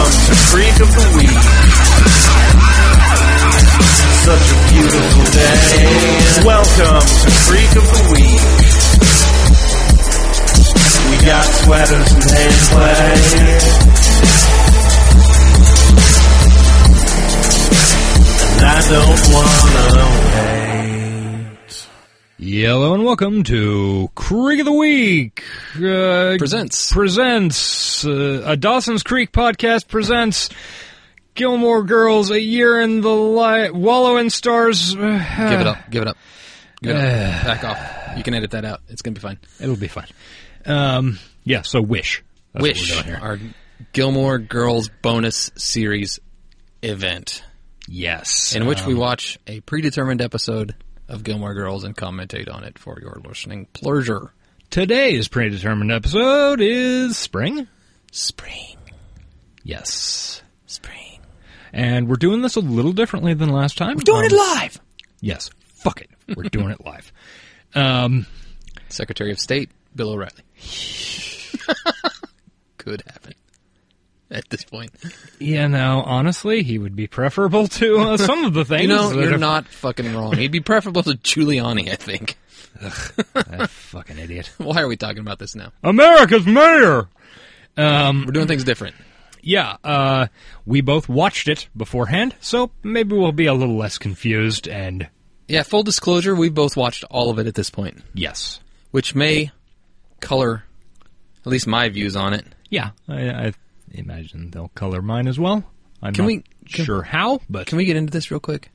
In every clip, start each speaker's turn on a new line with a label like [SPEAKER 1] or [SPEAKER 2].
[SPEAKER 1] freak of the week. Such a beautiful day. Welcome to Freak of the Week. We got sweaters and hand play. And I don't wanna wait.
[SPEAKER 2] Yellow and welcome to Creek of the Week. Uh,
[SPEAKER 3] Presents.
[SPEAKER 2] presents uh, a Dawson's Creek podcast presents Gilmore Girls: A Year in the Light, Wallow in Stars. Give
[SPEAKER 3] Give it up. Give it up. Give it
[SPEAKER 2] Uh.
[SPEAKER 3] up. Back off. You can edit that out. It's gonna be fine.
[SPEAKER 2] It'll be fine. Um, yeah. So wish. That's what we're
[SPEAKER 3] Wish
[SPEAKER 2] doing here.
[SPEAKER 3] our Gilmore Girls bonus series event
[SPEAKER 2] Yes.
[SPEAKER 3] in which we watch a predetermined episode of Gilmore Girls and commentate on it for your listening pleasure.
[SPEAKER 2] Today's predetermined episode is spring.
[SPEAKER 3] Spring,
[SPEAKER 2] Yes.
[SPEAKER 3] spring.
[SPEAKER 2] And we're doing this a little differently than last time. We're
[SPEAKER 3] Doing it live.
[SPEAKER 2] Yes. Fuck it. We're doing it live. Um,
[SPEAKER 3] Secretary of State Bill O'Reilly. Could happen at this point.
[SPEAKER 2] you know, honestly, he would be preferable to uh, some of the things.
[SPEAKER 3] You know,
[SPEAKER 2] that
[SPEAKER 3] you're
[SPEAKER 2] have-
[SPEAKER 3] not fucking wrong. He'd be preferable to Giuliani, I think.
[SPEAKER 2] Ah, fucking idiot.
[SPEAKER 3] Why are we talking about this now?
[SPEAKER 2] America's mayor. Um,
[SPEAKER 3] We're doing things different.
[SPEAKER 2] yeah, uh, we both watched it beforehand, so maybe we'll be a little less confused. And
[SPEAKER 3] Yeah, full disclosure, we've both watched all of it at this point,
[SPEAKER 2] yes,
[SPEAKER 3] which may color at least my views on it.
[SPEAKER 2] yeah, I, I imagine they'll color mine as well. I'm
[SPEAKER 3] Can
[SPEAKER 2] not
[SPEAKER 3] we- can-
[SPEAKER 2] sure how, but
[SPEAKER 3] Can we get into this real quick?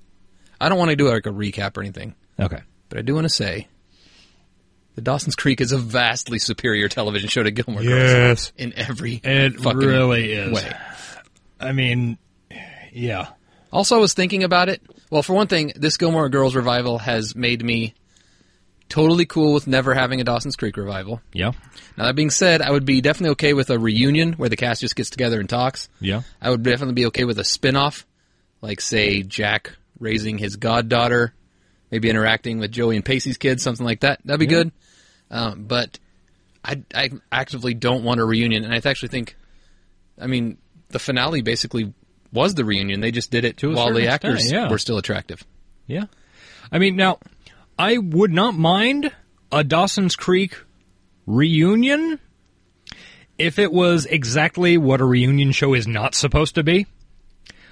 [SPEAKER 3] I don't want to do like a recap or anything,
[SPEAKER 2] okay.
[SPEAKER 3] but I do want to say the Dawson's Creek is a vastly superior television show to Gilmore
[SPEAKER 2] Yes.
[SPEAKER 3] Girls in every
[SPEAKER 2] It
[SPEAKER 3] fucking
[SPEAKER 2] really is.
[SPEAKER 3] way.
[SPEAKER 2] I mean, yeah,
[SPEAKER 3] Also, I was thinking about it. Well, for one thing, this Gilmore Girls revival has made me totally cool with never having a Dawson's Creek revival.
[SPEAKER 2] yeah,
[SPEAKER 3] Now, that being said, I would be definitely okay with a reunion where the cast just gets together and talks.
[SPEAKER 2] yeah,
[SPEAKER 3] I would definitely be okay with a spin-off, like say Jack raising his goddaughter, maybe interacting with Joey and Pacey's kids, something like that. That'd be good. Um, but I, I actively don't want a reunion, and I actually think, I mean, the finale basically was the reunion. They just did it
[SPEAKER 2] a
[SPEAKER 3] while the
[SPEAKER 2] certain
[SPEAKER 3] actors
[SPEAKER 2] extent, yeah.
[SPEAKER 3] were still attractive.
[SPEAKER 2] yeah. I mean, now I would not mind a Dawson's Creek reunion if it was exactly what a reunion show is not supposed to be,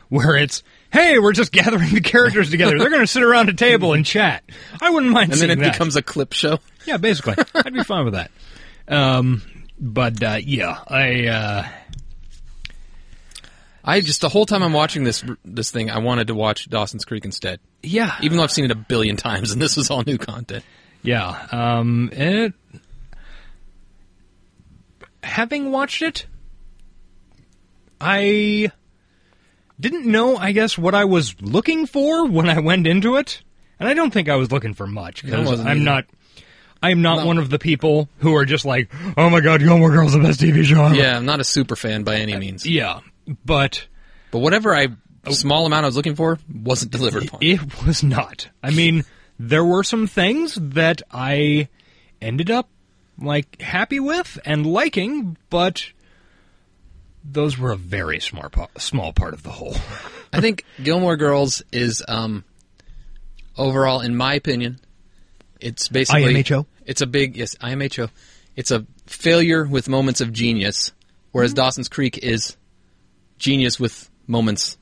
[SPEAKER 2] where it's. Hey, we're just gathering the characters together. They're going to sit around a table and chat. I wouldn't mind
[SPEAKER 3] And
[SPEAKER 2] seeing
[SPEAKER 3] then it
[SPEAKER 2] that.
[SPEAKER 3] becomes a clip show.
[SPEAKER 2] Yeah, basically, I'd be fine with that. Um, but uh, yeah, I uh,
[SPEAKER 3] I just the whole time I'm watching this this thing, I wanted to watch Dawson's Creek instead,
[SPEAKER 2] yeah,
[SPEAKER 3] even though I've seen it a billion times, and this was all new content.
[SPEAKER 2] yeah. Um, it having watched it, I didn't know, I guess, what I was looking for when I went into it, and I don't think I was looking for much
[SPEAKER 3] I
[SPEAKER 2] because
[SPEAKER 3] wasn't
[SPEAKER 2] I'm
[SPEAKER 3] either.
[SPEAKER 2] not. I'm not one of the people who are just like, "Oh my God, Gilmore Girls the best TV show ever."
[SPEAKER 3] Yeah, Uh, I'm not a super fan by any means.
[SPEAKER 2] yeah, but
[SPEAKER 3] But whatever I small amount I was looking for wasn't delivered upon.
[SPEAKER 2] It was not. I mean, there were some things that I ended up like happy with and liking, but those were a very small po- small part of the whole.
[SPEAKER 3] I think Gilmore Girls is um overall in my opinion it's basically
[SPEAKER 2] IMHO?
[SPEAKER 3] It's a big yes, IMHO. It's a failure with moments of genius whereas Dawson's Creek is genius with moments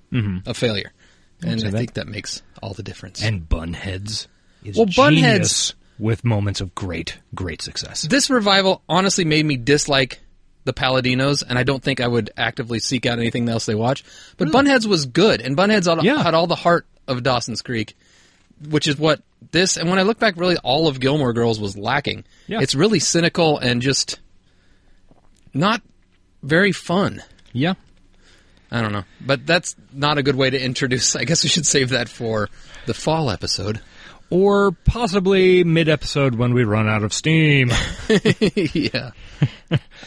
[SPEAKER 3] of failure. And I
[SPEAKER 2] that.
[SPEAKER 3] think that makes all the difference.
[SPEAKER 2] And Bunheads is
[SPEAKER 3] Well, Bunheads-
[SPEAKER 2] genius with moments of great great success.
[SPEAKER 3] this revival honestly made me dislike the Paladinos, and I don't think I would actively seek out anything else they watch. But Bunheads was good, and Bunheads had,
[SPEAKER 2] Yeah.
[SPEAKER 3] had all the heart of Dawson's Creek, which is what this. And when I look back, really, all of Gilmore Girls was lacking.
[SPEAKER 2] Yeah.
[SPEAKER 3] It's really cynical and just not very fun.
[SPEAKER 2] Yeah.
[SPEAKER 3] I don't know, but that's not a good way to introduce. I guess we should save that for the fall episode.
[SPEAKER 2] Or possibly mid episode when we run out of steam.
[SPEAKER 3] yeah.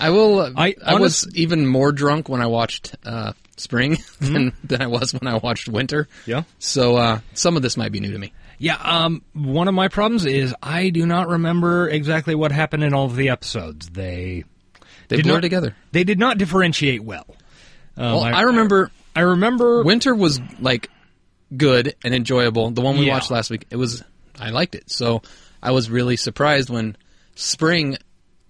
[SPEAKER 3] I will. uh, I,
[SPEAKER 2] I
[SPEAKER 3] was even more drunk when I watched uh, spring than, than I was when I watched winter.
[SPEAKER 2] Hmm? Yeah.
[SPEAKER 3] So uh, some of this might be new to me.
[SPEAKER 2] Yeah, um, one of my problems is I do not remember exactly what happened in all of the episodes. They
[SPEAKER 3] They
[SPEAKER 2] did
[SPEAKER 3] blur
[SPEAKER 2] not-
[SPEAKER 3] together.
[SPEAKER 2] They did not differentiate well. Um,
[SPEAKER 3] well, I, remember
[SPEAKER 2] I remember
[SPEAKER 3] Winter was like good and enjoyable. The one we
[SPEAKER 2] Yeah.
[SPEAKER 3] watched last week, it was I liked it. So I was really surprised when Spring.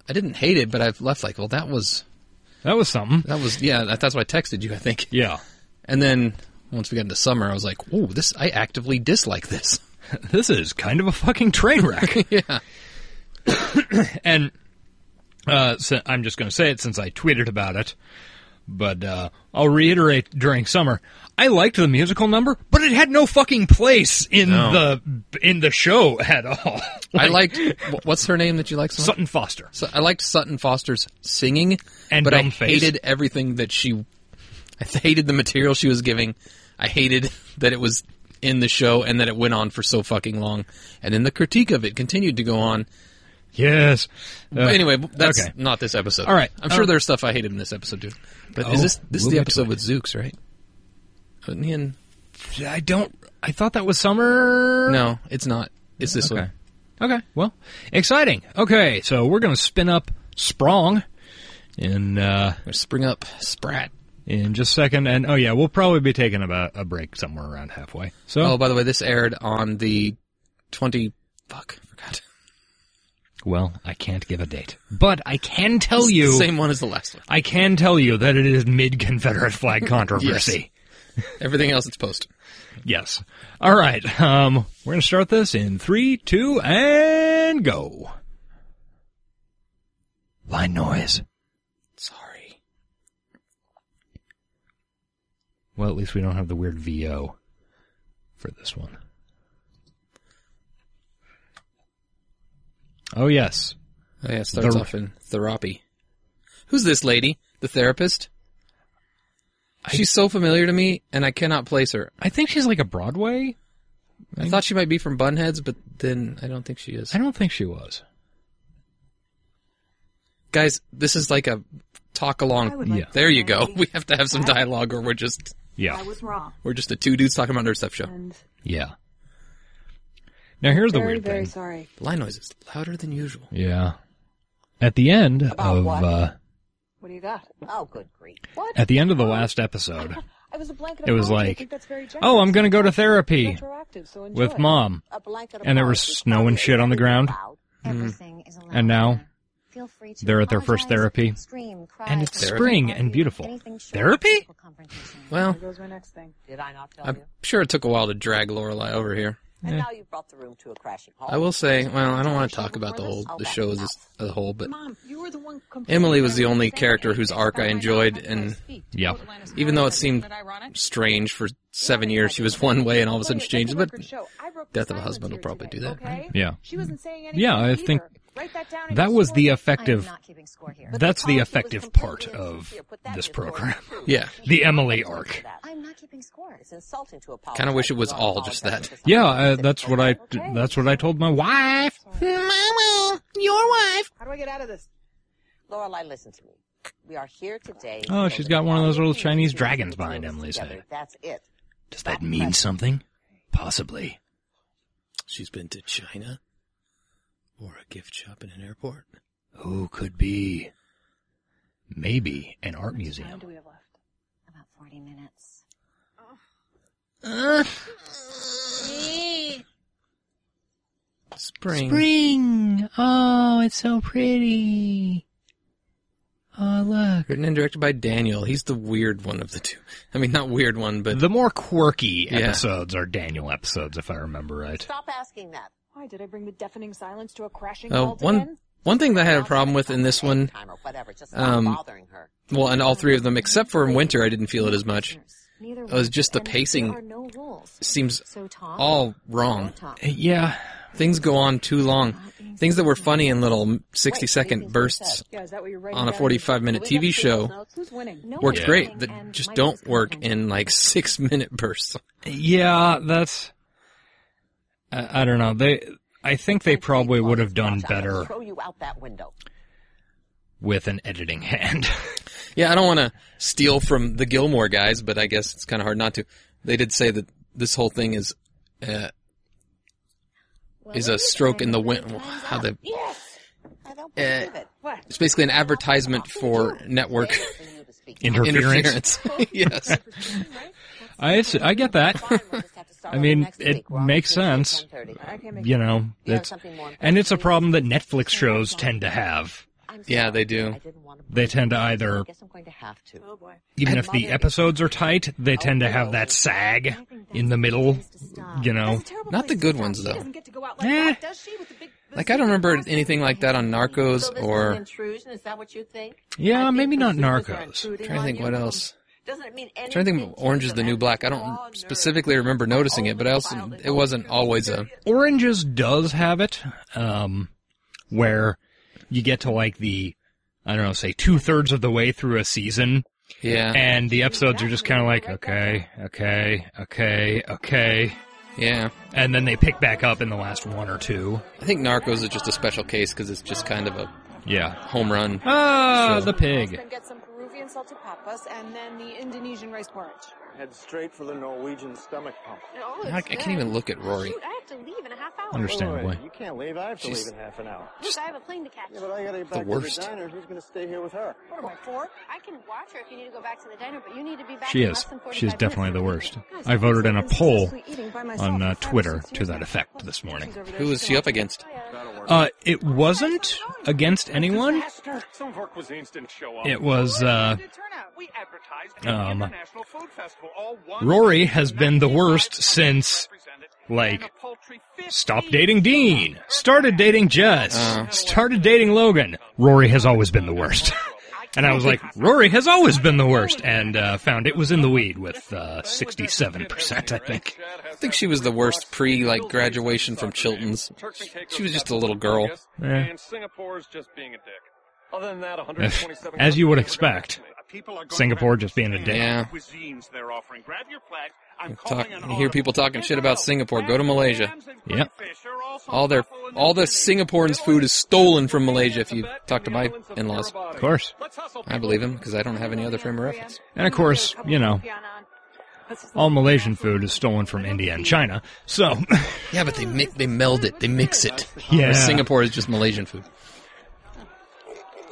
[SPEAKER 3] I didn't hate it, but I've left like, well, that was
[SPEAKER 2] that was something.
[SPEAKER 3] that was yeah. That, that's why I texted you, I think.
[SPEAKER 2] Yeah.
[SPEAKER 3] And then once we got into summer, I was like, whoa, this I actively dislike this.
[SPEAKER 2] this is kind of a fucking train wreck. yeah. and uh, so I'm just going to say it since I tweeted about it, but uh, I'll reiterate during summer. I liked the musical number, but it had no fucking place in
[SPEAKER 3] No.
[SPEAKER 2] the in the show at all.
[SPEAKER 3] I liked wh- what's her name that you like so much?
[SPEAKER 2] Sutton Foster.
[SPEAKER 3] So I liked Sutton Foster's singing,
[SPEAKER 2] And
[SPEAKER 3] but I
[SPEAKER 2] dumb face.
[SPEAKER 3] hated everything that she. I hated the material she was giving. I hated that it was in the show and that it went on for so fucking long. And then the critique of it continued to go on.
[SPEAKER 2] Yes. Uh,
[SPEAKER 3] But anyway, that's
[SPEAKER 2] okay.
[SPEAKER 3] not this episode.
[SPEAKER 2] All right.
[SPEAKER 3] I'm sure
[SPEAKER 2] Uh,
[SPEAKER 3] there's stuff I hated in this episode too. But
[SPEAKER 2] Oh,
[SPEAKER 3] is this
[SPEAKER 2] we'll
[SPEAKER 3] this is the
[SPEAKER 2] get to
[SPEAKER 3] episode
[SPEAKER 2] it.
[SPEAKER 3] with Zooks, right? Wasn't he in-
[SPEAKER 2] I don't. I thought that was summer.
[SPEAKER 3] No, it's not. It's this one.
[SPEAKER 2] Okay. Well, exciting. Okay, so we're going to spin up Sprong, and. Uh,
[SPEAKER 3] Or Spring up, Sprat.
[SPEAKER 2] in just a second. And oh yeah, we'll probably be taking about a break somewhere around halfway. So
[SPEAKER 3] Oh, by the way, this aired on the twenty. Fuck, I forgot.
[SPEAKER 2] well, I can't give a date, but I can tell you,
[SPEAKER 3] The same one as the last one.
[SPEAKER 2] I can tell you that it is mid Confederate flag controversy.
[SPEAKER 3] Everything else it's post.
[SPEAKER 2] yes. All right. Um, we're gonna start this in three, two, and go. Line noise.
[SPEAKER 3] Sorry.
[SPEAKER 2] Well, at least we don't have the weird VO for this one. Oh yes,
[SPEAKER 3] Oh yeah, it starts
[SPEAKER 2] The-
[SPEAKER 3] off in therapy. Who's this lady? The therapist? She's so familiar to me, and I cannot place her.
[SPEAKER 2] I think she's like a Broadway
[SPEAKER 3] I thought she might be from Bunheads, but then I don't think she is.
[SPEAKER 2] I don't think she was.
[SPEAKER 3] Guys, this is like a talk
[SPEAKER 4] I
[SPEAKER 3] along.
[SPEAKER 4] would like
[SPEAKER 2] Yeah.
[SPEAKER 4] to
[SPEAKER 3] There you
[SPEAKER 4] say
[SPEAKER 3] go. We have to have some dialogue, or we're just
[SPEAKER 2] Yeah.
[SPEAKER 4] I was wrong.
[SPEAKER 3] we're just the two dudes talking about nerd stuff show.
[SPEAKER 4] And
[SPEAKER 2] Yeah. Now here's the
[SPEAKER 4] very,
[SPEAKER 2] weird
[SPEAKER 4] very
[SPEAKER 2] thing.
[SPEAKER 4] sorry.
[SPEAKER 3] Line noise is louder than usual.
[SPEAKER 2] Yeah. At the end
[SPEAKER 4] About
[SPEAKER 2] of
[SPEAKER 4] what?
[SPEAKER 2] uh,
[SPEAKER 4] What do you got? Oh, good grief. What? Um,
[SPEAKER 2] at the end of the last episode,
[SPEAKER 4] I was a blanket
[SPEAKER 2] it was
[SPEAKER 4] apology. I
[SPEAKER 2] like,
[SPEAKER 4] think that's very generous.
[SPEAKER 2] "Oh, I'm going to go to therapy."
[SPEAKER 4] Retroactive, so enjoy.
[SPEAKER 2] with Mom.
[SPEAKER 4] A blanket
[SPEAKER 2] And there was
[SPEAKER 4] apology.
[SPEAKER 2] snow and shit on the ground. Mm-hmm.
[SPEAKER 5] Everything is allowed.
[SPEAKER 2] And now
[SPEAKER 5] Feel free to
[SPEAKER 2] they're at their first
[SPEAKER 5] apologize,
[SPEAKER 2] therapy.
[SPEAKER 5] scream, cry,
[SPEAKER 2] and it's
[SPEAKER 3] Therapy?
[SPEAKER 2] spring and beautiful.
[SPEAKER 5] anything short of
[SPEAKER 2] Therapy?
[SPEAKER 5] physical confrontation.
[SPEAKER 3] Well,
[SPEAKER 4] There goes my next thing.
[SPEAKER 6] Did I not tell
[SPEAKER 3] I'm
[SPEAKER 6] you?
[SPEAKER 3] sure it took a while to drag Lorelai over here.
[SPEAKER 6] And now you brought the room to a crashing halt.
[SPEAKER 3] I will say, well, I don't want to talk about the whole the show as a- as a whole, but
[SPEAKER 4] Mom, you were the one. complaining
[SPEAKER 3] Emily was the
[SPEAKER 4] about
[SPEAKER 3] only
[SPEAKER 4] saying
[SPEAKER 3] character
[SPEAKER 4] that.
[SPEAKER 3] whose arc I enjoyed, and
[SPEAKER 2] Yeah.
[SPEAKER 3] even though it seemed strange for seven years, she was one way and all of a sudden she changes. But death of a husband will probably do that, right?
[SPEAKER 2] Mm-hmm. Yeah.
[SPEAKER 4] She wasn't saying anything.
[SPEAKER 2] Yeah, I
[SPEAKER 4] either.
[SPEAKER 2] think
[SPEAKER 4] Write that down in
[SPEAKER 2] that
[SPEAKER 4] your
[SPEAKER 2] was the
[SPEAKER 4] story.
[SPEAKER 5] I am
[SPEAKER 2] effective
[SPEAKER 5] not keeping score here.
[SPEAKER 2] that's the
[SPEAKER 6] policy was
[SPEAKER 2] effective
[SPEAKER 6] completely
[SPEAKER 2] part of
[SPEAKER 6] insincere. Put that
[SPEAKER 2] this
[SPEAKER 6] in the board.
[SPEAKER 2] program.
[SPEAKER 3] yeah,
[SPEAKER 2] The Emily arc.
[SPEAKER 5] I'm not keeping score.
[SPEAKER 6] It's insulting to apologize.
[SPEAKER 3] Kinda wish it was
[SPEAKER 6] You
[SPEAKER 3] all just
[SPEAKER 6] apologize
[SPEAKER 3] that.
[SPEAKER 6] for something
[SPEAKER 2] Yeah, uh,
[SPEAKER 6] said.
[SPEAKER 2] that's what I that's what I told my wife.
[SPEAKER 4] How do I get out of this?
[SPEAKER 6] Lorelai, listen to me. We are here today.
[SPEAKER 2] Oh,
[SPEAKER 6] so
[SPEAKER 2] she's
[SPEAKER 6] that
[SPEAKER 2] got one of those
[SPEAKER 6] our
[SPEAKER 2] little
[SPEAKER 6] team
[SPEAKER 2] Chinese
[SPEAKER 6] can
[SPEAKER 2] dragons
[SPEAKER 6] bring
[SPEAKER 2] behind
[SPEAKER 6] us
[SPEAKER 2] Emily's
[SPEAKER 6] together.
[SPEAKER 2] head.
[SPEAKER 6] That's it.
[SPEAKER 2] Does that mean something? Possibly.
[SPEAKER 3] she's been to China or a gift shop in an airport.
[SPEAKER 2] Who could be? Maybe an art
[SPEAKER 4] How long
[SPEAKER 2] museum.
[SPEAKER 4] do we have left?
[SPEAKER 5] About 40 minutes.
[SPEAKER 2] Uh,
[SPEAKER 3] Spring.
[SPEAKER 2] Spring. Oh, it's so pretty. Oh, look.
[SPEAKER 3] Written and directed by Daniel. He's the weird one of the two. I mean, not weird one, but
[SPEAKER 2] The more quirky
[SPEAKER 3] Yeah.
[SPEAKER 2] episodes are Daniel episodes, if I remember right.
[SPEAKER 6] Stop asking that.
[SPEAKER 4] Why did I bring the deafening silence to a crashing
[SPEAKER 3] oh,
[SPEAKER 4] halt
[SPEAKER 3] one
[SPEAKER 4] again?
[SPEAKER 3] one thing that I had a problem with in this one,
[SPEAKER 6] Time or whatever. Just stop
[SPEAKER 3] Um,
[SPEAKER 6] bothering her.
[SPEAKER 3] well, and all three of them except for in Winter, I didn't feel it as much.
[SPEAKER 5] Neither
[SPEAKER 3] It was just the
[SPEAKER 5] and
[SPEAKER 3] pacing
[SPEAKER 5] There are no rules.
[SPEAKER 3] Seems
[SPEAKER 5] So Tom,
[SPEAKER 3] all wrong.
[SPEAKER 5] Tom,
[SPEAKER 2] Yeah.
[SPEAKER 3] Things go on too long. Things that were funny in little sixty
[SPEAKER 6] Wait,
[SPEAKER 3] second
[SPEAKER 6] these things
[SPEAKER 3] bursts
[SPEAKER 4] Yeah, is that what you're writing?
[SPEAKER 3] on a
[SPEAKER 4] down?
[SPEAKER 3] 45 minute
[SPEAKER 6] Well, we
[SPEAKER 3] TV
[SPEAKER 6] got people's
[SPEAKER 3] show
[SPEAKER 6] notes. Who's winning?
[SPEAKER 5] no
[SPEAKER 3] worked
[SPEAKER 5] one's
[SPEAKER 3] great
[SPEAKER 5] listening,
[SPEAKER 3] that
[SPEAKER 5] and
[SPEAKER 3] just
[SPEAKER 5] Mike
[SPEAKER 3] don't
[SPEAKER 5] is
[SPEAKER 3] work
[SPEAKER 5] confident.
[SPEAKER 3] in like six minute bursts.
[SPEAKER 2] Yeah, that's. I, I don't know. They. I think they probably would have done
[SPEAKER 6] Watch, I'm gonna
[SPEAKER 2] better
[SPEAKER 6] Throw you out that window.
[SPEAKER 2] with an editing hand.
[SPEAKER 3] Yeah, I don't want to steal from the Gilmore guys, but I guess it's kind of hard not to. They did say that this whole thing is uh,
[SPEAKER 5] Well,
[SPEAKER 3] is a
[SPEAKER 5] it
[SPEAKER 3] stroke in the
[SPEAKER 5] time.
[SPEAKER 3] wind. How the
[SPEAKER 2] Uh,
[SPEAKER 6] Yes. I don't believe it.
[SPEAKER 4] What?
[SPEAKER 3] it's basically an advertisement for network
[SPEAKER 6] It's for you to speaking.
[SPEAKER 2] interference.
[SPEAKER 3] Interference. yes.
[SPEAKER 4] right?
[SPEAKER 2] I s- I get that.
[SPEAKER 6] Fine, we'll just have to start
[SPEAKER 2] I
[SPEAKER 6] over
[SPEAKER 2] mean,
[SPEAKER 6] next
[SPEAKER 2] it
[SPEAKER 6] week. We're on
[SPEAKER 2] makes
[SPEAKER 6] Tuesday at
[SPEAKER 2] sense.
[SPEAKER 6] 1:30.
[SPEAKER 4] I can't make
[SPEAKER 2] You know,
[SPEAKER 6] You have
[SPEAKER 2] it's,
[SPEAKER 6] something more important
[SPEAKER 2] and it's a
[SPEAKER 6] to do?
[SPEAKER 2] problem that Netflix shows tend to have.
[SPEAKER 6] I'm
[SPEAKER 3] Yeah,
[SPEAKER 6] sorry.
[SPEAKER 3] they do.
[SPEAKER 6] I didn't want to
[SPEAKER 2] They tend to either,
[SPEAKER 6] I guess I'm going to have to. Oh,
[SPEAKER 4] Oh boy.
[SPEAKER 2] even if the episodes are tight, they tend to have that sag in the middle. You know,
[SPEAKER 4] That's a terrible
[SPEAKER 3] Not
[SPEAKER 4] place
[SPEAKER 3] the
[SPEAKER 4] to
[SPEAKER 3] good
[SPEAKER 4] stop.
[SPEAKER 3] ones,
[SPEAKER 4] She
[SPEAKER 3] though.
[SPEAKER 4] doesn't get to go out like
[SPEAKER 2] Eh.
[SPEAKER 4] that, does she? With the big, the
[SPEAKER 3] Like I don't remember anything like that
[SPEAKER 6] So
[SPEAKER 3] on Narcos
[SPEAKER 6] this is an
[SPEAKER 3] or
[SPEAKER 6] intrusion. Is that what you think?
[SPEAKER 2] Yeah,
[SPEAKER 6] I think
[SPEAKER 2] maybe not
[SPEAKER 6] the supers are
[SPEAKER 2] Narcos.
[SPEAKER 6] intruding
[SPEAKER 3] trying to
[SPEAKER 6] on
[SPEAKER 3] think
[SPEAKER 6] you.
[SPEAKER 3] what else.
[SPEAKER 6] Doesn't it mean anything?
[SPEAKER 3] trying to think of
[SPEAKER 6] to
[SPEAKER 3] Orange is
[SPEAKER 6] them
[SPEAKER 3] the New
[SPEAKER 6] after
[SPEAKER 3] Black. I
[SPEAKER 6] raw
[SPEAKER 3] don't
[SPEAKER 6] nerve.
[SPEAKER 3] specifically remember noticing it, but I also it wasn't always a
[SPEAKER 2] Oranges does have it, um, where you get to like the, I don't know, say two thirds of the way through a season,
[SPEAKER 3] yeah
[SPEAKER 2] and the episodes are just kind of like, okay, okay, okay, okay,
[SPEAKER 3] yeah.
[SPEAKER 2] and then they pick back up in the last one or two.
[SPEAKER 3] I think Narcos is just a special case because it's just kind of a
[SPEAKER 2] Yeah.
[SPEAKER 3] home run.
[SPEAKER 2] Ah,
[SPEAKER 3] So-
[SPEAKER 2] the pig.
[SPEAKER 4] Husband gets some Peruvian salted papas and then the Indonesian rice porridge.
[SPEAKER 7] Head straight for the Norwegian stomach pump.
[SPEAKER 5] No,
[SPEAKER 3] I, I can't even look at Rory.
[SPEAKER 5] Shoot, I have to leave in a half hour.
[SPEAKER 2] Understandably.
[SPEAKER 7] Wait, you can't leave. I have to
[SPEAKER 3] She's-
[SPEAKER 7] leave in half an hour.
[SPEAKER 5] Look, I have a plane to catch.
[SPEAKER 7] Yeah, but I gotta get
[SPEAKER 3] The
[SPEAKER 7] back
[SPEAKER 3] worst.
[SPEAKER 7] to the diner. Who's gonna stay here with her?
[SPEAKER 4] What am I for?
[SPEAKER 5] I can watch her if you need to go back to the diner, but you need to be back.
[SPEAKER 2] She
[SPEAKER 5] in
[SPEAKER 2] is.
[SPEAKER 5] Less than 45
[SPEAKER 2] She is definitely the
[SPEAKER 5] minutes.
[SPEAKER 2] worst. I voted in a poll on uh, Twitter to that effect this morning.
[SPEAKER 3] Who is she up against?
[SPEAKER 2] Uh, it wasn't against anyone.
[SPEAKER 8] Esther, some of our cuisines didn't show up.
[SPEAKER 2] It was, uh,
[SPEAKER 8] Did turn out. We advertised at the
[SPEAKER 2] um,
[SPEAKER 8] International Food Festival, all one-
[SPEAKER 2] Rory has been the worst since, like,
[SPEAKER 8] And a paltry 15
[SPEAKER 2] stopped dating Dean, started dating Jess,
[SPEAKER 3] Uh.
[SPEAKER 2] started dating Logan. Rory has always been the worst. and I was like, Rory has always been the worst, and uh, found it was in the weed with uh, 67%, I think.
[SPEAKER 3] I think she was the worst pre like graduation from Chilton's. She was just a little girl.
[SPEAKER 8] And Singapore's just being a dick. Other than that, 127
[SPEAKER 2] As you would
[SPEAKER 8] countries are gonna
[SPEAKER 2] expect.
[SPEAKER 8] vaccinate. People are going
[SPEAKER 2] Singapore
[SPEAKER 8] to
[SPEAKER 2] just being a dick.
[SPEAKER 3] Yeah.
[SPEAKER 8] Cuisines they're offering. Grab your flag. I'm
[SPEAKER 3] Talk,
[SPEAKER 8] calling an
[SPEAKER 3] you hear
[SPEAKER 8] audible.
[SPEAKER 3] people talking shit
[SPEAKER 8] And
[SPEAKER 3] about
[SPEAKER 8] no,
[SPEAKER 3] Singapore. Go to
[SPEAKER 8] crabs,
[SPEAKER 3] Malaysia.
[SPEAKER 8] clams, and
[SPEAKER 2] Yep.
[SPEAKER 8] crayfish are also
[SPEAKER 3] All their
[SPEAKER 8] plentiful in
[SPEAKER 3] all their
[SPEAKER 8] Guinea.
[SPEAKER 3] Singaporeans' food is stolen from Malaysia. If you talk to my in-laws,
[SPEAKER 2] Of course.
[SPEAKER 3] I believe him because I don't have any other frame of reference.
[SPEAKER 2] And of course, you know, all Malaysian food is stolen from India and China. So,
[SPEAKER 3] Yeah, but they mi- they meld it. They mix it.
[SPEAKER 2] yeah.
[SPEAKER 3] Whereas Singapore is just Malaysian food.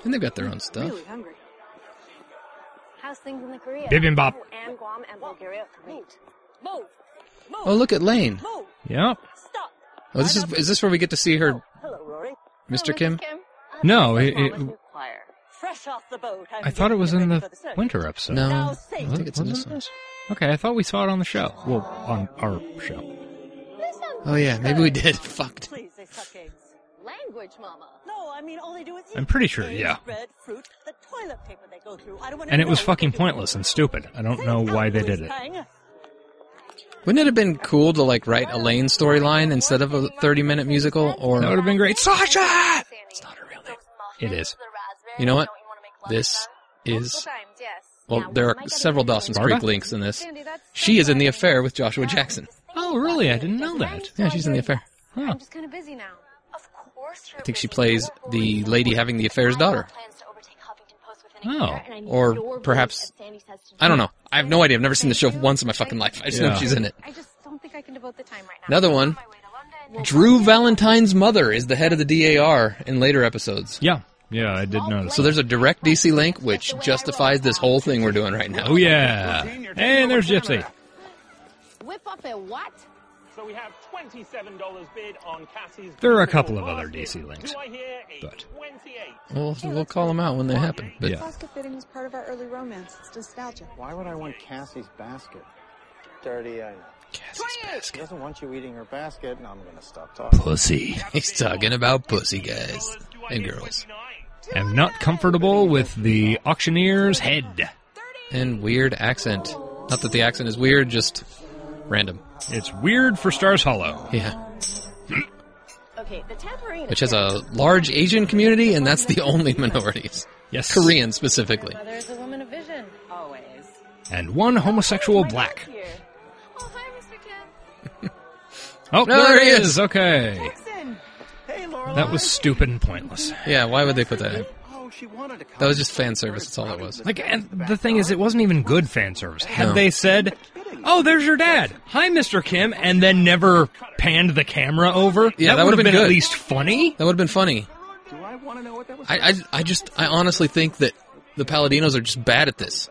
[SPEAKER 3] And they've got their own stuff.
[SPEAKER 4] Really hungry.
[SPEAKER 5] How's things in the Korea?
[SPEAKER 2] Bibimbap.
[SPEAKER 5] Oh, and Guam and Bulgaria. Great.
[SPEAKER 4] Move! Move!
[SPEAKER 3] Oh, look at Lane.
[SPEAKER 4] Move!
[SPEAKER 2] Yep.
[SPEAKER 4] Stop!
[SPEAKER 3] Oh, this is is this where we get to see her,
[SPEAKER 6] Hello, Rory.
[SPEAKER 3] Mr. Kim?
[SPEAKER 2] No,
[SPEAKER 6] What's
[SPEAKER 2] it,
[SPEAKER 6] wrong with
[SPEAKER 2] it,
[SPEAKER 6] your choir?
[SPEAKER 4] Fresh off the boat. I'm
[SPEAKER 2] I thought
[SPEAKER 4] getting
[SPEAKER 2] it was in
[SPEAKER 4] ready for
[SPEAKER 2] the
[SPEAKER 4] circus.
[SPEAKER 2] winter episode.
[SPEAKER 3] No, I think it's in this one.
[SPEAKER 2] Okay, I thought we saw it on the show. Well, on our show.
[SPEAKER 3] Oh yeah, maybe we did. Fucked.
[SPEAKER 4] Please, they suck eggs.
[SPEAKER 5] Language, mama.
[SPEAKER 4] No, I mean all they do is eat
[SPEAKER 2] I'm pretty sure,
[SPEAKER 4] eggs,
[SPEAKER 2] yeah.
[SPEAKER 4] bread, fruit, the toilet paper they go through. I don't want
[SPEAKER 2] And it was fucking pointless and stupid. I don't know why they did it.
[SPEAKER 3] Wouldn't it have been cool to like write a Lane storyline instead of a 30 minute musical?
[SPEAKER 2] That would
[SPEAKER 3] Or
[SPEAKER 2] have been great. Sasha!
[SPEAKER 5] It's
[SPEAKER 3] not her real name.
[SPEAKER 2] It is.
[SPEAKER 3] You know what? this is well, there are several Dawson's
[SPEAKER 2] Barbara?
[SPEAKER 3] Creek links in this. She is in the affair with Joshua Jackson.
[SPEAKER 2] Oh, really? I didn't know that.
[SPEAKER 3] Yeah, she's in the affair.
[SPEAKER 2] Huh.
[SPEAKER 5] I'm just kind of busy now. Of course you're
[SPEAKER 3] I think she
[SPEAKER 5] busy.
[SPEAKER 3] plays
[SPEAKER 5] You're
[SPEAKER 3] the
[SPEAKER 5] always
[SPEAKER 3] lady
[SPEAKER 5] busy.
[SPEAKER 3] having the affair's
[SPEAKER 5] I have
[SPEAKER 3] daughter.
[SPEAKER 5] plans to overtake Huffington Post within a
[SPEAKER 2] Oh.
[SPEAKER 5] year, and I need
[SPEAKER 3] Or
[SPEAKER 5] your vote,
[SPEAKER 3] perhaps-
[SPEAKER 5] as Sandy says to
[SPEAKER 3] I don't know.
[SPEAKER 5] Julie.
[SPEAKER 3] I have no idea. I've never seen the show
[SPEAKER 5] Thank you.
[SPEAKER 3] once in my fucking life. I just know
[SPEAKER 2] Yeah.
[SPEAKER 3] she's in it.
[SPEAKER 5] I just don't think I can devote the time right now.
[SPEAKER 3] Another
[SPEAKER 5] I'm
[SPEAKER 3] one.
[SPEAKER 5] on my way to London.
[SPEAKER 3] Drew Valentine's mother is the head of the DAR in later episodes.
[SPEAKER 2] Yeah. Yeah, I did notice.
[SPEAKER 3] So there's a direct DC link which justifies this whole thing we're doing right now.
[SPEAKER 2] Oh, yeah. And there's Gypsy.
[SPEAKER 5] Whip up a what?
[SPEAKER 8] So we have $27 bid on Cassie's.
[SPEAKER 2] There are a
[SPEAKER 8] beautiful
[SPEAKER 2] couple of other
[SPEAKER 8] basket.
[SPEAKER 2] DC links,
[SPEAKER 8] Do I hear a
[SPEAKER 2] but-
[SPEAKER 8] 28?
[SPEAKER 3] We'll, we'll call them out when they happen. But
[SPEAKER 2] Yeah.
[SPEAKER 4] Basket fitting was part of our early romance. It's nostalgia.
[SPEAKER 7] Why would I want Cassie's basket? Dirty, I know.
[SPEAKER 3] Cassie's
[SPEAKER 7] She
[SPEAKER 3] basket.
[SPEAKER 7] doesn't want you eating her basket, and I'm gonna stop talking.
[SPEAKER 2] Pussy.
[SPEAKER 3] He's talking about pussy guys
[SPEAKER 8] Do I
[SPEAKER 3] and
[SPEAKER 8] hear
[SPEAKER 3] girls
[SPEAKER 8] 29?
[SPEAKER 2] Am not comfortable with the auctioneer's head.
[SPEAKER 3] and weird accent. Not that the accent is weird, just random.
[SPEAKER 2] It's weird for Stars Hollow.
[SPEAKER 3] Yeah,
[SPEAKER 5] Okay, the tambourine.
[SPEAKER 3] which has a large Asian community, and that's the only minorities.
[SPEAKER 2] Yes.
[SPEAKER 3] Korean specifically.
[SPEAKER 5] Mother is a woman of vision.
[SPEAKER 6] Always.
[SPEAKER 2] And one homosexual black.
[SPEAKER 5] Oh, hi, Mr. Kim.
[SPEAKER 2] Oh,
[SPEAKER 3] No,
[SPEAKER 2] there
[SPEAKER 3] there
[SPEAKER 2] he
[SPEAKER 3] he
[SPEAKER 2] is. Okay.
[SPEAKER 7] Hey, Laura.
[SPEAKER 2] That was stupid and pointless.
[SPEAKER 3] Yeah, why would they put that in?
[SPEAKER 7] Oh, she wanted to come.
[SPEAKER 3] That was just fan service. That's all it was.
[SPEAKER 2] Like, and the thing is, it wasn't even good fan service. Had
[SPEAKER 3] No.
[SPEAKER 2] they said, "Oh, there's your dad. Hi, Mr. Kim," and then never panned the camera over,
[SPEAKER 3] Yeah, that
[SPEAKER 2] would have
[SPEAKER 3] would've
[SPEAKER 2] been,
[SPEAKER 3] been
[SPEAKER 2] at
[SPEAKER 3] good.
[SPEAKER 2] least funny.
[SPEAKER 3] That would have been funny.
[SPEAKER 7] Do I want to know what that was?
[SPEAKER 3] I, I, I just, I honestly think that the Paladinos are just bad at this.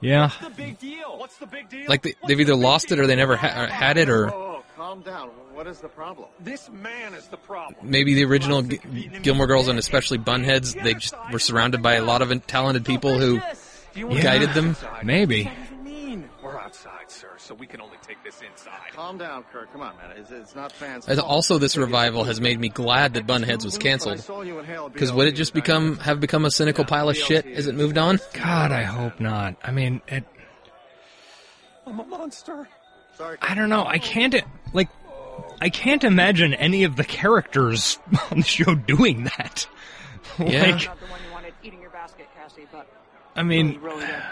[SPEAKER 2] Yeah.
[SPEAKER 8] The big deal. What's the big deal?
[SPEAKER 3] Like they, they've either lost it or they never ha- or had it, or
[SPEAKER 7] Oh, calm down. What is the problem?
[SPEAKER 8] This man is the problem.
[SPEAKER 3] maybe the original G- Gilmore Girls and especially Bunheads, they just were surrounded by a lot of talented people who
[SPEAKER 8] Do you
[SPEAKER 3] Yeah. guided them?
[SPEAKER 2] Maybe.
[SPEAKER 8] What do you mean? We're outside, sir, so we can only take this inside.
[SPEAKER 7] Calm down, Kirk. Come on, man. It's, it's not fans.
[SPEAKER 3] And also, this revival has made me glad that Bunheads was canceled. Because would it just become have become a cynical pile of shit as it moved on?
[SPEAKER 2] God, I hope not. I mean, it,
[SPEAKER 8] I'm a monster.
[SPEAKER 7] Sorry,
[SPEAKER 2] I don't know. I can't like I can't imagine any of the characters on the show doing that.
[SPEAKER 3] Yeah.
[SPEAKER 2] Like,
[SPEAKER 9] Not the one you wanted eating your basket, Cassie, but
[SPEAKER 2] I mean,
[SPEAKER 9] really good.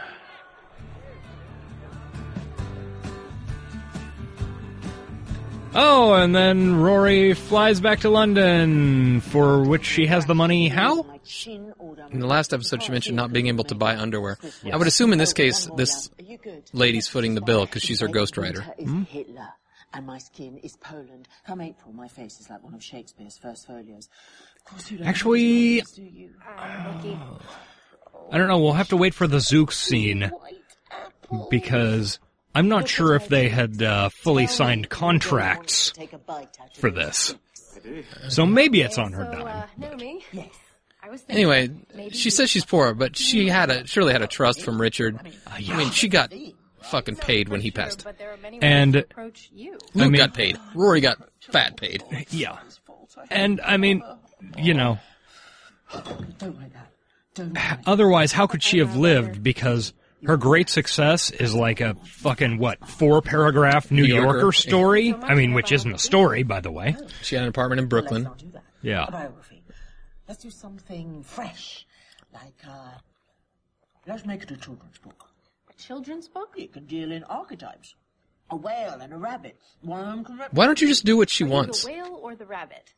[SPEAKER 2] oh, and then Rory flies back to London for which she has the money. How?
[SPEAKER 3] In the last episode, she mentioned
[SPEAKER 4] Oh,
[SPEAKER 3] not being able to buy underwear. I would assume in this case, this lady's footing the bill because she's her ghostwriter.
[SPEAKER 6] Is
[SPEAKER 2] Mm-hmm.
[SPEAKER 6] Hitler and my skin is Poland. Come April, my face is like one of Shakespeare's first folios. Of course, you don't
[SPEAKER 2] Actually-
[SPEAKER 6] do you?
[SPEAKER 2] I don't know. We'll have to wait for the Zook scene because I'm not sure if they had uh, fully signed contracts for this. So maybe it's on her
[SPEAKER 5] So, uh,
[SPEAKER 2] dime.
[SPEAKER 5] Naomi, I was thinking
[SPEAKER 3] Anyway,
[SPEAKER 5] maybe
[SPEAKER 3] she
[SPEAKER 5] we-
[SPEAKER 3] says she's poor, but she had a surely had a trust from Richard. I mean, she got fucking paid when he passed.
[SPEAKER 5] But there are many ways
[SPEAKER 2] And-
[SPEAKER 5] to approach you.
[SPEAKER 3] Luke
[SPEAKER 2] I mean-
[SPEAKER 3] got paid. Rory got fat paid.
[SPEAKER 2] Yeah. And I mean, you know,
[SPEAKER 6] Don't like that. Don't.
[SPEAKER 2] otherwise how could she have lived because her great success is like a fucking what four paragraph new
[SPEAKER 3] New Yorker.
[SPEAKER 2] yorker story i mean which isn't a story by the way
[SPEAKER 3] She had an apartment in Brooklyn.
[SPEAKER 6] Let's not do that.
[SPEAKER 2] Yeah.
[SPEAKER 6] A biography. Let's do something fresh, like uh, let's make it a children's book.
[SPEAKER 5] A children's book?
[SPEAKER 6] It can deal in archetypes. A whale and a rabbit. One of them can rep-
[SPEAKER 3] Why don't you just do what she
[SPEAKER 5] Are you
[SPEAKER 3] wants?
[SPEAKER 5] The whale or the rabbit?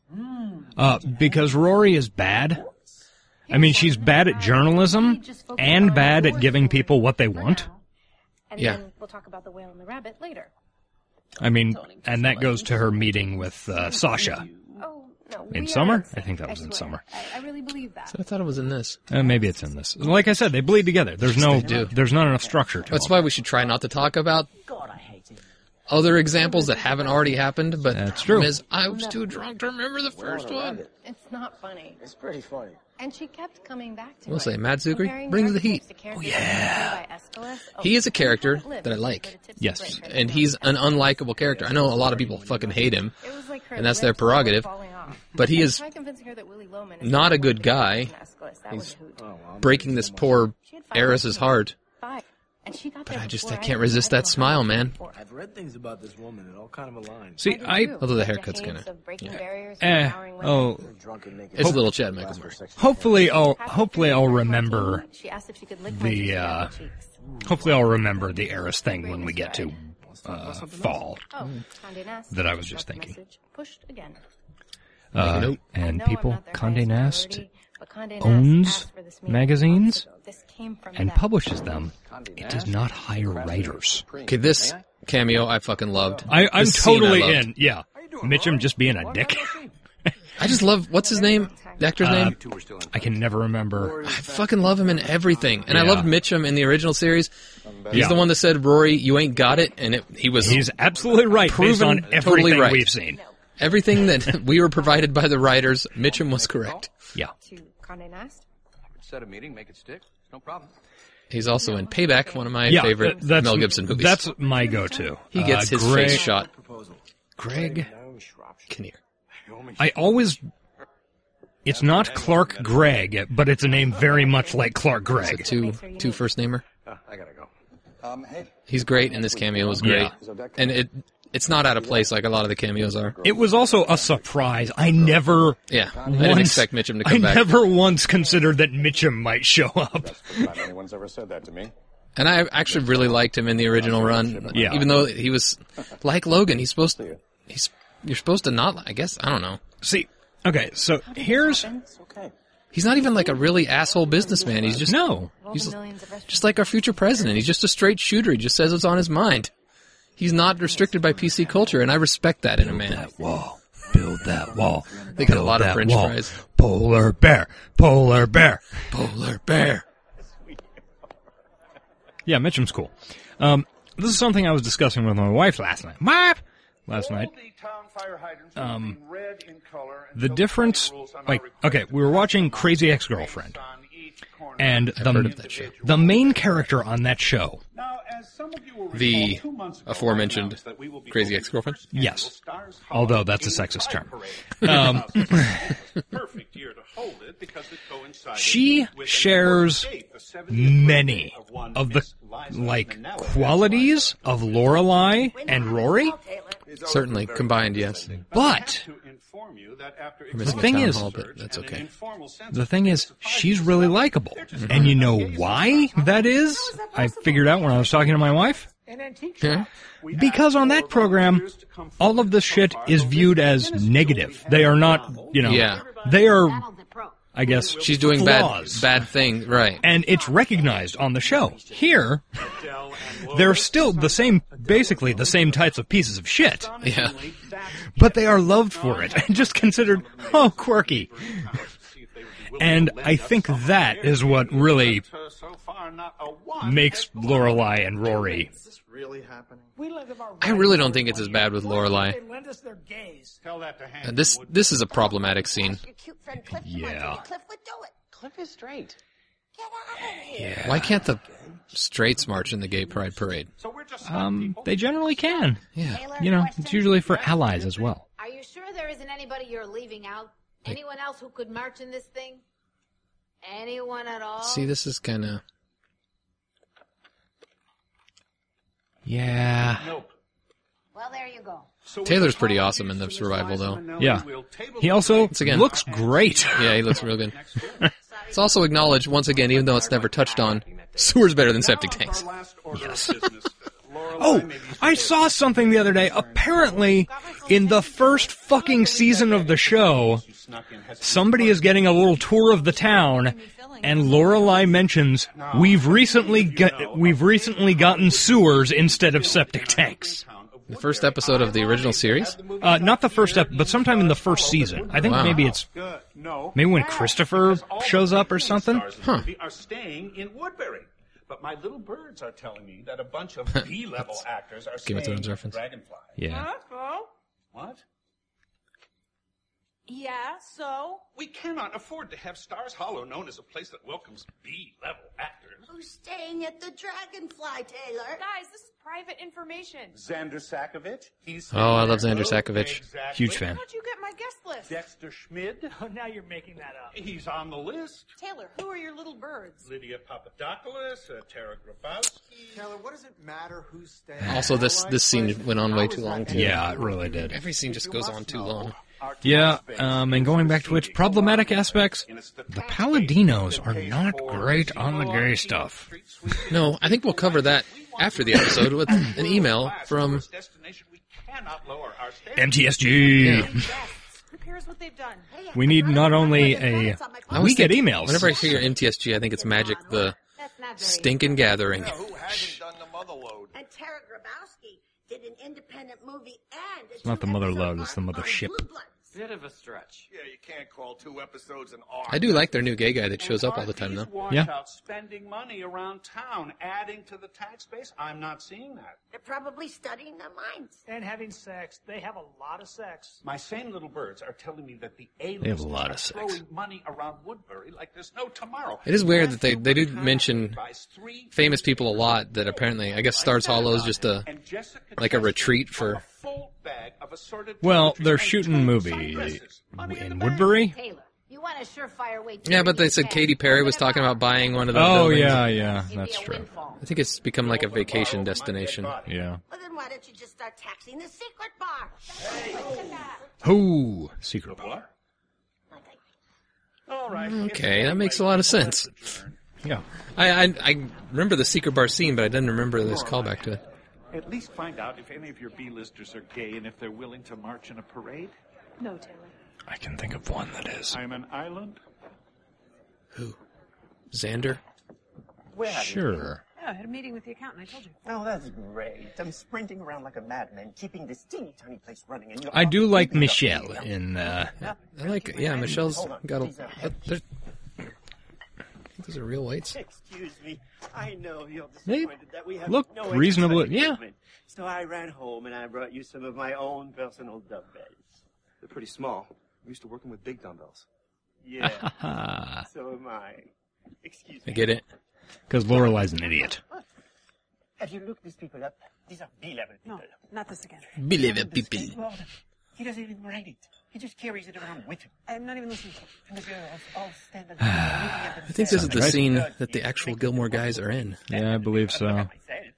[SPEAKER 2] uh, because rory is bad i mean she's bad at journalism and bad at giving people what they want
[SPEAKER 5] And
[SPEAKER 3] Yeah.
[SPEAKER 5] then we'll talk about the whale and the rabbit later.
[SPEAKER 2] i mean and that goes to her meeting with uh, sasha
[SPEAKER 5] Oh, no.
[SPEAKER 2] In
[SPEAKER 5] we are
[SPEAKER 2] summer?
[SPEAKER 5] outside.
[SPEAKER 2] I think that was in
[SPEAKER 5] swear.
[SPEAKER 2] summer.
[SPEAKER 5] I, I really believe that.
[SPEAKER 3] I thought it was in this.
[SPEAKER 2] uh, maybe it's in this like i said they bleed together there's no there's not enough structure to
[SPEAKER 3] That's
[SPEAKER 2] them.
[SPEAKER 3] why we should try not to talk about
[SPEAKER 6] God, I hate it.
[SPEAKER 3] other examples that haven't already happened, but
[SPEAKER 2] That's
[SPEAKER 3] the
[SPEAKER 2] true.
[SPEAKER 3] problem is I was too drunk to remember the first one.
[SPEAKER 5] It's not funny.
[SPEAKER 7] It's pretty funny.
[SPEAKER 5] And she kept coming back to
[SPEAKER 3] We'll
[SPEAKER 5] it,
[SPEAKER 3] say Matt Zuckery
[SPEAKER 5] comparing
[SPEAKER 3] brings the
[SPEAKER 5] archetypes
[SPEAKER 3] heat. Oh,
[SPEAKER 5] to characters portrayed by Aeschylus. Oh,
[SPEAKER 3] He is a
[SPEAKER 5] you
[SPEAKER 3] character
[SPEAKER 5] haven't lived
[SPEAKER 3] that I
[SPEAKER 5] to
[SPEAKER 3] like.
[SPEAKER 5] go to tips
[SPEAKER 2] Yes.
[SPEAKER 5] and tricks
[SPEAKER 3] And
[SPEAKER 5] right
[SPEAKER 3] he's
[SPEAKER 5] now.
[SPEAKER 3] an unlikable character. I know a lot of people fucking hate him,
[SPEAKER 5] It was like her
[SPEAKER 3] and that's their
[SPEAKER 5] lips were
[SPEAKER 3] prerogative,
[SPEAKER 5] falling off.
[SPEAKER 3] but he
[SPEAKER 5] I
[SPEAKER 3] is
[SPEAKER 5] tried convincing her that Willy Loman is
[SPEAKER 3] not
[SPEAKER 5] the
[SPEAKER 3] a good
[SPEAKER 5] one who
[SPEAKER 3] guy.
[SPEAKER 5] did Aeschylus. That was a
[SPEAKER 7] Oh,
[SPEAKER 5] hoot.
[SPEAKER 3] breaking this poor heiress's heart.
[SPEAKER 5] Five. And she got
[SPEAKER 3] But
[SPEAKER 5] there
[SPEAKER 3] I just I
[SPEAKER 5] before
[SPEAKER 3] can't
[SPEAKER 5] did.
[SPEAKER 3] resist
[SPEAKER 5] I don't
[SPEAKER 3] that
[SPEAKER 5] know how
[SPEAKER 3] smile,
[SPEAKER 5] much
[SPEAKER 3] man.
[SPEAKER 5] before.
[SPEAKER 10] I've read things about this woman and all kind of aligns.
[SPEAKER 2] see
[SPEAKER 5] did
[SPEAKER 2] i
[SPEAKER 5] you?
[SPEAKER 3] Although the haircut's
[SPEAKER 5] Decades
[SPEAKER 3] kinda-
[SPEAKER 5] of breaking
[SPEAKER 3] yeah.
[SPEAKER 5] barriers and
[SPEAKER 2] eh,
[SPEAKER 5] empowering women.
[SPEAKER 2] oh
[SPEAKER 7] Drunken naked.
[SPEAKER 3] It's a little Chad Michael Murray.
[SPEAKER 2] hopefully i'll hopefully i'll remember
[SPEAKER 5] She asked if she could lick
[SPEAKER 2] the,
[SPEAKER 5] my juicy
[SPEAKER 2] uh,
[SPEAKER 5] apple cheeks.
[SPEAKER 2] Hopefully, I'll remember the heiress thing when we get to uh, fall.
[SPEAKER 5] Oh, Condé Nast.
[SPEAKER 2] Mm. that I was just
[SPEAKER 5] Left
[SPEAKER 2] thinking.
[SPEAKER 5] message, pushed again.
[SPEAKER 2] Uh, and
[SPEAKER 5] No, I'm
[SPEAKER 2] people,
[SPEAKER 5] not their
[SPEAKER 2] Condé
[SPEAKER 5] highest
[SPEAKER 2] Nast
[SPEAKER 5] priority, but Condé Nast
[SPEAKER 2] owns
[SPEAKER 5] asked for this meeting
[SPEAKER 2] magazines
[SPEAKER 5] months ago. This came from
[SPEAKER 2] and
[SPEAKER 5] them.
[SPEAKER 2] publishes them. It does not hire writers.
[SPEAKER 3] Okay, this cameo I fucking loved.
[SPEAKER 2] I, I'm
[SPEAKER 3] This scene
[SPEAKER 2] totally
[SPEAKER 3] I loved.
[SPEAKER 2] in. Yeah, Mitchum just being a dick.
[SPEAKER 3] I just love what's his name, the actor's
[SPEAKER 2] Uh,
[SPEAKER 3] name.
[SPEAKER 2] I can never remember.
[SPEAKER 3] I fucking love him in everything, and I
[SPEAKER 2] Yeah.
[SPEAKER 3] loved Mitchum in the original series. He's
[SPEAKER 2] Yeah.
[SPEAKER 3] the one that said, "Rory, you ain't got it," and it, he was
[SPEAKER 2] He's absolutely right based
[SPEAKER 3] Proven
[SPEAKER 2] on
[SPEAKER 3] totally
[SPEAKER 2] everything
[SPEAKER 3] right.
[SPEAKER 2] we've seen.
[SPEAKER 3] everything that we were provided by the writers. Mitchum was correct.
[SPEAKER 2] Yeah,
[SPEAKER 5] to Condé Nast.
[SPEAKER 10] Set a meeting, make it stick. It's no problem.
[SPEAKER 3] He's also in Payback, one of my
[SPEAKER 2] yeah.
[SPEAKER 3] favorite
[SPEAKER 2] th- that's,
[SPEAKER 3] Mel Gibson movies.
[SPEAKER 2] That's my go-to.
[SPEAKER 3] he gets
[SPEAKER 2] Uh,
[SPEAKER 3] his
[SPEAKER 2] Greg,
[SPEAKER 3] face shot.
[SPEAKER 2] Greg
[SPEAKER 3] Kinnear.
[SPEAKER 2] I always. It's not Clark Gregg, but it's a name very much like Clark Gregg.
[SPEAKER 3] Two
[SPEAKER 5] makes her unique.
[SPEAKER 3] two first namer.
[SPEAKER 10] I gotta go.
[SPEAKER 7] Um, hey,
[SPEAKER 3] He's great, and this cameo was great.
[SPEAKER 7] Yeah.
[SPEAKER 3] And it it's not out of place like a lot of the cameos are.
[SPEAKER 2] It was also a surprise. I never.
[SPEAKER 3] Yeah, I
[SPEAKER 2] Once,
[SPEAKER 3] didn't expect Mitchum to come
[SPEAKER 2] I
[SPEAKER 3] back.
[SPEAKER 2] never once considered that Mitchum might show up.
[SPEAKER 7] if anyone's ever said that to me.
[SPEAKER 3] And I actually really liked him in the original run.
[SPEAKER 2] Yeah.
[SPEAKER 3] Even though he was like Logan, he's supposed to. He's you're supposed to not. I guess I don't know.
[SPEAKER 2] See, okay, so here's
[SPEAKER 7] It's okay.
[SPEAKER 3] He's not even like a really asshole businessman. He's just
[SPEAKER 2] no.
[SPEAKER 5] All
[SPEAKER 3] He's
[SPEAKER 5] the millions of restaurants.
[SPEAKER 3] just like our future president. He's just a straight shooter. He just says what's on his mind. He's not restricted by PC culture, and I respect that in a man.
[SPEAKER 2] wall. Build that wall.
[SPEAKER 3] They got a lot of French fries.
[SPEAKER 2] Polar bear. Polar bear.
[SPEAKER 3] Polar bear.
[SPEAKER 2] Yeah, Mitchum's cool. Um, this is something I was discussing with my wife last night. Wife! Last night.
[SPEAKER 1] Um,
[SPEAKER 2] The difference, like, okay, we were watching Crazy Ex-Girlfriend, and the,
[SPEAKER 3] heard of that show.
[SPEAKER 2] the main character on that show,
[SPEAKER 3] The aforementioned crazy ex-girlfriend?
[SPEAKER 2] Yes. Although that's a sexist term.
[SPEAKER 1] Um,
[SPEAKER 2] She shares many of the, like, qualities of Lorelei and Rory,
[SPEAKER 3] Certainly combined, yes.
[SPEAKER 2] but
[SPEAKER 3] missing
[SPEAKER 2] The thing
[SPEAKER 3] a town
[SPEAKER 2] is-
[SPEAKER 3] hall, but that's okay.
[SPEAKER 2] the thing is, she's really likable.
[SPEAKER 1] Mm-hmm.
[SPEAKER 2] And you know why that is? I figured out when I was talking to my wife.
[SPEAKER 3] Yeah.
[SPEAKER 2] Because on that program, all of this shit is viewed as negative. They are not, you know,
[SPEAKER 3] Yeah.
[SPEAKER 2] they are, I guess,
[SPEAKER 3] She's doing
[SPEAKER 2] flaws.
[SPEAKER 3] bad bad things, right?
[SPEAKER 2] and it's recognized on the show. Here, they're still the same, basically the same types of pieces of shit,
[SPEAKER 3] Yeah.
[SPEAKER 2] but they are loved for it and just considered, oh, quirky. And I think that is what really makes Lorelai and Rory.
[SPEAKER 3] I really don't think it's as bad with Lorelai. Uh, This this is a problematic scene.
[SPEAKER 11] Your cute friend Cliff
[SPEAKER 2] Yeah.
[SPEAKER 11] wants to. Cliff would do it.
[SPEAKER 7] Cliff is straight.
[SPEAKER 11] Get out of here.
[SPEAKER 3] Why can't the straights march in the gay pride parade?
[SPEAKER 2] Um, they generally can.
[SPEAKER 3] Yeah.
[SPEAKER 11] Taylor,
[SPEAKER 2] You know,
[SPEAKER 11] question.
[SPEAKER 2] it's usually for allies as well.
[SPEAKER 11] Are you sure there isn't anybody you're leaving out? Anyone else who could march in this thing? Anyone at all?
[SPEAKER 3] See, this is kind of
[SPEAKER 2] Yeah.
[SPEAKER 11] Well, there you go.
[SPEAKER 3] Taylor's pretty awesome in the survival though.
[SPEAKER 2] Yeah. He also
[SPEAKER 3] Once again-
[SPEAKER 2] looks great.
[SPEAKER 3] Yeah, he looks real good. It's also acknowledged once again, even though it's never touched on, sewer's better than septic tanks.
[SPEAKER 1] Yes.
[SPEAKER 2] Oh, I saw something the other day. Apparently, in the first fucking season of the show, somebody is getting a little tour of the town, and Lorelai mentions we've recently got we've recently gotten sewers instead of septic tanks.
[SPEAKER 3] The first episode of the original series.
[SPEAKER 2] Uh, not the first ep, but sometime in the first season. I think
[SPEAKER 3] Wow.
[SPEAKER 2] maybe it's
[SPEAKER 1] No.
[SPEAKER 2] maybe when Christopher shows up or something.
[SPEAKER 1] Huh. Are staying in Woodbury. But my little birds are telling me that a bunch of B-level actors are
[SPEAKER 3] Game
[SPEAKER 1] staying
[SPEAKER 3] of Thrones
[SPEAKER 1] in
[SPEAKER 3] reference.
[SPEAKER 1] Dragonfly.
[SPEAKER 2] Yeah.
[SPEAKER 1] What?
[SPEAKER 9] Yeah, so?
[SPEAKER 1] We cannot afford to have Stars Hollow known as a place that welcomes B-level actors.
[SPEAKER 11] Who's staying at the Dragonfly, Taylor?
[SPEAKER 5] Guys, this is private information.
[SPEAKER 1] Xander Sakovich. He's
[SPEAKER 3] Oh, I love Xander Sakovich.
[SPEAKER 1] Exactly.
[SPEAKER 2] Huge fan.
[SPEAKER 5] How'd you get my guest list?
[SPEAKER 1] Dexter Schmid.
[SPEAKER 9] Oh, now you're making that up.
[SPEAKER 1] He's on the list.
[SPEAKER 5] Taylor, who are your little birds?
[SPEAKER 1] Lydia Papadopoulos, uh, Tara Grabowski.
[SPEAKER 7] Taylor, what does it matter who's staying?
[SPEAKER 3] Also, this this scene went on way too long too.
[SPEAKER 2] Yeah, it really did.
[SPEAKER 3] Every scene just goes on too long.
[SPEAKER 2] Yeah, um, and going back to its problematic aspects, the Paladinos are not great on the gay stuff.
[SPEAKER 3] No, I think we'll cover that after the episode with an email from
[SPEAKER 2] MTSG.
[SPEAKER 5] Who cares what they've done?
[SPEAKER 11] Hey,
[SPEAKER 2] We need
[SPEAKER 11] I'm
[SPEAKER 2] not
[SPEAKER 11] running
[SPEAKER 2] only
[SPEAKER 11] out of
[SPEAKER 2] a-
[SPEAKER 11] minutes on my
[SPEAKER 3] I
[SPEAKER 11] clock.
[SPEAKER 3] always
[SPEAKER 2] We get
[SPEAKER 3] think-
[SPEAKER 2] emails.
[SPEAKER 3] Whenever I figure MTSG, I think it's Magic the
[SPEAKER 11] That's not very
[SPEAKER 3] Stinking Gathering.
[SPEAKER 10] Who hasn't done the mother load?
[SPEAKER 11] And Tara Grabowski did an independent movie and it's
[SPEAKER 2] not the mother lode, it's the mother ship.
[SPEAKER 9] Bit of a stretch.
[SPEAKER 10] Yeah, you can't call two episodes an R.
[SPEAKER 3] I do like their new gay guy that shows up all the time though.
[SPEAKER 2] Yeah.
[SPEAKER 1] Spending money around town, adding to the tax base. I'm not seeing that.
[SPEAKER 11] They're probably studying their minds.
[SPEAKER 9] And having sex. They have a lot of sex.
[SPEAKER 1] My same little birds are telling me that the A
[SPEAKER 2] They have a lot of sex.
[SPEAKER 1] throwing money around Woodbury like there's no tomorrow.
[SPEAKER 3] It is weird that they- they do mention
[SPEAKER 1] Buys three
[SPEAKER 3] Famous people a lot that apparently, I guess Stars Hollow is just a
[SPEAKER 1] And Jessica
[SPEAKER 3] like a
[SPEAKER 1] Chastain
[SPEAKER 3] retreat
[SPEAKER 1] bought
[SPEAKER 3] for-
[SPEAKER 1] a full bag of assorted
[SPEAKER 2] Well,
[SPEAKER 1] toiletries
[SPEAKER 2] they're
[SPEAKER 1] and
[SPEAKER 2] shooting
[SPEAKER 1] two
[SPEAKER 2] movie
[SPEAKER 1] sundresses. Money in
[SPEAKER 2] in
[SPEAKER 1] the bag.
[SPEAKER 2] Woodbury.
[SPEAKER 11] Taylor, you want a surefire way to
[SPEAKER 3] yeah, but they said
[SPEAKER 11] reduce
[SPEAKER 3] Katy
[SPEAKER 11] debt.
[SPEAKER 3] Perry
[SPEAKER 11] Forget
[SPEAKER 3] was talking about buying one of those.
[SPEAKER 2] Oh
[SPEAKER 3] buildings.
[SPEAKER 2] yeah, yeah,
[SPEAKER 11] It'd be
[SPEAKER 2] that's
[SPEAKER 11] a
[SPEAKER 2] true.
[SPEAKER 11] windfall.
[SPEAKER 3] I think it's become like a vacation
[SPEAKER 1] Tomorrow,
[SPEAKER 3] destination.
[SPEAKER 1] my dead body.
[SPEAKER 2] Yeah.
[SPEAKER 11] Well, then why don't you just start taxing the secret bar?
[SPEAKER 2] Who? Secret.
[SPEAKER 1] What?
[SPEAKER 11] Like I-
[SPEAKER 1] All right.
[SPEAKER 3] Mm, Okay, that makes a lot of sense.
[SPEAKER 2] Yeah.
[SPEAKER 3] I, I I remember the secret bar scene, but I didn't remember this callback to it.
[SPEAKER 1] At least find out if any of your B-listers are gay and if they're willing to march in a parade.
[SPEAKER 5] No, Taylor.
[SPEAKER 2] I can think of one that is.
[SPEAKER 1] I'm an island.
[SPEAKER 3] Xander.
[SPEAKER 2] Sure.
[SPEAKER 5] Yeah, Oh, I had a meeting with the accountant. I told you.
[SPEAKER 7] Oh, that's great. I'm sprinting around like a madman, keeping this teeny tiny place running. And you're
[SPEAKER 2] I do like
[SPEAKER 7] keeping it up.
[SPEAKER 2] Michelle in uh
[SPEAKER 3] I like it. Yeah, Michelle's got a. uh, There's, These are real weights.
[SPEAKER 7] Excuse me. I know you're
[SPEAKER 2] They
[SPEAKER 7] disappointed that we have
[SPEAKER 2] look
[SPEAKER 7] no
[SPEAKER 2] reasonable-
[SPEAKER 7] exercise
[SPEAKER 2] yeah.
[SPEAKER 7] equipment. So I ran home and I brought you some of my own personal dumbbells.
[SPEAKER 12] They're pretty small. I'm used to working with big dumbbells.
[SPEAKER 2] uh,
[SPEAKER 7] Yeah. so am I. Excuse
[SPEAKER 2] I
[SPEAKER 7] me.
[SPEAKER 2] get it. Because Lorelai's an idiot.
[SPEAKER 7] Have you looked these people up? These are B-level people.
[SPEAKER 5] Not this again.
[SPEAKER 2] B-level
[SPEAKER 7] people. He doesn't even write it. He just carries it around with him.
[SPEAKER 5] I'm not even listening to you.
[SPEAKER 7] And the girls all stand alone, looking at
[SPEAKER 3] I think this is the
[SPEAKER 2] Right.
[SPEAKER 3] scene that the actual Gilmore guys are in,
[SPEAKER 2] Yeah, I believe so.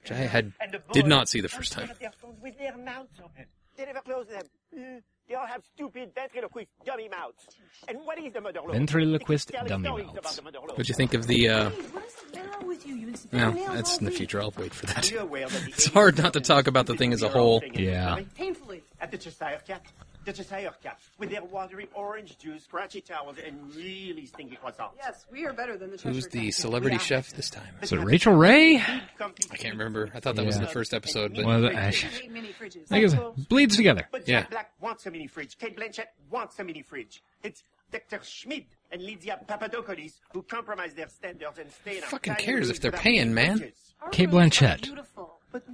[SPEAKER 3] which I had did not see the first time.
[SPEAKER 7] their phones with their mouths open. They never close them. Uh, They all have stupid ventriloquist dummy mouths. And what is the murderload?
[SPEAKER 2] Ventriloquist
[SPEAKER 7] They keep telling
[SPEAKER 2] dummy
[SPEAKER 7] stories about
[SPEAKER 2] mouths.
[SPEAKER 7] the murderload.
[SPEAKER 3] What'd you think of the? uh
[SPEAKER 5] What is the matter with you? You insist
[SPEAKER 3] No,
[SPEAKER 5] on nails
[SPEAKER 3] that's
[SPEAKER 5] all
[SPEAKER 3] in the
[SPEAKER 5] week.
[SPEAKER 3] future. I'll wait for that.
[SPEAKER 7] Are you aware that the
[SPEAKER 3] It's hard not to talk about the thing as a whole.
[SPEAKER 2] Yeah.
[SPEAKER 5] Painfully.
[SPEAKER 7] At the Cheshire Cat. The Cheshire Cat. With their watery orange juice, scratchy towels, and really stinky croissants.
[SPEAKER 5] Yes, we are better than the
[SPEAKER 3] Who's
[SPEAKER 5] Cheshire
[SPEAKER 3] the
[SPEAKER 5] Cat.
[SPEAKER 3] celebrity
[SPEAKER 5] Yeah.
[SPEAKER 3] chef this time?
[SPEAKER 2] Is it Rachel Ray?
[SPEAKER 3] I can't remember. I thought that was in the
[SPEAKER 2] Yeah.
[SPEAKER 3] first episode, but
[SPEAKER 2] Well, I, I
[SPEAKER 5] Mini fridges.
[SPEAKER 2] guess it bleeds together.
[SPEAKER 7] But
[SPEAKER 3] Yeah.
[SPEAKER 7] Jack Black wants a mini fridge. Kate Blanchett wants a mini fridge. It's Dr. Schmid and Lydia Papadopoulos who compromise their standards and stay in a
[SPEAKER 3] fucking
[SPEAKER 7] tiny
[SPEAKER 3] cares
[SPEAKER 7] room
[SPEAKER 3] if they're
[SPEAKER 7] without
[SPEAKER 3] paying, man.
[SPEAKER 7] fridges.
[SPEAKER 2] Kate Blanchett.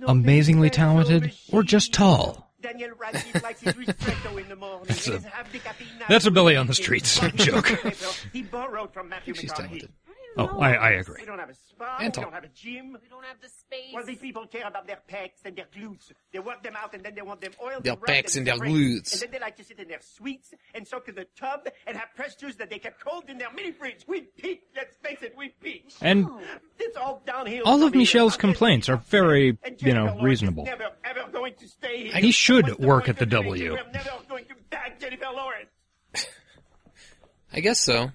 [SPEAKER 2] Amazingly talented or just tall?
[SPEAKER 7] Daniel Radcliffe likes his ristretto in the morning.
[SPEAKER 2] That's a-
[SPEAKER 7] He half the caffeine now.
[SPEAKER 2] That's a Billy on the Streets
[SPEAKER 7] Rotten
[SPEAKER 2] joke.
[SPEAKER 7] newspaper He borrowed from Matthew
[SPEAKER 3] She's
[SPEAKER 7] McConaughey.
[SPEAKER 3] talented.
[SPEAKER 2] Oh, I, I
[SPEAKER 7] We
[SPEAKER 2] agree.
[SPEAKER 7] don't have a spa.
[SPEAKER 3] And
[SPEAKER 7] we
[SPEAKER 3] tall.
[SPEAKER 7] don't have a gym.
[SPEAKER 11] We don't have the space.
[SPEAKER 7] Well, these people care about their pecs and their glutes. They work them out and then they want them oiled.
[SPEAKER 3] Their
[SPEAKER 7] and rubbed
[SPEAKER 3] pecs and their
[SPEAKER 7] sprayed.
[SPEAKER 3] glutes.
[SPEAKER 7] And then they like to sit in their suites and soak in the tub and have pressed juice that they kept cold in their mini fridge. We peak. Let's face it, we peak.
[SPEAKER 2] And
[SPEAKER 7] It's all downhill.
[SPEAKER 2] all
[SPEAKER 7] from
[SPEAKER 2] of
[SPEAKER 7] here.
[SPEAKER 2] Michelle's
[SPEAKER 7] I'm
[SPEAKER 2] complaints are very,
[SPEAKER 7] and
[SPEAKER 2] you
[SPEAKER 7] Jennifer
[SPEAKER 2] know,
[SPEAKER 7] Lawrence is
[SPEAKER 2] reasonable.
[SPEAKER 7] Never, ever going to stay here.
[SPEAKER 2] He should
[SPEAKER 7] What's the
[SPEAKER 2] work
[SPEAKER 7] point
[SPEAKER 2] at the
[SPEAKER 7] of doing
[SPEAKER 2] W.
[SPEAKER 7] it? We're never going to back Jennifer Lawrence.
[SPEAKER 3] I guess so.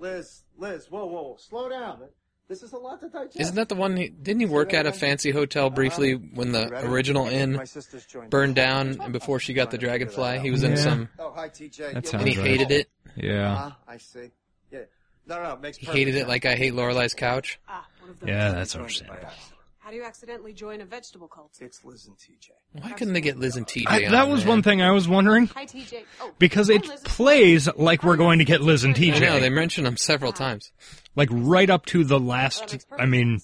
[SPEAKER 12] Liz, Liz, whoa, whoa, slow down. This is a lot to digest.
[SPEAKER 3] Isn't that the one? He, didn't he work at a fancy hotel briefly
[SPEAKER 12] Um,
[SPEAKER 3] when the
[SPEAKER 12] Ready?
[SPEAKER 3] original inn
[SPEAKER 12] My sister's joined.
[SPEAKER 3] burned down, and before she got the dragonfly, he was in
[SPEAKER 2] Yeah.
[SPEAKER 3] some
[SPEAKER 12] Oh, hi, TJ.
[SPEAKER 2] That
[SPEAKER 12] Yeah,
[SPEAKER 3] and he
[SPEAKER 2] Sounds right.
[SPEAKER 3] hated it.
[SPEAKER 2] Yeah.
[SPEAKER 12] Ah, I see. Yeah. No, no, it makes
[SPEAKER 3] He
[SPEAKER 12] perfect
[SPEAKER 3] hated it
[SPEAKER 12] sense.
[SPEAKER 3] like I hate Lorelai's couch.
[SPEAKER 5] Ah, one of those.
[SPEAKER 2] Yeah, that's
[SPEAKER 12] Joined it by
[SPEAKER 2] understandable.
[SPEAKER 12] accident.
[SPEAKER 5] How do you accidentally join a vegetable cult?
[SPEAKER 12] It's Liz and TJ.
[SPEAKER 3] Why couldn't they get Liz and TJ?
[SPEAKER 2] I, that
[SPEAKER 3] on,
[SPEAKER 2] was
[SPEAKER 3] man?
[SPEAKER 2] one thing I was wondering
[SPEAKER 5] Hi, TJ. Oh,
[SPEAKER 2] because it
[SPEAKER 5] hi, Liz.
[SPEAKER 2] plays like we're going to get Liz and
[SPEAKER 3] I know they
[SPEAKER 2] TJ,
[SPEAKER 3] mentioned him several times.
[SPEAKER 2] like right up to the last. I mean,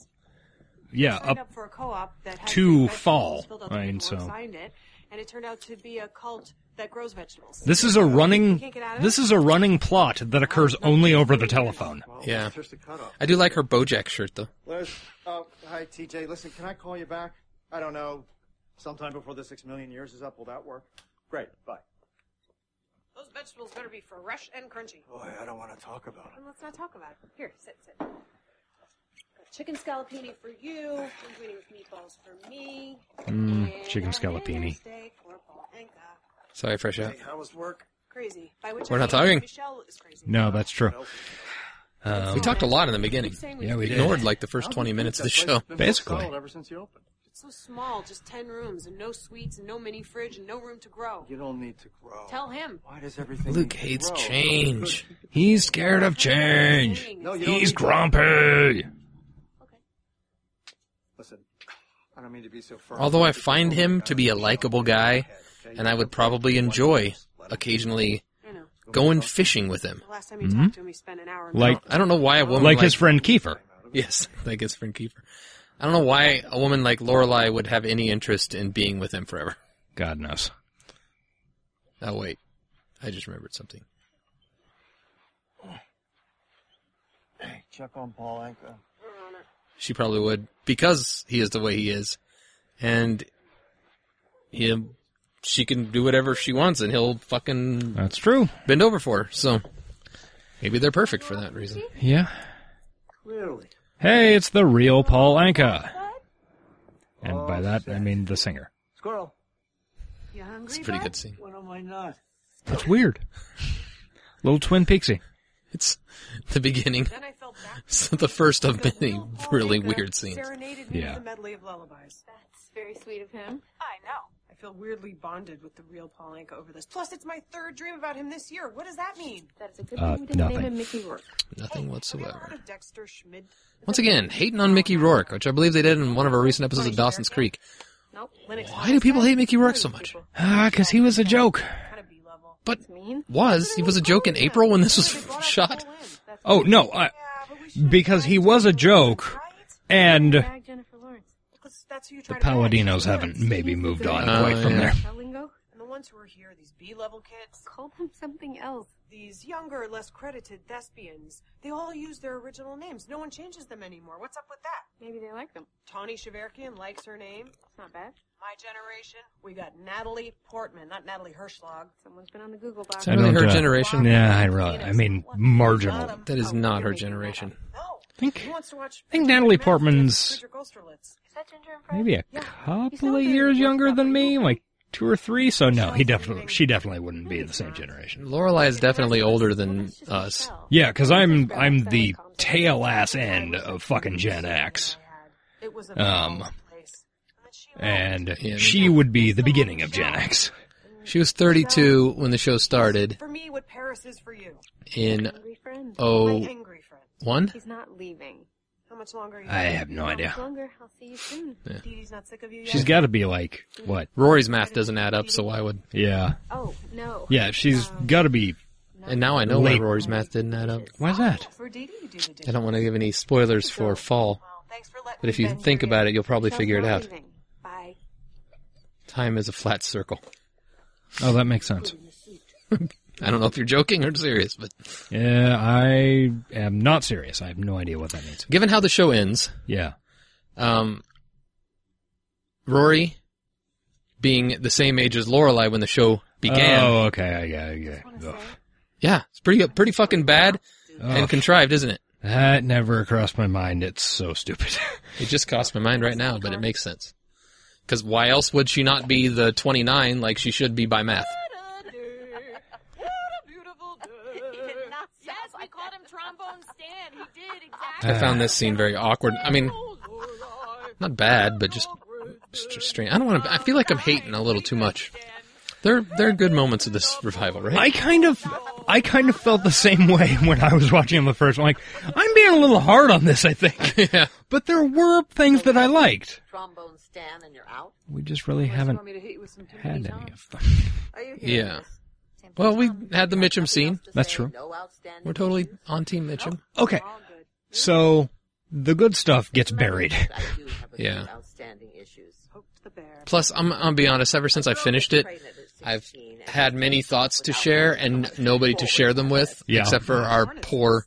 [SPEAKER 2] yeah,
[SPEAKER 5] signed
[SPEAKER 2] up
[SPEAKER 5] up for a co-op that had
[SPEAKER 2] to
[SPEAKER 5] vegetables
[SPEAKER 2] fall.
[SPEAKER 5] filled out
[SPEAKER 2] I mean,
[SPEAKER 5] the paperwork,
[SPEAKER 2] so-
[SPEAKER 5] signed it, and it turned out to be a cult that grows vegetables.
[SPEAKER 2] This is a running. This is a running plot that occurs only over the telephone.
[SPEAKER 12] Well,
[SPEAKER 3] Yeah.
[SPEAKER 12] it's just a cutoff.
[SPEAKER 3] I do like her BoJack shirt though.
[SPEAKER 12] Liz, oh, hi, TJ. Listen, can I call you back? I don't know. Sometime before the six million years is up, will that work? Great, bye.
[SPEAKER 5] Those vegetables better be fresh and crunchy.
[SPEAKER 12] Boy, I don't want to talk about
[SPEAKER 5] And let's not talk about it. Here, sit, sit. Got Chicken scallopini for you. Linguine with meatballs for me.
[SPEAKER 3] Mmm,
[SPEAKER 5] and
[SPEAKER 2] chicken
[SPEAKER 5] a
[SPEAKER 2] scallopini.
[SPEAKER 5] steak for Paul Anka.
[SPEAKER 3] Sorry, fresh
[SPEAKER 12] it.
[SPEAKER 3] out.
[SPEAKER 12] Hey, how was work?
[SPEAKER 5] Crazy. By which
[SPEAKER 3] We're
[SPEAKER 5] I
[SPEAKER 3] not
[SPEAKER 5] mean
[SPEAKER 3] talking.
[SPEAKER 5] Michelle is crazy.
[SPEAKER 2] No, that's true. Um,
[SPEAKER 3] We talked a lot in the beginning.
[SPEAKER 2] yeah, we did.
[SPEAKER 3] Ignored like the first twenty minutes of the
[SPEAKER 12] That place
[SPEAKER 3] show.
[SPEAKER 12] has been
[SPEAKER 2] Basically.
[SPEAKER 12] so solid ever since you opened.
[SPEAKER 5] It's so small, just ten rooms and no suites and no mini fridge and no room to grow.
[SPEAKER 12] You don't need to grow.
[SPEAKER 5] Tell him.
[SPEAKER 12] Why does everything? need
[SPEAKER 3] Luke
[SPEAKER 12] to
[SPEAKER 3] hates
[SPEAKER 12] grow?
[SPEAKER 3] change.
[SPEAKER 2] He's scared of change.
[SPEAKER 12] No, you don't
[SPEAKER 2] He's
[SPEAKER 12] need to-
[SPEAKER 2] grumpy.
[SPEAKER 12] Listen, I don't mean to be so firm.
[SPEAKER 3] Although I find him to be a likable guy, and I would probably enjoy occasionally
[SPEAKER 5] I know.
[SPEAKER 3] going fishing with him.
[SPEAKER 5] The last time you
[SPEAKER 2] Mm-hmm.
[SPEAKER 5] talked to him, you spent an hour.
[SPEAKER 2] Like-
[SPEAKER 3] I don't know why a woman
[SPEAKER 2] Like his friend Kiefer.
[SPEAKER 3] Yes, like his friend Kiefer. I don't know why a woman like Lorelai would have any interest in being with him forever.
[SPEAKER 2] God knows.
[SPEAKER 3] Oh wait, I just remembered something.
[SPEAKER 12] Hey, check on Paul Anka.
[SPEAKER 3] She probably would because he is the way he is, and he, she can do whatever she wants, and he'll fucking
[SPEAKER 2] That's true.
[SPEAKER 3] bend over for her. So maybe they're perfect for that reason.
[SPEAKER 2] Yeah.
[SPEAKER 12] Clearly.
[SPEAKER 2] Hey, it's the real Paul Anka. And by that, I mean the singer.
[SPEAKER 12] Oh, Squirrel.
[SPEAKER 5] You hungry?
[SPEAKER 3] It's a pretty
[SPEAKER 5] bud?
[SPEAKER 3] good scene.
[SPEAKER 12] When am I not?
[SPEAKER 2] It's weird. Little twin peaksy.
[SPEAKER 3] It's the beginning.
[SPEAKER 5] Then I fell back.
[SPEAKER 3] So the first of
[SPEAKER 5] The
[SPEAKER 3] many
[SPEAKER 5] real Paul
[SPEAKER 3] really
[SPEAKER 5] Anka
[SPEAKER 3] weird scenes.
[SPEAKER 5] Serenaded me
[SPEAKER 2] Yeah.
[SPEAKER 5] with a medley of lullabies.
[SPEAKER 11] That's very sweet of him.
[SPEAKER 5] I know. I feel weirdly bonded with the real Paul Anka over this. Plus, it's my third dream about him this year. What does that mean?
[SPEAKER 11] That's a good
[SPEAKER 2] Uh,
[SPEAKER 11] thing we didn't
[SPEAKER 2] nothing.
[SPEAKER 11] name him Mickey Rourke.
[SPEAKER 3] Nothing
[SPEAKER 5] Have you ever heard
[SPEAKER 3] whatsoever.
[SPEAKER 5] of Dexter Schmidt?
[SPEAKER 3] Once again, hating on Mickey Rourke, which I believe they did in one of our recent episodes of Dawson's Creek.
[SPEAKER 11] Nope.
[SPEAKER 5] Linux.
[SPEAKER 3] Why do people hate Mickey Rourke so much?
[SPEAKER 2] Ah, because he was a joke.
[SPEAKER 5] Kind of B level.
[SPEAKER 3] But
[SPEAKER 11] It's mean.
[SPEAKER 3] was he was a joke in April when this was shot?
[SPEAKER 2] Oh, no. I,
[SPEAKER 5] Yeah, but we
[SPEAKER 2] because he was a joke, and
[SPEAKER 5] Bag Jennifer Lawrence. Because that's who you're
[SPEAKER 2] the
[SPEAKER 5] trying
[SPEAKER 2] Paladinos haven't maybe moved on
[SPEAKER 3] Uh,
[SPEAKER 2] quite from
[SPEAKER 3] yeah.
[SPEAKER 2] there.
[SPEAKER 5] to lingo. And the ones who are here, these B-level kids. Call them something else. These younger, less credited thespians. They all use their original names. No one changes them anymore. What's up with that? Maybe they like them. Tawny Shaverkian likes her name. It's not bad. My generation, we got Natalie Portman, not Natalie Hirschlag. Someone's been on the Google box.
[SPEAKER 3] Is that really her generation?
[SPEAKER 2] uh, Yeah, I, re- I mean, marginal.
[SPEAKER 3] That is not her generation.
[SPEAKER 2] think, I think Natalie Portman's maybe a couple of years younger than me, like two or three. So no, he definitely, she definitely wouldn't be the same generation.
[SPEAKER 3] Lorelai is definitely older than us.
[SPEAKER 2] Yeah, because I'm I'm the tail ass end of fucking Gen X, um, and she would be the beginning of Gen X.
[SPEAKER 3] She was 32 when the show started
[SPEAKER 5] For me, what Paris is for you.
[SPEAKER 3] in
[SPEAKER 5] Angry friend.
[SPEAKER 3] oh
[SPEAKER 5] My angry friend.
[SPEAKER 3] one.
[SPEAKER 5] He's not leaving. How much longer? Are you
[SPEAKER 2] I have no
[SPEAKER 5] How
[SPEAKER 2] idea.
[SPEAKER 5] Much longer? I'll see you soon.
[SPEAKER 3] Yeah.
[SPEAKER 5] Dee Dee's not sick of you yet.
[SPEAKER 2] She's got to be like what?
[SPEAKER 3] Rory's math doesn't add up, so why would?
[SPEAKER 2] Yeah,
[SPEAKER 5] Oh no.
[SPEAKER 2] yeah, she's got to be.
[SPEAKER 3] And now I know why
[SPEAKER 2] Late.
[SPEAKER 3] Rory's math didn't add up.
[SPEAKER 2] Why's that?
[SPEAKER 5] For Dee Dee, you do the
[SPEAKER 3] I don't want to give any spoilers for Fall, but if you think about it, you'll probably figure it out.
[SPEAKER 5] Bye.
[SPEAKER 3] Time is a flat circle.
[SPEAKER 2] Oh, that makes sense.
[SPEAKER 3] I don't know if you're joking or serious, but
[SPEAKER 2] Yeah, I am not serious. I have no idea what that means.
[SPEAKER 3] given how the show ends,
[SPEAKER 2] Yeah.
[SPEAKER 3] um, Rory being the same age as Lorelai when the show began.
[SPEAKER 2] Oh, okay. I got it.
[SPEAKER 3] Yeah, it's pretty pretty fucking bad
[SPEAKER 2] Ugh.
[SPEAKER 3] and contrived, isn't it?
[SPEAKER 2] That never crossed my mind. It's so stupid.
[SPEAKER 3] It just crossed my mind right now, but it makes sense. Because why else would she not be the 29 like she should be by math?
[SPEAKER 11] Yes, I called him Trombone Stan. He did, exactly.
[SPEAKER 3] I found this scene very awkward. I mean, not bad, but just, just strange. I don't want to. I feel like I'm hating a little too much. There, there are good moments of this revival, right?
[SPEAKER 2] I kind of, I kind of felt the same way when I was watching the first one. Like, I'm being a little hard on this, I think.
[SPEAKER 3] yeah.
[SPEAKER 2] But there were things that I liked.
[SPEAKER 6] Trombone Stan and you're out.
[SPEAKER 2] We just really haven't had any of them.
[SPEAKER 3] Yeah. Well, we had the Mitchum scene.
[SPEAKER 2] That's true.
[SPEAKER 3] We're totally on Team Mitchum.
[SPEAKER 2] Okay. So, the good stuff gets buried.
[SPEAKER 3] Yeah.
[SPEAKER 6] Outstanding issues.
[SPEAKER 3] Plus, I'm, I'm be honest. Ever since I finished it, I've had many thoughts to share and nobody to share them with,
[SPEAKER 2] Yeah.
[SPEAKER 3] except for our poor,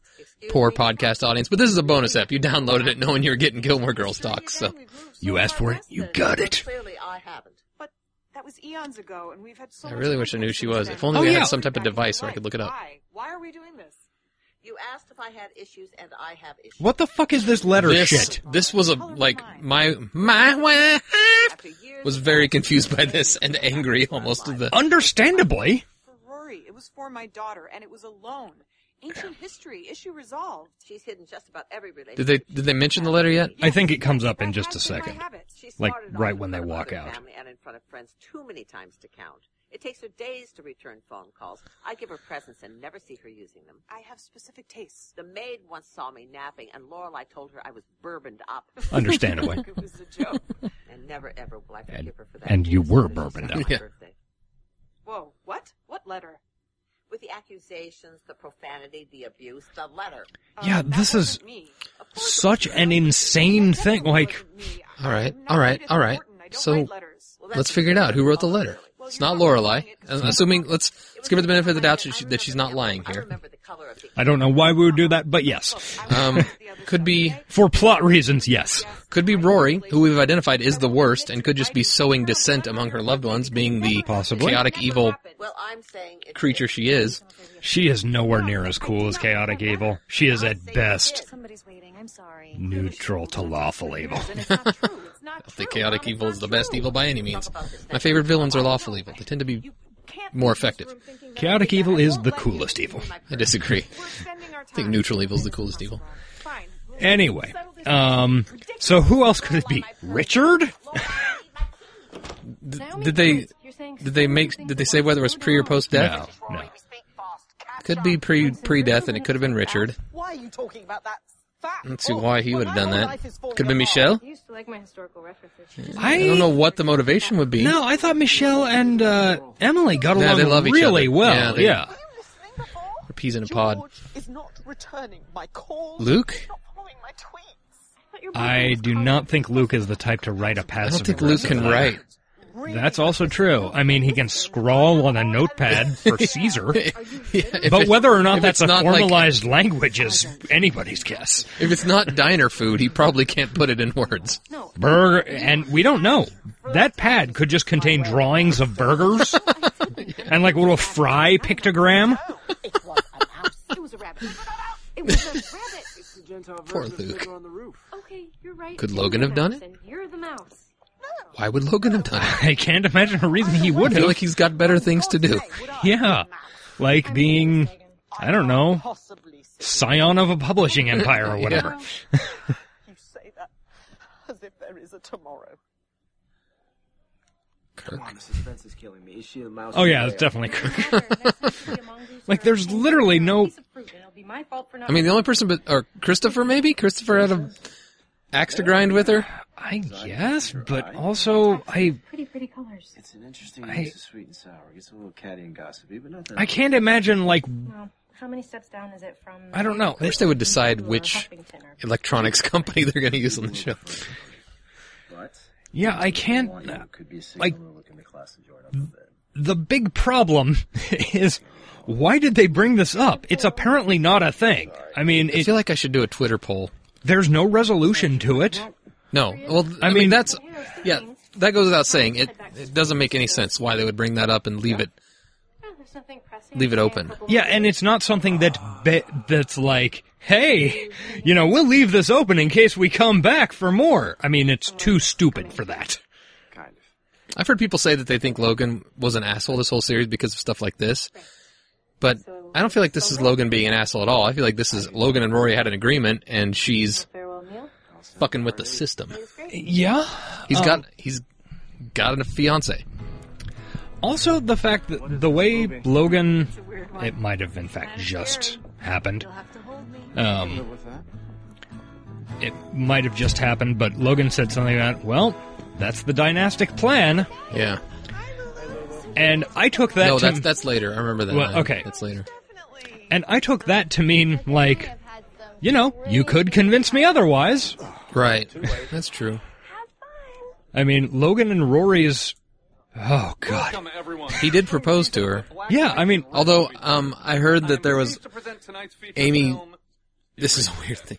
[SPEAKER 3] poor podcast audience. But this is a bonus app. You downloaded it knowing you were getting Gilmore Girls talk. So
[SPEAKER 2] You asked for it, you got it.
[SPEAKER 6] Clearly, I haven't.
[SPEAKER 5] But that was eons ago, and we've had so.
[SPEAKER 3] I
[SPEAKER 5] much
[SPEAKER 3] really wish I knew who she was. If only
[SPEAKER 2] Oh,
[SPEAKER 3] we
[SPEAKER 2] yeah.
[SPEAKER 3] had some type of device where I could look it up.
[SPEAKER 5] Why? Why are we doing this?
[SPEAKER 6] You asked if I had issues, and I have issues.
[SPEAKER 2] What the fuck is this letter
[SPEAKER 3] this,
[SPEAKER 2] shit?
[SPEAKER 3] This was a like my my wife was very confused by this and angry almost to the.
[SPEAKER 2] Understandably.
[SPEAKER 5] For Rory, it was for my daughter, and it was alone. Ancient history issue resolved.
[SPEAKER 6] She's hidden just about every relationship.
[SPEAKER 3] Did they did they mention the letter yet?
[SPEAKER 2] I think it comes up in
[SPEAKER 5] That
[SPEAKER 2] just a
[SPEAKER 5] has been my
[SPEAKER 2] second.
[SPEAKER 5] habit.
[SPEAKER 6] She's
[SPEAKER 2] Like,
[SPEAKER 6] started off
[SPEAKER 2] right
[SPEAKER 6] in
[SPEAKER 2] when they
[SPEAKER 6] front of
[SPEAKER 2] walk
[SPEAKER 6] other
[SPEAKER 2] out.
[SPEAKER 6] Family and in front of friends too many times to count. It takes her days to return phone calls. I give her presents and never see her using them.
[SPEAKER 5] I have specific tastes.
[SPEAKER 6] The maid once saw me napping, and Lorelai told her I was bourboned up.
[SPEAKER 2] Understandably.
[SPEAKER 5] it was a joke.
[SPEAKER 6] and never ever will I forgive
[SPEAKER 2] And-
[SPEAKER 6] her for that.
[SPEAKER 2] and you
[SPEAKER 6] She
[SPEAKER 2] were
[SPEAKER 6] was on
[SPEAKER 2] bourboned
[SPEAKER 6] my
[SPEAKER 2] up. Yeah.
[SPEAKER 6] birthday.
[SPEAKER 5] Whoa, what? What letter?
[SPEAKER 6] With the accusations, the profanity, the abuse, the letter.
[SPEAKER 2] Yeah,
[SPEAKER 5] Um, that
[SPEAKER 2] this is
[SPEAKER 5] wasn't me. Um,
[SPEAKER 2] such an insane thing. Like,
[SPEAKER 5] Wasn't me.
[SPEAKER 3] All right,
[SPEAKER 5] I'm not
[SPEAKER 3] all right,
[SPEAKER 5] Edith
[SPEAKER 3] all right.
[SPEAKER 5] Wharton. I don't
[SPEAKER 3] So
[SPEAKER 5] write letters.
[SPEAKER 6] Well,
[SPEAKER 3] let's
[SPEAKER 6] that's-
[SPEAKER 3] figure it out. Who wrote the letter? It's not Lorelai. I'm assuming let's let's give her the benefit of the doubt that, she, that she's not lying
[SPEAKER 6] I
[SPEAKER 3] here.
[SPEAKER 6] remember the color of the
[SPEAKER 2] I don't know why we would do that, but yes.
[SPEAKER 3] Um, could be
[SPEAKER 2] For plot reasons, yes.
[SPEAKER 3] could be Rory, who we've identified is the worst, and could just be sowing dissent among her loved ones, being the
[SPEAKER 2] Possibly.
[SPEAKER 3] chaotic evil
[SPEAKER 6] Well, I'm saying it's
[SPEAKER 3] creature she is.
[SPEAKER 2] She is nowhere near as cool as Chaotic Evil. She is at best
[SPEAKER 11] Somebody's waiting. I'm sorry.
[SPEAKER 2] neutral to lawful evil.
[SPEAKER 5] And it's not true. It's not
[SPEAKER 3] The
[SPEAKER 5] true.
[SPEAKER 3] chaotic
[SPEAKER 5] Mom, it's
[SPEAKER 3] evil is
[SPEAKER 5] not
[SPEAKER 3] the best
[SPEAKER 5] Oh, true.
[SPEAKER 3] evil by any means. My favorite villains are lawful evil. They tend to be.
[SPEAKER 5] You can't
[SPEAKER 3] more
[SPEAKER 5] leave this
[SPEAKER 3] effective.
[SPEAKER 5] room thinking that
[SPEAKER 2] Chaotic
[SPEAKER 5] I did that.
[SPEAKER 2] evil
[SPEAKER 5] I
[SPEAKER 2] is
[SPEAKER 5] won't
[SPEAKER 2] the
[SPEAKER 5] let you
[SPEAKER 2] coolest
[SPEAKER 5] leave
[SPEAKER 2] evil.
[SPEAKER 5] my
[SPEAKER 3] I
[SPEAKER 5] friend.
[SPEAKER 3] disagree.
[SPEAKER 5] We're spending our time.
[SPEAKER 3] think neutral evil is the coolest evil.
[SPEAKER 5] Fine. We'll
[SPEAKER 2] Anyway,
[SPEAKER 5] settle this
[SPEAKER 2] um, so who else could it be? Richard?
[SPEAKER 3] Did, did they? Did they make? Did they say whether it was pre or post
[SPEAKER 2] No,
[SPEAKER 3] death?
[SPEAKER 2] no.
[SPEAKER 3] Could be pre pre death, and it could have been Richard.
[SPEAKER 9] Why are you talking about that? Fact.
[SPEAKER 3] Let's see why he would have done that. Could have been Michelle.
[SPEAKER 11] You used to like my historical references.
[SPEAKER 2] I,
[SPEAKER 3] I don't know what the motivation would be.
[SPEAKER 2] No, I thought Michelle and uh, Emily got
[SPEAKER 3] Yeah,
[SPEAKER 2] along
[SPEAKER 3] they love each
[SPEAKER 2] really
[SPEAKER 3] other.
[SPEAKER 2] well.
[SPEAKER 3] Yeah,
[SPEAKER 2] Yeah,
[SPEAKER 3] they-
[SPEAKER 9] Listening before?
[SPEAKER 3] They're peas in a pod.
[SPEAKER 9] George is not returning my calls.
[SPEAKER 3] Luke?
[SPEAKER 9] He's not following my tweets.
[SPEAKER 2] I do not think Luke is the type to write a passive.
[SPEAKER 3] think Luke
[SPEAKER 2] aggressive
[SPEAKER 3] can
[SPEAKER 2] letter. That's also true. I mean, he can scrawl on a notepad for Caesar,
[SPEAKER 3] if
[SPEAKER 2] but
[SPEAKER 3] it-
[SPEAKER 2] whether or not
[SPEAKER 3] if
[SPEAKER 2] that's
[SPEAKER 3] it's
[SPEAKER 2] a
[SPEAKER 3] not like-
[SPEAKER 2] formalized language is anybody's guess.
[SPEAKER 3] If it's not diner food, he probably can't put it in words.
[SPEAKER 2] Burger, and we don't know. That pad could just contain drawings of burgers and like a little fry pictogram.
[SPEAKER 13] It was a rabbit. It was a rabbit.
[SPEAKER 14] It's the Gentile
[SPEAKER 3] Poor
[SPEAKER 14] version of
[SPEAKER 3] Luke.
[SPEAKER 14] Fiddler on the Roof.
[SPEAKER 13] Okay, you're right.
[SPEAKER 3] Could Logan
[SPEAKER 13] You're
[SPEAKER 3] have
[SPEAKER 13] the
[SPEAKER 3] done
[SPEAKER 13] mouse, and You're the mouse.
[SPEAKER 3] Why would Logan have done it?
[SPEAKER 2] I can't imagine a reason he would
[SPEAKER 3] I feel
[SPEAKER 2] have.
[SPEAKER 3] like he's got better things to do.
[SPEAKER 2] Yeah. Like being, I don't know, scion of a publishing empire or
[SPEAKER 3] Yeah.
[SPEAKER 2] whatever.
[SPEAKER 9] You say that as if there is a tomorrow.
[SPEAKER 14] Come on, the suspense is killing me. Is she a mouse?
[SPEAKER 2] Oh,
[SPEAKER 14] or
[SPEAKER 2] yeah,
[SPEAKER 14] a
[SPEAKER 2] it's
[SPEAKER 14] bear?
[SPEAKER 2] definitely Kirk. like, there's literally no.
[SPEAKER 3] I mean, the only person, but or Christopher maybe Christopher had a axe to grind with her.
[SPEAKER 2] I guess, but also, I.
[SPEAKER 13] Pretty, pretty colors.
[SPEAKER 14] It's an interesting
[SPEAKER 2] I-
[SPEAKER 14] mix of sweet and sour. It's a little catty and gossipy, but not that.
[SPEAKER 2] I can't imagine, like,
[SPEAKER 13] Well, how many steps down is it from?
[SPEAKER 2] I don't know.
[SPEAKER 3] I wish they would decide which electronics company they're going to use on the show.
[SPEAKER 14] But
[SPEAKER 2] Yeah, I can't.
[SPEAKER 14] could be a signal
[SPEAKER 2] Like,
[SPEAKER 14] we're looking to class and join up.
[SPEAKER 2] the big problem is why did they bring this up? It's apparently not a thing. I mean, it, I feel
[SPEAKER 3] like I should do a Twitter poll.
[SPEAKER 2] There's no resolution to it.
[SPEAKER 3] No, well, I, mean, that's yeah, that goes without saying. It it doesn't make any sense why they would bring that up and leave it
[SPEAKER 13] Oh, there's nothing pressing.
[SPEAKER 3] leave it open.
[SPEAKER 2] Yeah, and it's not something that be- that's like, hey, you know, we'll leave this open in case we come back for more. I mean, it's too stupid for that.
[SPEAKER 3] I've heard people say that they think Logan was an asshole this whole series because of stuff like this. But I don't feel like this is Logan being an asshole at all. I feel like this is Logan and Rory had an agreement and she's fucking with the system.
[SPEAKER 2] Yeah.
[SPEAKER 3] He's
[SPEAKER 2] Um,
[SPEAKER 3] got he's got a fiance.
[SPEAKER 2] Also, the fact that the way Logan, it might have in fact just happened. Um, it might have just happened, but Logan said something about, well, that's the dynastic plan.
[SPEAKER 3] Yeah.
[SPEAKER 2] And I took that
[SPEAKER 3] no,
[SPEAKER 2] to
[SPEAKER 3] that's that's later. I remember that.
[SPEAKER 2] Well,
[SPEAKER 3] line.
[SPEAKER 2] okay.
[SPEAKER 3] That's later.
[SPEAKER 2] and I took that to mean Mm, like, you know, you could convince me otherwise.
[SPEAKER 3] Right. That's true.
[SPEAKER 2] I mean, Logan and Rory's. Oh God.
[SPEAKER 3] He did propose to her.
[SPEAKER 2] Yeah, I mean, oh,
[SPEAKER 3] although um, I heard that there was Amy. This is a weird thing.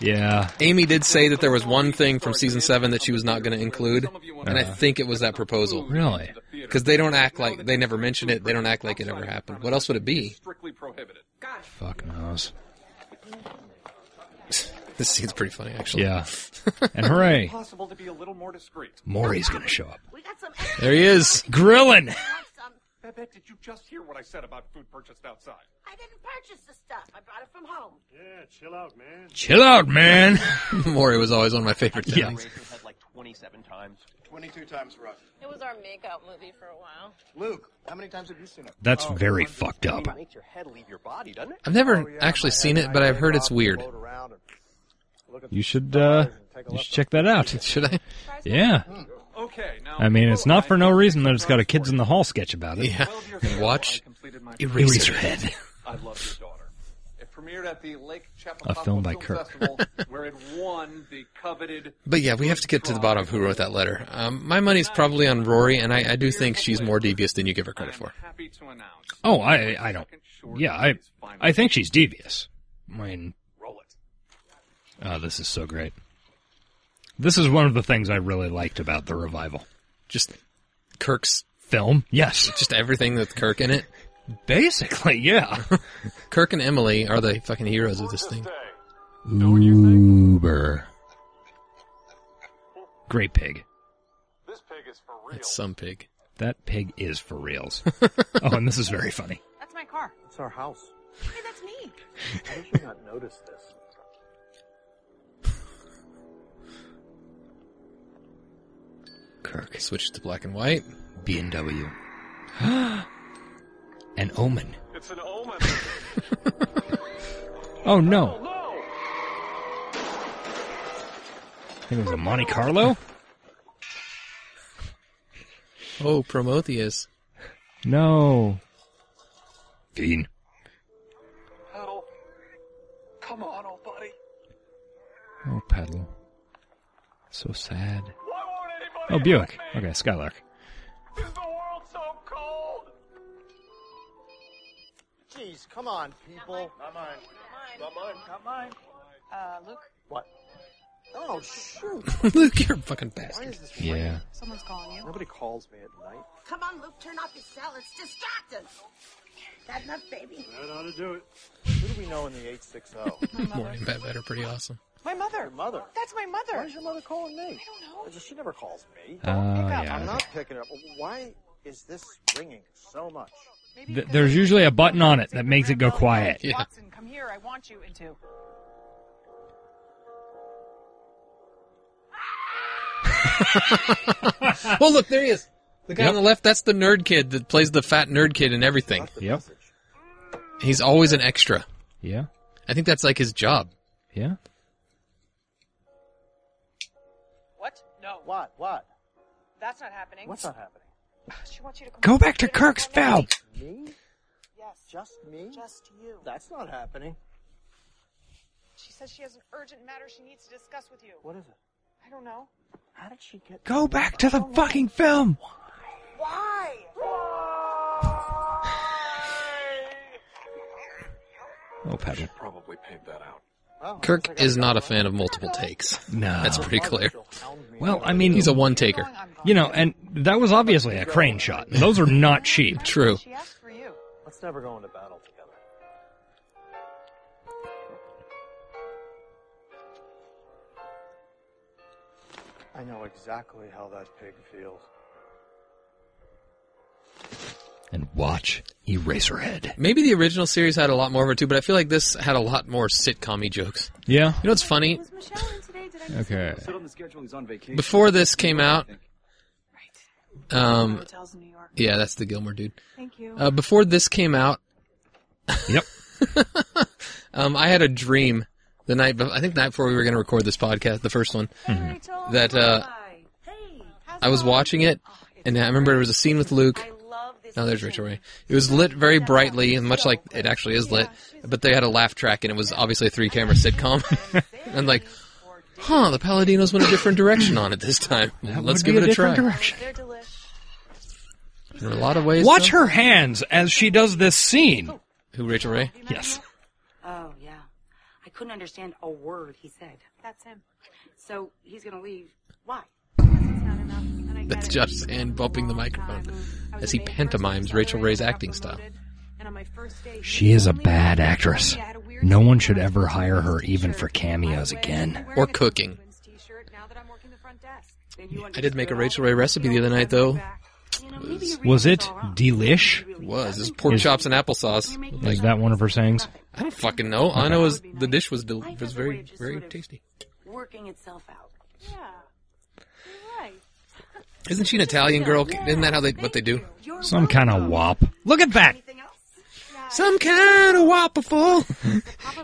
[SPEAKER 2] Yeah.
[SPEAKER 3] Amy did say that there was one thing from season seven that she was not going to include, and
[SPEAKER 12] Uh-huh.
[SPEAKER 3] I think it was that proposal.
[SPEAKER 2] Really?
[SPEAKER 3] Because they don't act like they never mentioned it. They don't act like it ever happened. What else would it be?
[SPEAKER 8] Strictly prohibited.
[SPEAKER 2] Fuck knows.
[SPEAKER 3] This scene's pretty funny, actually.
[SPEAKER 2] Yeah. And hooray,
[SPEAKER 8] Possible to be a little more discreet.
[SPEAKER 2] Maury's gonna show up.
[SPEAKER 3] There he is.
[SPEAKER 2] Grilling.
[SPEAKER 8] Babette, did you just hear what I said about food purchased outside?
[SPEAKER 13] I didn't purchase the stuff. I brought it from home.
[SPEAKER 10] Yeah, chill out, man.
[SPEAKER 2] Chill out, man.
[SPEAKER 3] Maury was always one of my favorite
[SPEAKER 2] Yeah.
[SPEAKER 3] things.
[SPEAKER 10] Had like 27 times. 22 times rough.
[SPEAKER 15] It was our makeout movie for a while.
[SPEAKER 7] Luke, how many times have you seen it?
[SPEAKER 2] That's
[SPEAKER 8] Oh,
[SPEAKER 2] very fucked up.
[SPEAKER 7] Makes your head leave your body, doesn't it?
[SPEAKER 3] I've never actually seen it, but I've heard it's weird.
[SPEAKER 2] You should uh, you should check that out.
[SPEAKER 3] Should I?
[SPEAKER 2] Yeah.
[SPEAKER 8] Hmm. Okay, now.
[SPEAKER 2] I mean, it's not for no reason that it's got a kids in the hall sketch about it.
[SPEAKER 3] Yeah. Watch
[SPEAKER 2] Eraserhead.
[SPEAKER 8] I love your daughter. It premiered at the Lake
[SPEAKER 2] A
[SPEAKER 8] Chappaqua
[SPEAKER 2] film by
[SPEAKER 8] Film
[SPEAKER 2] Kirk.
[SPEAKER 8] Festival, where it won the coveted.
[SPEAKER 3] But yeah, we have to get to the bottom of who wrote that letter. Um, my money's probably on Rory, and I, I do think she's more devious than you give her credit for.
[SPEAKER 8] Happy to announce.
[SPEAKER 2] Oh, I I don't. Yeah, I I think she's devious. I mean,
[SPEAKER 8] Roll it.
[SPEAKER 2] oh, this is so great. This is one of the things I really liked about the revival.
[SPEAKER 3] Just Kirk's
[SPEAKER 2] film. Yes.
[SPEAKER 3] Just everything with Kirk in it.
[SPEAKER 2] Basically, yeah.
[SPEAKER 3] Kirk and Emily are the fucking heroes of this thing.
[SPEAKER 2] Uber. Great pig.
[SPEAKER 3] That's some pig.
[SPEAKER 2] That pig is for reals. oh, and this is very funny.
[SPEAKER 5] That's my car.
[SPEAKER 12] It's our house.
[SPEAKER 5] Hey, that's me.
[SPEAKER 12] How did you not notice this?
[SPEAKER 2] Kirk.
[SPEAKER 3] Switch to black and white.
[SPEAKER 2] B and W. An omen.
[SPEAKER 8] It's an omen.
[SPEAKER 2] Oh no. I think it was a Monte Carlo.
[SPEAKER 3] Oh, Prometheus.
[SPEAKER 2] No. Fiend. Oh, pedal. So sad. Oh, Buick. Okay, Skylark.
[SPEAKER 12] Jeez, come on, people. Not mine. Not mine. Not mine.
[SPEAKER 5] Uh, Luke?
[SPEAKER 12] What? Oh, shoot.
[SPEAKER 3] Luke, you're a fucking
[SPEAKER 12] Why
[SPEAKER 3] bastard.
[SPEAKER 12] is this
[SPEAKER 3] Yeah.
[SPEAKER 12] ringing?
[SPEAKER 5] Someone's calling you.
[SPEAKER 12] Nobody calls me at night.
[SPEAKER 13] Come on, Luke, turn off your cell. It's distracting. That enough, baby?
[SPEAKER 12] That ought to do it. Who do we know in the 860?
[SPEAKER 3] Morning Bat Better, pretty awesome.
[SPEAKER 5] My mother.
[SPEAKER 12] mother.
[SPEAKER 5] That's my mother.
[SPEAKER 12] Why is your mother calling me? I don't know. She never calls me.
[SPEAKER 2] Oh, Pick up. yeah,
[SPEAKER 12] I'm not
[SPEAKER 2] okay.
[SPEAKER 12] picking up. Why is this ringing so much?
[SPEAKER 2] Th- there's usually a button on it that makes it go quiet.
[SPEAKER 5] Watson, come here. I want you into.
[SPEAKER 12] Ah.
[SPEAKER 3] well, Oh, look, there he is. The guy
[SPEAKER 2] Yep.
[SPEAKER 3] on the left, that's the nerd kid that plays the fat nerd kid in everything.
[SPEAKER 2] Yep.
[SPEAKER 3] He's always an extra.
[SPEAKER 2] Yeah.
[SPEAKER 3] I think that's like his job.
[SPEAKER 2] Yeah.
[SPEAKER 5] What? No.
[SPEAKER 12] What? What?
[SPEAKER 5] That's not happening.
[SPEAKER 12] What's not happening?
[SPEAKER 5] She wants you to come
[SPEAKER 2] Go back to Kirk's valve.
[SPEAKER 12] Me?
[SPEAKER 5] Yes.
[SPEAKER 12] Just me?
[SPEAKER 5] Just you.
[SPEAKER 12] That's not happening.
[SPEAKER 5] She says she has an urgent matter she needs to discuss with you.
[SPEAKER 12] What is it?
[SPEAKER 5] I don't know.
[SPEAKER 12] How did she get?
[SPEAKER 2] Go back to the fucking film.
[SPEAKER 5] Why?
[SPEAKER 2] Oh, pedal.
[SPEAKER 10] Probably paved that out.
[SPEAKER 3] Kirk is not a fan of multiple takes.
[SPEAKER 2] No.
[SPEAKER 3] That's pretty clear.
[SPEAKER 2] Well, I mean,
[SPEAKER 3] He's a one taker.
[SPEAKER 2] You know, and that was obviously a crane shot. Those are not cheap.
[SPEAKER 3] True.
[SPEAKER 5] She asked for you.
[SPEAKER 12] Let's never go into battle together. I know exactly how that pig feels.
[SPEAKER 2] And watch Eraserhead.
[SPEAKER 3] Maybe the original series had a lot more of it too, but I feel like this had a lot more sitcom jokes.
[SPEAKER 2] Yeah.
[SPEAKER 3] You know what's funny?
[SPEAKER 2] Okay.
[SPEAKER 14] Sit on the schedule. He's on vacation.
[SPEAKER 3] Before this came out, um,
[SPEAKER 5] Hotels in New York.
[SPEAKER 3] yeah, that's the Gilmore dude.
[SPEAKER 5] Thank you.
[SPEAKER 2] Um,
[SPEAKER 3] Uh, before this came out,
[SPEAKER 2] yep.
[SPEAKER 3] um, I had a dream the night, be- I think the night before we were going to record this podcast, the first one,
[SPEAKER 5] Mm-hmm.
[SPEAKER 3] that uh, I was watching it, and I remember there was a scene with Luke. Oh, there's Rachel Ray. It was lit very brightly, and much like it actually is lit, but they had a laugh track, and it was obviously a three-camera sitcom. and like, huh, the Paladinos went a different direction on it this time.
[SPEAKER 2] That
[SPEAKER 3] Let's
[SPEAKER 2] would be
[SPEAKER 3] give it a,
[SPEAKER 2] a
[SPEAKER 3] try.
[SPEAKER 2] different direction.
[SPEAKER 3] In a lot of ways.
[SPEAKER 2] Watch
[SPEAKER 3] though.
[SPEAKER 2] her hands as she does this scene.
[SPEAKER 3] Who, Rachel Ray?
[SPEAKER 2] Yes.
[SPEAKER 16] Oh, yeah. I couldn't understand a word he said.
[SPEAKER 5] That's him.
[SPEAKER 16] So he's going to leave. Why?
[SPEAKER 3] That's Josh's hand bumping the microphone as he pantomimes Rachel Ray's acting style.
[SPEAKER 2] She is a bad actress. No one should ever hire her even for cameos again.
[SPEAKER 3] Or cooking. I did make a Rachel Ray recipe the other night, though. Was,
[SPEAKER 2] Was it delish?
[SPEAKER 3] was. It was pork chops and applesauce.
[SPEAKER 2] Is that one of her sayings?
[SPEAKER 3] I don't fucking know. All I know is the dish was del- was very very tasty.
[SPEAKER 16] Working itself out.
[SPEAKER 3] Isn't she an Italian girl? Isn't that how they what they do?
[SPEAKER 2] Some kind of wop. Look at that.
[SPEAKER 3] Some kind of whopperful.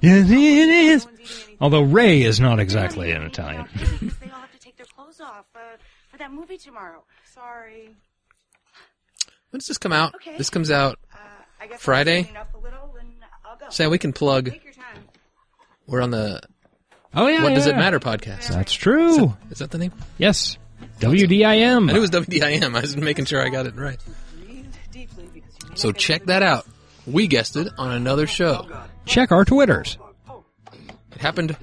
[SPEAKER 2] Yes, it is.
[SPEAKER 3] Oh,
[SPEAKER 2] Although Ray is not exactly an Italian.
[SPEAKER 16] They all have to take their clothes off uh, for that movie tomorrow. Sorry.
[SPEAKER 3] When does this come out?
[SPEAKER 16] Okay.
[SPEAKER 3] This comes out
[SPEAKER 16] I guess I'll
[SPEAKER 3] Friday.
[SPEAKER 16] clean up a little and I'll go.
[SPEAKER 3] Sam, we can plug.
[SPEAKER 16] Take your time.
[SPEAKER 3] We're on the.
[SPEAKER 2] Oh yeah.
[SPEAKER 3] What does
[SPEAKER 2] yeah.
[SPEAKER 3] it matter? Podcast.
[SPEAKER 2] That's true.
[SPEAKER 3] Is that the name?
[SPEAKER 2] Yes. WDIM.
[SPEAKER 3] I knew it was WDIM. I was making sure I got it right.
[SPEAKER 5] Deeply because you
[SPEAKER 3] So check that out. We guessed it on another show.
[SPEAKER 2] Check our Twitters.
[SPEAKER 3] It happened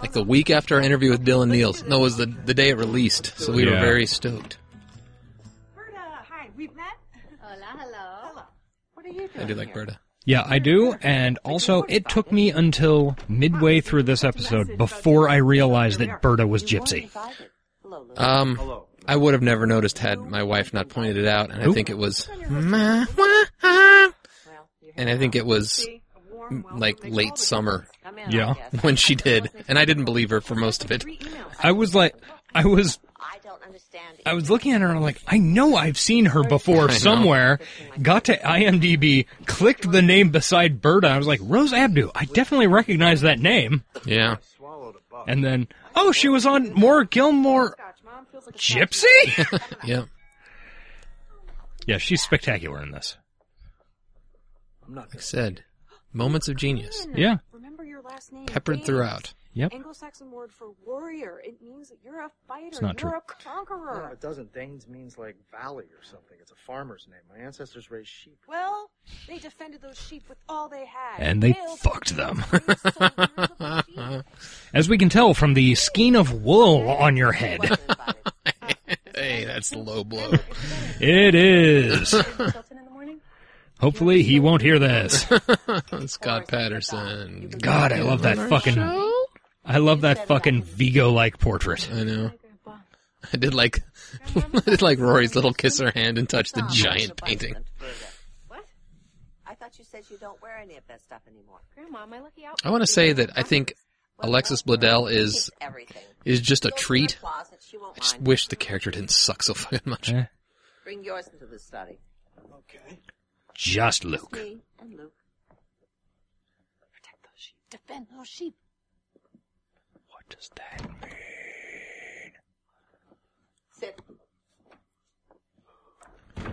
[SPEAKER 3] like the week after our interview with Dylan Niels. No, it was the the day it released. So we were
[SPEAKER 2] Yeah.
[SPEAKER 3] very stoked.
[SPEAKER 5] Berta, hi. We've met.
[SPEAKER 11] Hola, hello.
[SPEAKER 5] Hello. What are you doing?
[SPEAKER 3] I do like Berta.
[SPEAKER 2] Yeah, I do. And also, it took me until midway through this episode before I realized that Berta was gypsy.
[SPEAKER 3] Um, I would have never noticed had my wife not pointed it out, and I
[SPEAKER 2] Nope.
[SPEAKER 3] think it was, ah.
[SPEAKER 16] Meh.
[SPEAKER 3] and I think it was m- Mm, like late summer
[SPEAKER 2] Yeah.
[SPEAKER 3] when she did, and I didn't believe her for most of it.
[SPEAKER 2] I was like, I was. I was looking at her and I'm like, I know I've seen her before
[SPEAKER 3] I know.
[SPEAKER 2] somewhere. Got to IMDb, clicked the name beside Berta. I was like, Rose Abdu. I definitely recognize that name.
[SPEAKER 3] Yeah,
[SPEAKER 2] And then, oh, she was on more Gilmore. Gypsy?
[SPEAKER 3] yeah.
[SPEAKER 2] yeah, she's spectacular in this.
[SPEAKER 3] Like I said, moments of genius
[SPEAKER 2] Yeah.
[SPEAKER 5] Remember your last name.
[SPEAKER 3] peppered throughout.
[SPEAKER 2] Yep.
[SPEAKER 5] Anglo-Saxon word for warrior. It means that you're a fighter.
[SPEAKER 2] It's not
[SPEAKER 5] you're
[SPEAKER 2] true.
[SPEAKER 5] a conqueror.
[SPEAKER 12] No, it doesn't. Danes means like valley or something. It's a farmer's name. My ancestors raised sheep.
[SPEAKER 5] Well, they defended those sheep with all they had.
[SPEAKER 2] And they
[SPEAKER 5] Hail
[SPEAKER 2] fucked them. As we can tell from the skein of wool on your head.
[SPEAKER 3] hey, that's low blow.
[SPEAKER 2] It is.
[SPEAKER 3] Hilton
[SPEAKER 17] in the morning?
[SPEAKER 2] Hopefully he won't hear this.
[SPEAKER 3] Scott Patterson.
[SPEAKER 2] God, I love that fucking. I love that fucking Vigo like portrait.
[SPEAKER 3] I know. I did like, I did like Rory's little kiss her hand and touch the giant painting.
[SPEAKER 17] What? I thought you said you don't wear any of that stuff anymore.
[SPEAKER 11] Grandma, am I lucky out?
[SPEAKER 3] I want to say that I think Alexis Bledel is is just a treat. I just wish the character didn't suck so fucking much.
[SPEAKER 2] Eh?
[SPEAKER 17] Bring yours into the study. Okay.
[SPEAKER 2] Just Luke.
[SPEAKER 17] Me and Luke. Protect those sheep. Defend those sheep.
[SPEAKER 2] What does that mean?
[SPEAKER 17] Sit. You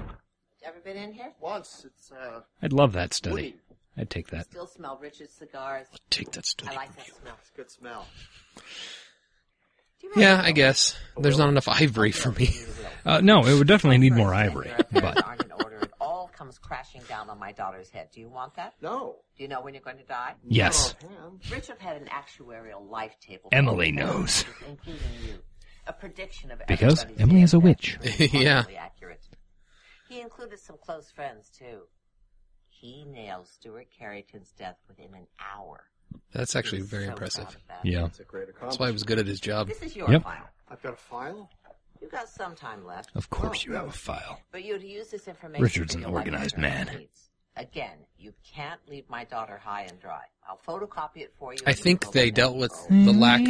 [SPEAKER 17] ever been in here?
[SPEAKER 12] Once. It's, uh.
[SPEAKER 2] I'd love that study. I'd take that.
[SPEAKER 17] Still smell Richard's cigars.
[SPEAKER 3] Take that study.
[SPEAKER 17] I like that smell. It's a good smell.
[SPEAKER 3] Yeah, I guess there's not enough ivory for me.
[SPEAKER 2] Uh, no, it would definitely need more ivory. But
[SPEAKER 17] Aren't in order. It all comes crashing down on my daughter's head. Do you want that? No. Do you know when you're going to die?
[SPEAKER 2] Yes.
[SPEAKER 17] Richard had an actuarial life table.
[SPEAKER 2] Emily knows.
[SPEAKER 17] Including you. A prediction of
[SPEAKER 2] because
[SPEAKER 17] everybody's
[SPEAKER 2] Emily is a witch.
[SPEAKER 3] yeah.
[SPEAKER 17] Perfectly accurate. He included some close friends too. He nailed Stuart Carrington's death within an hour.
[SPEAKER 3] That's actually very impressive.
[SPEAKER 2] Yeah.
[SPEAKER 12] That's a great
[SPEAKER 3] That's why he was good at his job.
[SPEAKER 17] This is your
[SPEAKER 2] Yep.
[SPEAKER 17] file.
[SPEAKER 12] I've got a file.
[SPEAKER 17] You got some time left.
[SPEAKER 2] Of course you have a file.
[SPEAKER 17] But you'd use this information.
[SPEAKER 2] Richard's
[SPEAKER 17] for
[SPEAKER 2] an
[SPEAKER 17] your life
[SPEAKER 2] organized
[SPEAKER 17] insurance
[SPEAKER 2] man.
[SPEAKER 17] needs. Again, you can't leave my daughter high and dry. I'll photocopy it for you.
[SPEAKER 3] I
[SPEAKER 17] and you
[SPEAKER 3] think
[SPEAKER 17] go
[SPEAKER 3] they
[SPEAKER 17] with it.
[SPEAKER 3] dealt with the lack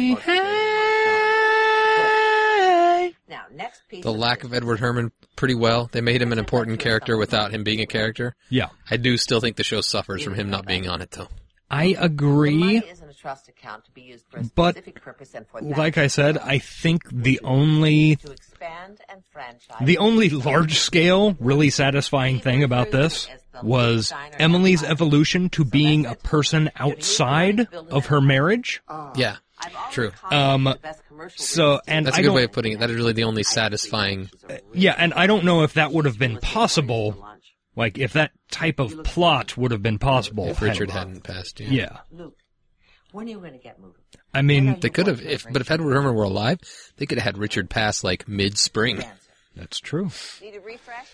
[SPEAKER 17] Now, next piece.
[SPEAKER 3] the lack of Edward Herman pretty well. They made him an important character without him being a character.
[SPEAKER 2] Yeah.
[SPEAKER 3] I do still think the show suffers from him not being on it though.
[SPEAKER 2] I agree.
[SPEAKER 17] Money is in a trust account to be used for a
[SPEAKER 2] But,
[SPEAKER 17] specific purpose and for that
[SPEAKER 2] Like I said, I think the only
[SPEAKER 17] to expand and franchise.
[SPEAKER 2] the only large scale, really satisfying thing about this was Emily's evolution to being a person outside of her marriage.
[SPEAKER 3] Yeah. True.
[SPEAKER 2] Um, so and
[SPEAKER 3] That's a
[SPEAKER 2] I
[SPEAKER 3] good
[SPEAKER 2] don't,
[SPEAKER 3] way of putting it. That is really the only satisfying
[SPEAKER 2] yeah, and I don't know if that would have been possible, like if that type of plot would have been possible
[SPEAKER 3] if Richard
[SPEAKER 2] had-
[SPEAKER 3] hadn't passed. Yeah.
[SPEAKER 2] Yeah,
[SPEAKER 17] Luke, when are you going to get moving?
[SPEAKER 2] I mean
[SPEAKER 3] They could have if but if Edward Herman were alive, they could have had Richard pass like mid spring.
[SPEAKER 2] That's true.
[SPEAKER 17] Need a refresh?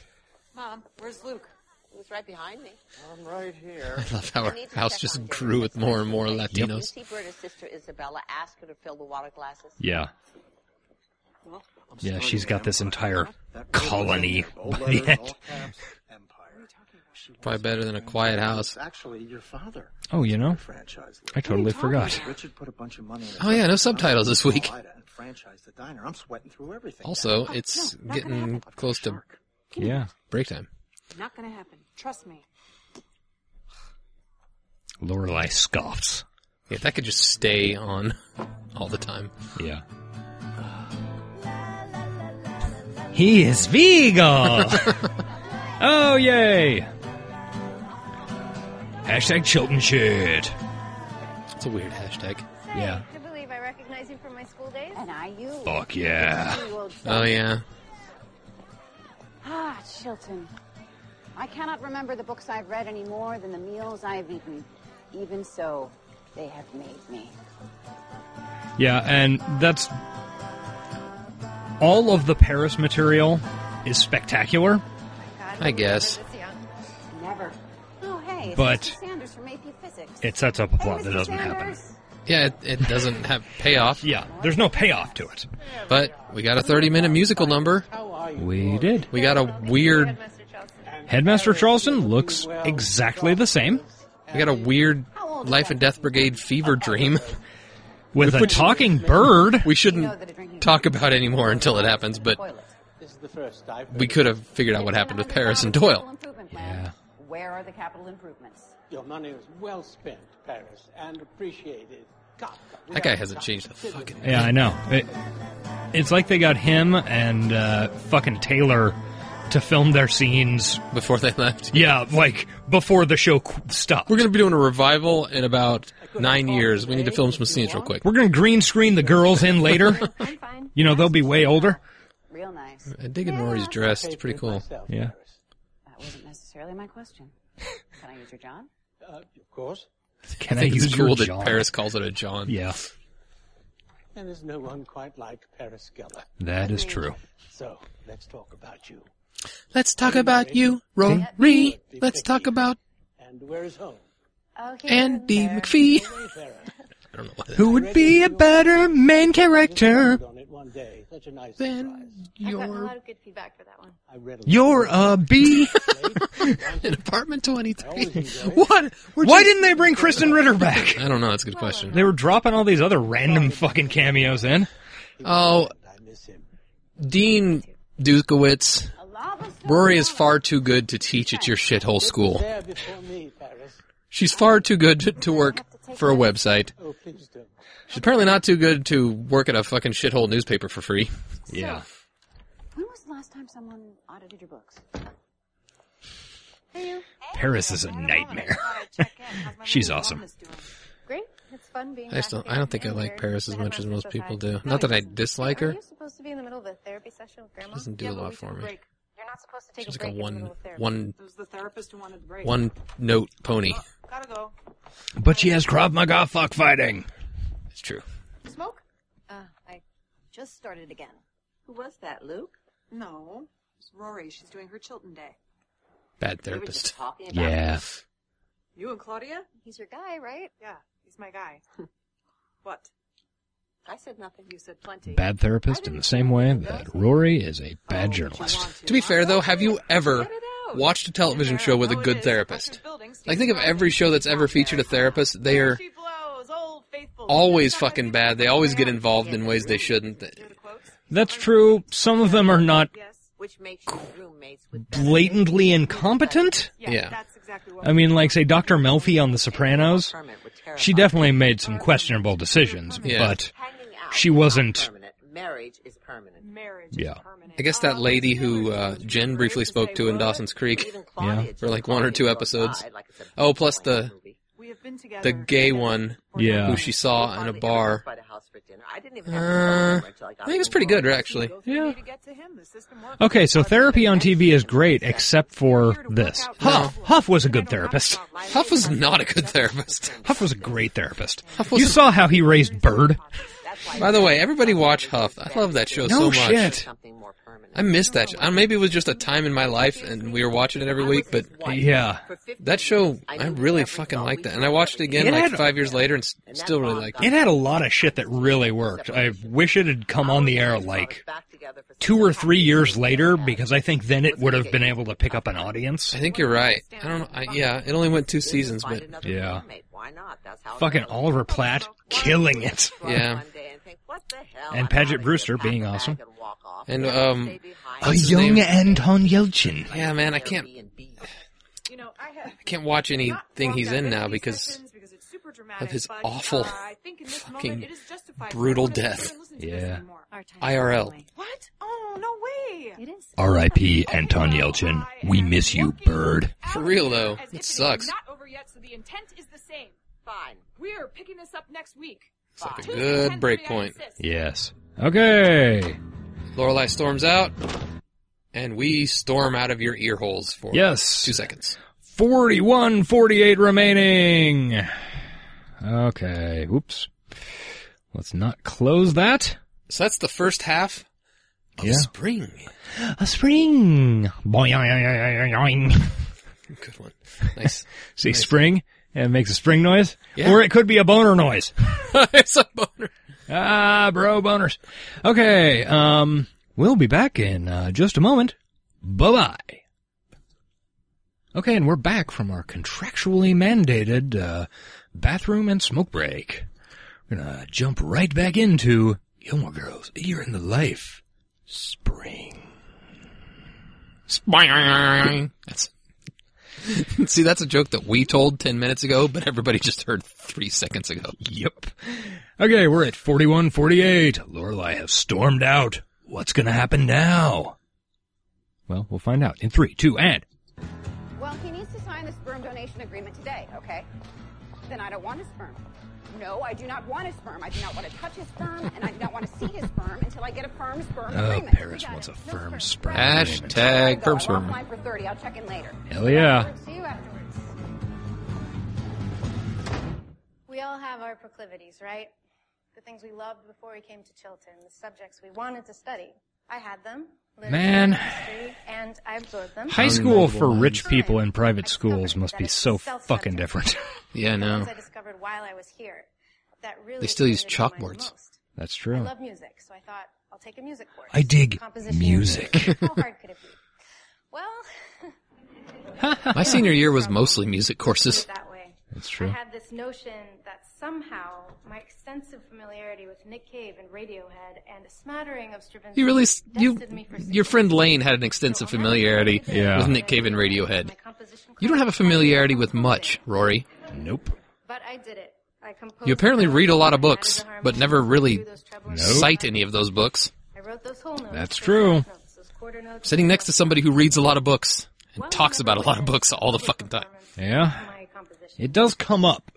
[SPEAKER 17] Mom, where's Luke? He was right behind me. I'm right here.
[SPEAKER 3] I love how our house just grew with more and more Latinos.
[SPEAKER 17] You see Berta's sister Isabella ask her to fill the water glasses?
[SPEAKER 2] Yeah.
[SPEAKER 17] Well,
[SPEAKER 2] Yeah, she's got this entire colony by the end.
[SPEAKER 3] Probably better than a quiet house.
[SPEAKER 12] Actually, your father.
[SPEAKER 2] Oh, you know,
[SPEAKER 12] Franchise.
[SPEAKER 2] I totally forgot.
[SPEAKER 12] Richard put a bunch of money. in
[SPEAKER 3] Oh, yeah, no subtitles this week.
[SPEAKER 12] And franchised the diner. I'm sweating through everything.
[SPEAKER 3] Also, it's getting close to
[SPEAKER 2] yeah
[SPEAKER 3] break time.
[SPEAKER 5] Not gonna happen. Trust me.
[SPEAKER 2] Lorelai scoffs.
[SPEAKER 3] Yeah, that could just stay on all the time.
[SPEAKER 2] Yeah. He is Vigo. oh yay! Hashtag Chilton shit.
[SPEAKER 3] It's a weird hashtag.
[SPEAKER 2] Yeah.
[SPEAKER 18] I believe I recognize you from my school days. And I you.
[SPEAKER 2] Fuck yeah.
[SPEAKER 3] Oh yeah.
[SPEAKER 18] Ah, Chilton. I cannot remember the books I've read any more than the meals I've eaten. Even so, they have made me.
[SPEAKER 2] Yeah, and that's all of the Paris material is spectacular.
[SPEAKER 3] I guess.
[SPEAKER 18] Never. Oh, hey. it's
[SPEAKER 2] But-
[SPEAKER 18] Mr. Sanders from AP Physics.
[SPEAKER 2] It sets up a
[SPEAKER 18] Hey,
[SPEAKER 2] plot that
[SPEAKER 18] Mr.
[SPEAKER 2] doesn't happen.
[SPEAKER 18] Sanders.
[SPEAKER 3] Yeah, it, it doesn't have payoff.
[SPEAKER 2] Yeah, there's no payoff to it.
[SPEAKER 3] But we got a 30 minute musical number.
[SPEAKER 2] We did.
[SPEAKER 3] We got a weird,
[SPEAKER 2] Headmaster Charleston looks exactly the same
[SPEAKER 3] we got a weird Life and Death Brigade fever dream.
[SPEAKER 2] with a talking bird.
[SPEAKER 3] We shouldn't talk about anymore until it happens, but
[SPEAKER 17] This is the first I've
[SPEAKER 3] we could have figured out what happened with Paris and Doyle.
[SPEAKER 18] Yeah. Where are the capital improvements?
[SPEAKER 19] Your money was well spent, Paris, and appreciated.
[SPEAKER 3] That guy hasn't changed a fucking
[SPEAKER 2] Yeah, I know. It, it's like they got him and uh, fucking Taylor to film their scenes
[SPEAKER 3] before they left.
[SPEAKER 2] Yeah, like before the show qu- stopped.
[SPEAKER 3] We're going to be doing a revival in about nine years. We need to film some scenes real quick.
[SPEAKER 2] We're going to green screen the girls in later. You know, they'll be way older.
[SPEAKER 18] Real nice.
[SPEAKER 3] I dig in Rory's dress. It's pretty cool.
[SPEAKER 2] Yeah.
[SPEAKER 18] That wasn't necessarily my question. Can I use your John?
[SPEAKER 19] Of course.
[SPEAKER 2] Can
[SPEAKER 3] I
[SPEAKER 2] I
[SPEAKER 3] think
[SPEAKER 2] use
[SPEAKER 3] it's cool
[SPEAKER 2] your
[SPEAKER 3] that
[SPEAKER 2] John?
[SPEAKER 3] Paris calls it a John.
[SPEAKER 2] Yeah,
[SPEAKER 19] And there's no one quite like Paris Geller.
[SPEAKER 2] that is true.
[SPEAKER 19] So, let's talk about you.
[SPEAKER 3] Let's talk about you, Rory. Let's talk about
[SPEAKER 19] And where is home?
[SPEAKER 3] Andy McPhee.
[SPEAKER 2] Who would be a better main character?
[SPEAKER 19] Then
[SPEAKER 11] I got a lot of good feedback for that one.
[SPEAKER 19] I read a
[SPEAKER 2] You're a bee.
[SPEAKER 3] in apartment 23.
[SPEAKER 2] what? Why didn't they bring Kristen Ritter back?
[SPEAKER 3] I don't know. That's a good question.
[SPEAKER 2] They were dropping all these other random fucking cameos in.
[SPEAKER 3] Oh, Dean Dukowitz. Rory is far too good to teach at your shithole school.
[SPEAKER 19] there before me, Paris.
[SPEAKER 3] She's far too good to, to work for a website.
[SPEAKER 19] Oh, please don't.
[SPEAKER 3] She's apparently not too good to work at a fucking shithole newspaper for free.
[SPEAKER 2] Yeah.
[SPEAKER 18] When was the last time someone audited your books?
[SPEAKER 2] Paris is a nightmare. She's awesome.
[SPEAKER 11] Great. It's fun being
[SPEAKER 3] I just
[SPEAKER 11] back
[SPEAKER 3] don't. I don't think I
[SPEAKER 11] again.
[SPEAKER 3] like
[SPEAKER 11] Weird.
[SPEAKER 3] Paris as
[SPEAKER 11] But
[SPEAKER 3] much as
[SPEAKER 11] everyone's
[SPEAKER 3] most
[SPEAKER 11] so fine.
[SPEAKER 3] people do.
[SPEAKER 11] No,
[SPEAKER 3] Not that
[SPEAKER 11] you're
[SPEAKER 3] I
[SPEAKER 11] supposed-
[SPEAKER 3] dislike
[SPEAKER 11] Hey,
[SPEAKER 3] her.
[SPEAKER 11] Are you supposed to be in the middle of a therapy session with Grandma?
[SPEAKER 3] Doesn't do a lot for me.
[SPEAKER 11] You're not supposed to take
[SPEAKER 3] She's
[SPEAKER 11] a
[SPEAKER 3] like
[SPEAKER 11] break
[SPEAKER 3] a
[SPEAKER 11] in the
[SPEAKER 3] one,
[SPEAKER 11] middle of therapy.
[SPEAKER 3] one,
[SPEAKER 5] It was the therapist who wanted the break.
[SPEAKER 3] one note pony.
[SPEAKER 5] Gotta go.
[SPEAKER 2] But she has Krav Maga fuck fighting.
[SPEAKER 3] It's true.
[SPEAKER 11] Smoke?
[SPEAKER 16] Uh, I just started again. Who was that, Luke?
[SPEAKER 5] No, it's Rory. She's doing her Chilton Day.
[SPEAKER 3] Bad
[SPEAKER 5] We were just
[SPEAKER 3] therapist.
[SPEAKER 5] talking about
[SPEAKER 2] Yeah.
[SPEAKER 5] You and Claudia?
[SPEAKER 11] He's your guy, right?
[SPEAKER 5] Yeah, he's my guy. what?
[SPEAKER 16] I said nothing. You said plenty.
[SPEAKER 2] Bad therapist in the same way that Rory is a
[SPEAKER 5] Oh,
[SPEAKER 2] bad journalist.
[SPEAKER 3] To be fair, though, have you ever watched a television show
[SPEAKER 5] oh,
[SPEAKER 3] with a good therapist? Like, think of every show that's ever featured a therapist. They are always fucking bad. They always get involved in ways they shouldn't.
[SPEAKER 2] That's true. Some of them are not
[SPEAKER 17] Which makes you roommates with
[SPEAKER 2] blatantly incompetent.
[SPEAKER 3] Yeah.
[SPEAKER 2] I mean, like, say, Dr. Melfi on The Sopranos. She definitely made some questionable decisions,
[SPEAKER 3] Yeah.
[SPEAKER 2] but she wasn't.
[SPEAKER 17] permanent. Marriage is permanent.
[SPEAKER 5] Marriage
[SPEAKER 2] Yeah.
[SPEAKER 3] I guess that lady who uh, Jen briefly spoke to in Dawson's Creek
[SPEAKER 2] Yeah.
[SPEAKER 3] for like one or two episodes. Oh, plus the
[SPEAKER 5] We have been together.
[SPEAKER 3] the gay one
[SPEAKER 2] Yeah.
[SPEAKER 3] who she saw in a bar.
[SPEAKER 17] By the house for dinner. I didn't even have
[SPEAKER 3] Uh,
[SPEAKER 17] to until I
[SPEAKER 3] I
[SPEAKER 17] got
[SPEAKER 3] think it's pretty good, actually.
[SPEAKER 2] Yeah.
[SPEAKER 5] To get to him, the system works.
[SPEAKER 2] Okay, so therapy on TV is great, except for this. Huff. Huff was a good therapist.
[SPEAKER 3] Huff was not a good therapist.
[SPEAKER 2] Huff was a great therapist.
[SPEAKER 3] Huff was
[SPEAKER 2] You
[SPEAKER 3] a-
[SPEAKER 2] saw how he raised Bird.
[SPEAKER 3] By the way, everybody watch Huff. I love that show so
[SPEAKER 2] No
[SPEAKER 3] much.
[SPEAKER 2] shit.
[SPEAKER 3] I missed that. Show. Uh, Maybe it was just a time in my life, and we were watching it every week. But
[SPEAKER 2] Yeah.
[SPEAKER 3] that show, I really fucking liked that, and I watched it again
[SPEAKER 2] It
[SPEAKER 3] like
[SPEAKER 2] had-
[SPEAKER 3] five years later, and s- still really liked it.
[SPEAKER 2] It had a lot of shit that really worked. I wish it had come on the air like two or three years later because I think then it would have been able to pick up an audience.
[SPEAKER 3] I think you're right. I don't. know. I, yeah, it only went two seasons, but
[SPEAKER 2] Yeah.
[SPEAKER 17] roommate. Why not? That's how
[SPEAKER 2] Fucking Oliver Platt killing it.
[SPEAKER 3] yeah.
[SPEAKER 2] And Paget Brewster being awesome.
[SPEAKER 3] And um,
[SPEAKER 2] A
[SPEAKER 3] what's his name?
[SPEAKER 2] young Anton Yelchin.
[SPEAKER 3] Yeah, man, I can't.
[SPEAKER 5] You know, I have
[SPEAKER 3] I can't watch anything he's in now because
[SPEAKER 5] because it's super dramatic.
[SPEAKER 3] of his
[SPEAKER 5] but,
[SPEAKER 3] awful
[SPEAKER 5] uh, I think in this moment,
[SPEAKER 3] fucking
[SPEAKER 5] it is justified.
[SPEAKER 3] brutal
[SPEAKER 5] I don't wanna sit
[SPEAKER 3] death.
[SPEAKER 5] here and listen to this
[SPEAKER 2] Yeah.
[SPEAKER 5] anymore.
[SPEAKER 3] IRL.
[SPEAKER 5] What? Oh no way! It is.
[SPEAKER 2] R.I.P. Anton Yelchin. We miss you, Bird.
[SPEAKER 3] For real though, it sucks.
[SPEAKER 5] Not over yet, so the intent is the same. Fine. We're picking this up next week.
[SPEAKER 3] It's like a good break point.
[SPEAKER 2] Yes. Okay.
[SPEAKER 3] Lorelai storms out, and we storm out of your ear holes for
[SPEAKER 2] Yes.
[SPEAKER 3] two seconds.
[SPEAKER 2] 41 48 remaining. Okay. Oops. Let's not close that.
[SPEAKER 3] So that's the first half of
[SPEAKER 2] Yeah.
[SPEAKER 3] spring.
[SPEAKER 2] A spring. Boing.
[SPEAKER 3] Good one. Nice.
[SPEAKER 2] See,
[SPEAKER 3] Nice.
[SPEAKER 2] spring, and it makes a spring noise.
[SPEAKER 3] Yeah.
[SPEAKER 2] Or it could be a boner noise.
[SPEAKER 3] it's a boner.
[SPEAKER 2] ah, bro, boners. Okay, um, we'll be back in uh, just a moment. Bye-bye. Okay, and we're back from our contractually mandated uh, bathroom and smoke break. We're gonna jump right back into Gilmore Girls, A Year in the Life, Spring.
[SPEAKER 3] Spring. That's. See, that's a joke that we told 10 minutes ago, but everybody just heard three seconds ago.
[SPEAKER 2] Yep. Okay, we're at 4148. Lorelei has stormed out. What's gonna happen now? Well, we'll find out in three, two, and
[SPEAKER 18] Well, he needs to sign the sperm donation agreement today, okay? then I don't want his sperm. No, I do not want his sperm. I do not want to touch his sperm, and I do not want to see his sperm until I get a firm sperm
[SPEAKER 2] Oh,
[SPEAKER 18] agreement.
[SPEAKER 2] Paris wants a firm sperm.
[SPEAKER 3] Hashtag
[SPEAKER 18] Go, I'm
[SPEAKER 3] firm sperm.
[SPEAKER 18] offline for 30. I'll check in later.
[SPEAKER 2] Hell yeah.
[SPEAKER 18] Work to you afterwards.
[SPEAKER 20] We all have our proclivities, right? The things we loved before we came to Chilton, the subjects we wanted to study. I had them. literature,
[SPEAKER 2] Man.
[SPEAKER 20] history, And I absorbed them.
[SPEAKER 2] High school for rich people in private schools must be so fucking different.
[SPEAKER 3] Yeah, I know.
[SPEAKER 20] Things I discovered while I was here. That really
[SPEAKER 3] They still use
[SPEAKER 20] extended my
[SPEAKER 3] chalkboards.
[SPEAKER 2] That's
[SPEAKER 20] I
[SPEAKER 2] true.
[SPEAKER 20] love music, so I thought I'll take a music course.
[SPEAKER 2] I dig
[SPEAKER 20] Composition.
[SPEAKER 2] music.
[SPEAKER 20] How hard could it be? Well,
[SPEAKER 3] My senior year was mostly music courses.
[SPEAKER 20] That way.
[SPEAKER 3] That's
[SPEAKER 20] I had this notion that somehow my extensive familiarity with Nick Cave and Radiohead and a smattering of Stravinsky
[SPEAKER 3] You really, s- you,
[SPEAKER 20] destined me for
[SPEAKER 3] your friend Lane had an extensive familiarity
[SPEAKER 2] Yeah.
[SPEAKER 3] with Nick Cave and Radiohead. You don't have a familiarity with much, Rory.
[SPEAKER 2] Nope.
[SPEAKER 20] But I did it. I composed.
[SPEAKER 3] You apparently read a lot of books,
[SPEAKER 20] added the
[SPEAKER 3] but
[SPEAKER 20] harmonies,
[SPEAKER 3] never really
[SPEAKER 20] drew those treble notes.
[SPEAKER 3] cite any of those books.
[SPEAKER 20] I wrote those whole notes.
[SPEAKER 2] That's
[SPEAKER 20] those
[SPEAKER 2] true.
[SPEAKER 20] half notes, those quarter notes,
[SPEAKER 3] Sitting next to somebody who reads a lot of books and talks about a lot of books all the fucking time.
[SPEAKER 2] Yeah. It does come up.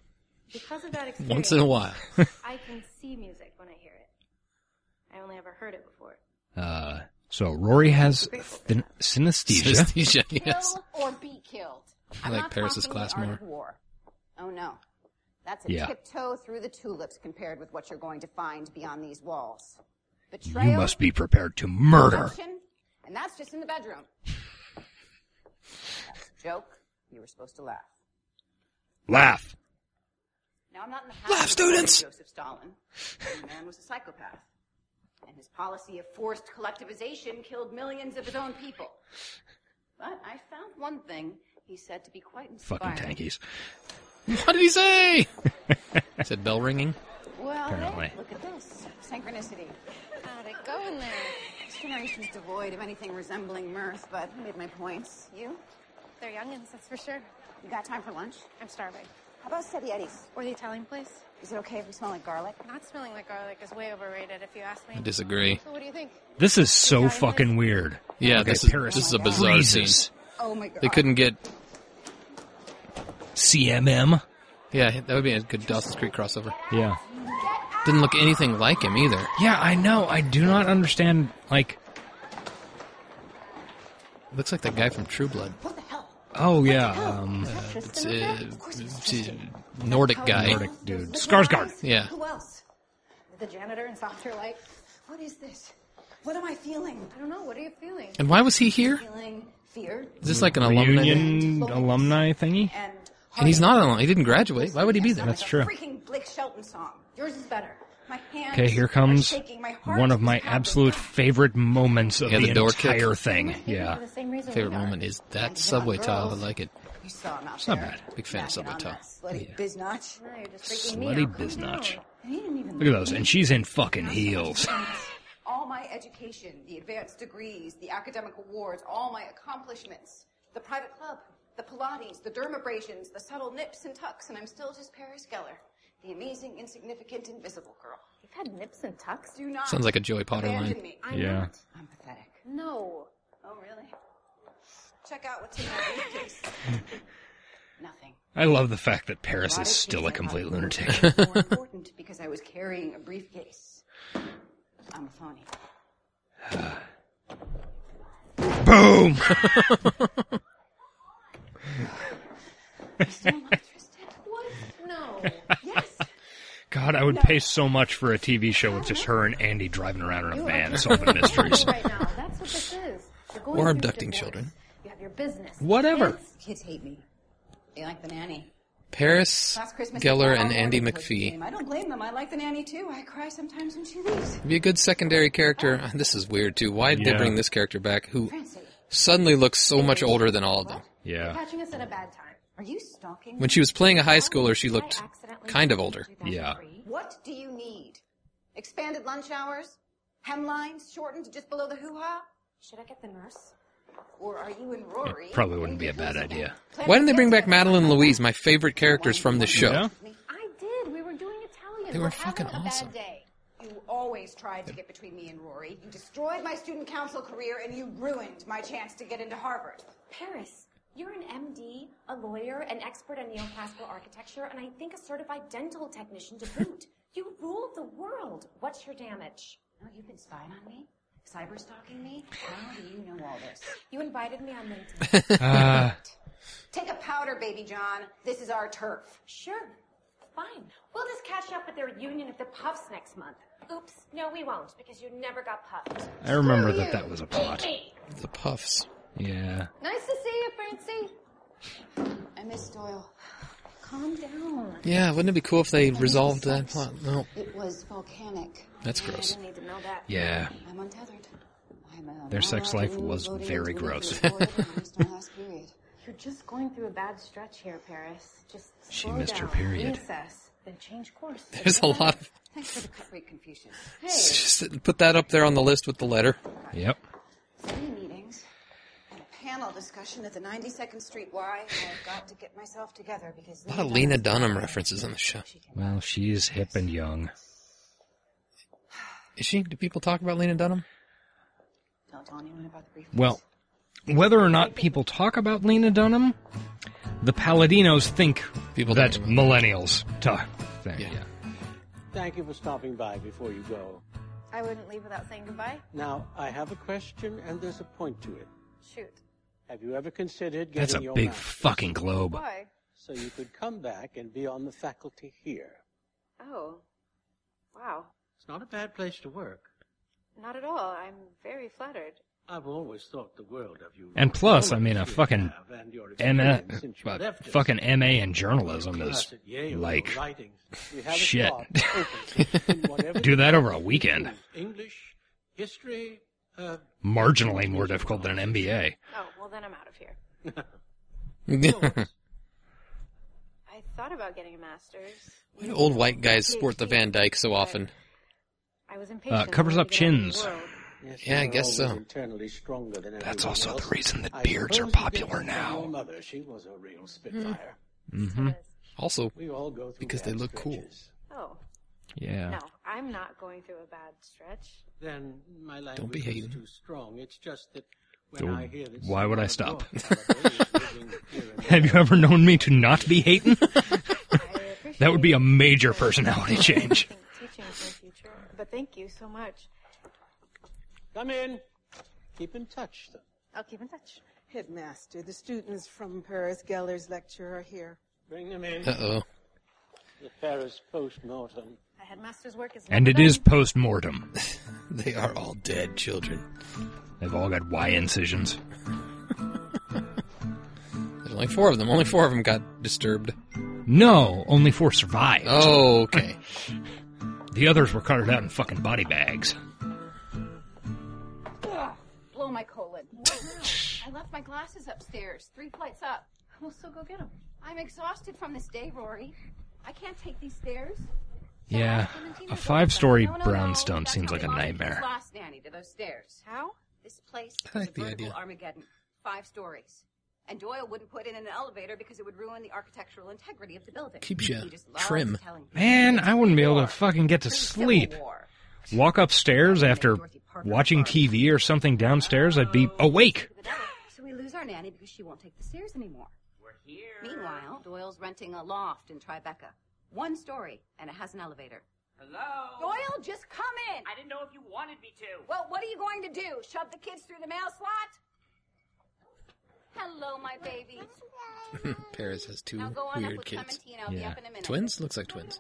[SPEAKER 20] Because of that experience,
[SPEAKER 3] Once in a while.
[SPEAKER 20] I can see music when I hear it. I only ever heard it before.
[SPEAKER 2] Uh, so Rory has thin- synesthesia.
[SPEAKER 3] Synesthesia, yes.
[SPEAKER 18] Kill or be killed.
[SPEAKER 3] I
[SPEAKER 18] I'm
[SPEAKER 3] like
[SPEAKER 18] not
[SPEAKER 3] Paris's
[SPEAKER 18] talking
[SPEAKER 3] class
[SPEAKER 18] the art
[SPEAKER 3] more.
[SPEAKER 18] of war. Oh no, that's a
[SPEAKER 2] Yeah.
[SPEAKER 18] tiptoe through the tulips compared with what you're going to find beyond these walls. Betrayal,
[SPEAKER 2] You must be prepared to murder.
[SPEAKER 18] corruption, and that's just in the bedroom. that's a joke. You were supposed to laugh.
[SPEAKER 2] Laugh.
[SPEAKER 18] Now I'm not in the habit
[SPEAKER 2] Laugh,
[SPEAKER 18] of
[SPEAKER 2] students!
[SPEAKER 18] quoting Joseph Stalin. The man was a psychopath, and his policy of forced collectivization killed millions of his own people. But I found one thing he said to be quite
[SPEAKER 3] Fucking
[SPEAKER 18] inspiring.
[SPEAKER 3] tankies. What did he say? He said bell ringing.
[SPEAKER 18] Well,
[SPEAKER 3] Apparently.
[SPEAKER 18] hey, look at this synchronicity. How'd it go in there? This generation's devoid of anything resembling mirth, but I made my points. You?
[SPEAKER 20] They're youngins, that's for sure.
[SPEAKER 18] You got time for lunch?
[SPEAKER 20] I'm starving.
[SPEAKER 18] How about Settietti's?
[SPEAKER 20] Or the Italian place?
[SPEAKER 18] Is it okay if we smell like garlic?
[SPEAKER 20] Not smelling like garlic is way overrated, if you ask me.
[SPEAKER 3] I disagree.
[SPEAKER 20] So what do you think?
[SPEAKER 2] This is so fucking weird.
[SPEAKER 3] Yeah,
[SPEAKER 2] Okay,
[SPEAKER 3] this is
[SPEAKER 2] Paris
[SPEAKER 3] this is a bizarre
[SPEAKER 2] freezes.
[SPEAKER 3] scene.
[SPEAKER 18] Oh my god.
[SPEAKER 3] They couldn't get.
[SPEAKER 2] CMM.
[SPEAKER 3] Yeah, that would be a good Dawson's Creek crossover.
[SPEAKER 2] Yeah.
[SPEAKER 3] Didn't look anything like him either.
[SPEAKER 2] Yeah, I know. I do not understand. Like,
[SPEAKER 3] Looks like that guy from True Blood.
[SPEAKER 2] oh yeah, um,
[SPEAKER 3] It's a, it's a Nordic guy.
[SPEAKER 2] Nordic dude. Skarsgård.
[SPEAKER 3] Yeah.
[SPEAKER 13] Who else?
[SPEAKER 20] The janitor and softer light.
[SPEAKER 13] What is this? What am I feeling?
[SPEAKER 20] I don't know. What are you feeling?
[SPEAKER 3] And why was he here?
[SPEAKER 13] Feeling fear.
[SPEAKER 3] Is this like an alumni?
[SPEAKER 2] reunion alumni thingy.
[SPEAKER 3] And he's not an alumni. He didn't graduate. Why would he be there?
[SPEAKER 2] That's true.
[SPEAKER 18] Freaking Blake Shelton song. Yours is better. My hands.
[SPEAKER 2] Okay, here comes one of my absolute favorite moments of
[SPEAKER 3] Yeah, the
[SPEAKER 2] the,
[SPEAKER 3] door kick.
[SPEAKER 2] entire thing. Yeah,
[SPEAKER 3] Favorite moment is that subway tile. I like it.
[SPEAKER 18] You saw him out
[SPEAKER 2] It's not
[SPEAKER 18] there.
[SPEAKER 2] bad.
[SPEAKER 3] Big fan of subway tile.
[SPEAKER 18] Slutty biznatch.
[SPEAKER 20] No, you're just freaking me
[SPEAKER 2] Slutty
[SPEAKER 20] out. Calm down.
[SPEAKER 2] biznatch.
[SPEAKER 18] And he didn't even
[SPEAKER 2] Look at those, and she's in fucking heels.
[SPEAKER 18] All my education, the advanced degrees, the academic awards, all my accomplishments, the private club, the Pilates, the dermabrasions, the subtle nips and tucks, and I'm still just Paris Geller, the amazing, insignificant, invisible girl.
[SPEAKER 20] You've had nips and tucks?
[SPEAKER 18] Do not
[SPEAKER 3] Sounds like a Joey Potter
[SPEAKER 18] abandon
[SPEAKER 3] line.
[SPEAKER 18] Me.
[SPEAKER 3] I'm Yeah. not.
[SPEAKER 18] I'm pathetic.
[SPEAKER 20] No.
[SPEAKER 18] Oh, really? Check out what's in my briefcase. Nothing.
[SPEAKER 2] I love the fact that Paris is still a complete lunatic.
[SPEAKER 18] More important because I was carrying a briefcase. I'm a phony.
[SPEAKER 2] Boom.
[SPEAKER 20] What? No.
[SPEAKER 2] God, I would pay so much for a TV show with just her and Andy driving around in a van solving mysteries.
[SPEAKER 20] right now. That's what this is. You're going
[SPEAKER 2] Or
[SPEAKER 20] through
[SPEAKER 2] abducting
[SPEAKER 20] divorce.
[SPEAKER 2] children.
[SPEAKER 20] You have your business.
[SPEAKER 2] Whatever.
[SPEAKER 18] Kids hate me. They like the nanny.
[SPEAKER 3] Paris
[SPEAKER 18] Last Christmas,
[SPEAKER 3] Geller
[SPEAKER 18] they
[SPEAKER 3] and
[SPEAKER 18] all
[SPEAKER 3] Andy
[SPEAKER 18] ordered cookies
[SPEAKER 3] McPhee.
[SPEAKER 18] came. I don't blame them. I like the nanny too. I cry sometimes when she leaves.
[SPEAKER 3] Be a good secondary character. This is weird too. Why did they
[SPEAKER 2] Yeah.
[SPEAKER 3] bring this character back? Who
[SPEAKER 18] Francie.
[SPEAKER 3] suddenly looks so much older than all of them?
[SPEAKER 2] Yeah.
[SPEAKER 20] Catching us at a bad time.
[SPEAKER 18] Are you stalking?
[SPEAKER 3] When she was playing a high schooler, she looked kind of older.
[SPEAKER 2] Yeah.
[SPEAKER 18] What do you need? Expanded lunch hours? Hemlines shortened to just below the hoo-ha? Should I get the nurse? Or are you and Rory?
[SPEAKER 2] Probably wouldn't be a bad idea.
[SPEAKER 3] Why didn't they bring back Madeline Louise, my favorite characters from the show?
[SPEAKER 18] I did. We were doing Italian.
[SPEAKER 3] They were We're fucking having a bad awesome.
[SPEAKER 18] day. You always tried to get between me and Rory. You destroyed my student council career and you ruined my chance to get into Harvard. Paris,
[SPEAKER 21] You're an MD, a lawyer, an expert on neoclassical architecture, and I think a certified dental technician to boot. you rule the world. What's your damage?
[SPEAKER 18] No, you've been spying on me, cyber stalking me. How do you know all this?
[SPEAKER 21] You invited me on LinkedIn.
[SPEAKER 2] Ah.
[SPEAKER 18] Take a powder, baby John. This is our turf.
[SPEAKER 21] Sure. Fine. We'll just catch up at the reunion of the Puffs next month. Oops. No, we won't, because you never got puffed.
[SPEAKER 2] I remember that
[SPEAKER 21] you.
[SPEAKER 2] that was a plot.
[SPEAKER 21] Hey,
[SPEAKER 3] The puffs.
[SPEAKER 2] Yeah.
[SPEAKER 21] Nice to see you, Francie.
[SPEAKER 18] I miss Doyle. Calm down.
[SPEAKER 3] Yeah, wouldn't it be cool if they resolved that plot? No,
[SPEAKER 18] It was volcanic.
[SPEAKER 3] that's gross.
[SPEAKER 18] need to know that.
[SPEAKER 2] Yeah.
[SPEAKER 18] I'm untethered. I'm a
[SPEAKER 2] Their sex
[SPEAKER 18] mama
[SPEAKER 2] life
[SPEAKER 18] who
[SPEAKER 2] was
[SPEAKER 18] voted
[SPEAKER 2] very
[SPEAKER 18] into an
[SPEAKER 2] gross.
[SPEAKER 18] infant ward in Houston last period.
[SPEAKER 22] You're just going through a bad stretch here, Paris. Just
[SPEAKER 2] She
[SPEAKER 22] slow
[SPEAKER 2] missed her
[SPEAKER 22] down,
[SPEAKER 2] period.
[SPEAKER 22] reassess, then change course.
[SPEAKER 3] There's a lot of.
[SPEAKER 18] Thanks for the cut rate, Confucius.
[SPEAKER 3] Just put that up there on the list with the letter.
[SPEAKER 2] Yep.
[SPEAKER 18] Three meetings and a panel discussion at the 92nd Street Y. I've got to get myself together because
[SPEAKER 3] A lot of Lena Dunham references on the show.
[SPEAKER 2] Well, she's hip and young.
[SPEAKER 3] Is she? Do people talk about Lena Dunham?
[SPEAKER 18] Don't tell anyone about the brief.
[SPEAKER 2] Well, whether or not people talk about Lena Dunham, the Paladinos think that millennials talk. Thing. Yeah.
[SPEAKER 19] Thank you for stopping by before you go.
[SPEAKER 20] I wouldn't leave without saying goodbye.
[SPEAKER 19] Now, I have a question and there's a point to it.
[SPEAKER 20] Shoot.
[SPEAKER 19] Have you ever considered getting
[SPEAKER 2] That's a
[SPEAKER 19] your
[SPEAKER 2] big
[SPEAKER 19] master's
[SPEAKER 2] fucking globe.
[SPEAKER 20] Why?
[SPEAKER 19] so you could come back and be on the faculty here?
[SPEAKER 20] Oh. Wow.
[SPEAKER 19] It's not a bad place to work.
[SPEAKER 20] Not at all. I'm very flattered.
[SPEAKER 19] I've always thought the world of you.
[SPEAKER 2] And plus, I mean, a
[SPEAKER 19] You
[SPEAKER 2] fucking
[SPEAKER 19] have, and your
[SPEAKER 2] M-
[SPEAKER 19] experience since you
[SPEAKER 2] a
[SPEAKER 19] left us.
[SPEAKER 2] fucking MA in journalism is
[SPEAKER 19] Class at Yale,
[SPEAKER 2] like
[SPEAKER 19] writings. We have a
[SPEAKER 2] shit.
[SPEAKER 19] blog open in whatever
[SPEAKER 2] Do that over a weekend.
[SPEAKER 19] English, history, uh,
[SPEAKER 2] Marginally more difficult than an MBA.
[SPEAKER 20] Oh, well, then I'm out of here. I thought about getting a master's.
[SPEAKER 3] Why do old white guys sport the Van Dyke so often?
[SPEAKER 20] I was impatient.
[SPEAKER 2] Uh, covers up chins.
[SPEAKER 19] Yes,
[SPEAKER 3] Yeah, I
[SPEAKER 19] you're
[SPEAKER 3] guess
[SPEAKER 19] always
[SPEAKER 3] so.
[SPEAKER 19] Internally stronger than
[SPEAKER 2] That's
[SPEAKER 19] everyone
[SPEAKER 2] also the
[SPEAKER 19] else.
[SPEAKER 2] reason that
[SPEAKER 19] I
[SPEAKER 2] beards are
[SPEAKER 19] suppose you get
[SPEAKER 2] popular
[SPEAKER 19] that from
[SPEAKER 2] now. Hmm.
[SPEAKER 19] Your mother, she was a real spitfire.
[SPEAKER 2] Mm-hmm.
[SPEAKER 3] Also,
[SPEAKER 19] We all go through
[SPEAKER 3] because they
[SPEAKER 19] bad
[SPEAKER 3] look cool.
[SPEAKER 19] stretches.
[SPEAKER 20] Oh.
[SPEAKER 2] Yeah.
[SPEAKER 20] No, I'm not going through a bad stretch.
[SPEAKER 19] Then my language
[SPEAKER 3] Don't be
[SPEAKER 19] is
[SPEAKER 3] hating.
[SPEAKER 19] too strong. It's just that when
[SPEAKER 2] Oh,
[SPEAKER 19] I hear that
[SPEAKER 2] Why would I
[SPEAKER 19] someone
[SPEAKER 2] stop?
[SPEAKER 19] abroad living here and
[SPEAKER 2] Have you
[SPEAKER 19] there,
[SPEAKER 2] ever known me to not be hating? that would be a major personality change.
[SPEAKER 20] Teaching for the future. But thank you so much.
[SPEAKER 19] Come in. Keep in touch, though.
[SPEAKER 20] I'll keep in touch.
[SPEAKER 23] Headmaster, the students from Paris Geller's lecture are here.
[SPEAKER 19] Bring them in.
[SPEAKER 3] Uh-oh.
[SPEAKER 19] The Paris post-mortem.
[SPEAKER 20] The headmaster's work is.
[SPEAKER 2] And it is post mortem.
[SPEAKER 3] They are all dead children.
[SPEAKER 2] They've all got Y incisions.
[SPEAKER 3] There's only four of them. Only four of them got disturbed.
[SPEAKER 2] No, only four survived.
[SPEAKER 3] Oh, okay.
[SPEAKER 2] the others were carted out in fucking body bags.
[SPEAKER 18] Ugh, blow my colon. I left my glasses upstairs, three flights up. We'll still go get them.
[SPEAKER 22] I'm exhausted from this day, Rory. I can't take these stairs.
[SPEAKER 2] Yeah, a five story brownstone seems like a nightmare.
[SPEAKER 22] Lost Nanny to those stairs.
[SPEAKER 18] How?
[SPEAKER 22] This place
[SPEAKER 2] I like the idea.
[SPEAKER 18] Armageddon, five stories. And Doyle wouldn't put in an elevator because it would ruin the architectural integrity of the building.
[SPEAKER 3] Keeps
[SPEAKER 18] He
[SPEAKER 3] you
[SPEAKER 18] just loves
[SPEAKER 3] trim.
[SPEAKER 18] telling me.
[SPEAKER 2] Man, I wouldn't be able to fucking get to sleep. Walk upstairs after watching TV or something downstairs, I'd be awake.
[SPEAKER 22] So we lose our nanny because she won't take the stairs anymore. We're here. Meanwhile, Doyle's renting a loft in Tribeca. One story, and it has an elevator. Hello? Doyle, just come in! I didn't know if you wanted me to. Well, what are you going to do? Shove the kids through the mail slot?
[SPEAKER 18] Hello, my baby.
[SPEAKER 3] Paris has two
[SPEAKER 22] Now go on up
[SPEAKER 3] weird
[SPEAKER 22] with
[SPEAKER 3] kids.
[SPEAKER 22] Clementine. I'll be up in a minute.
[SPEAKER 3] Twins? Looks like twins.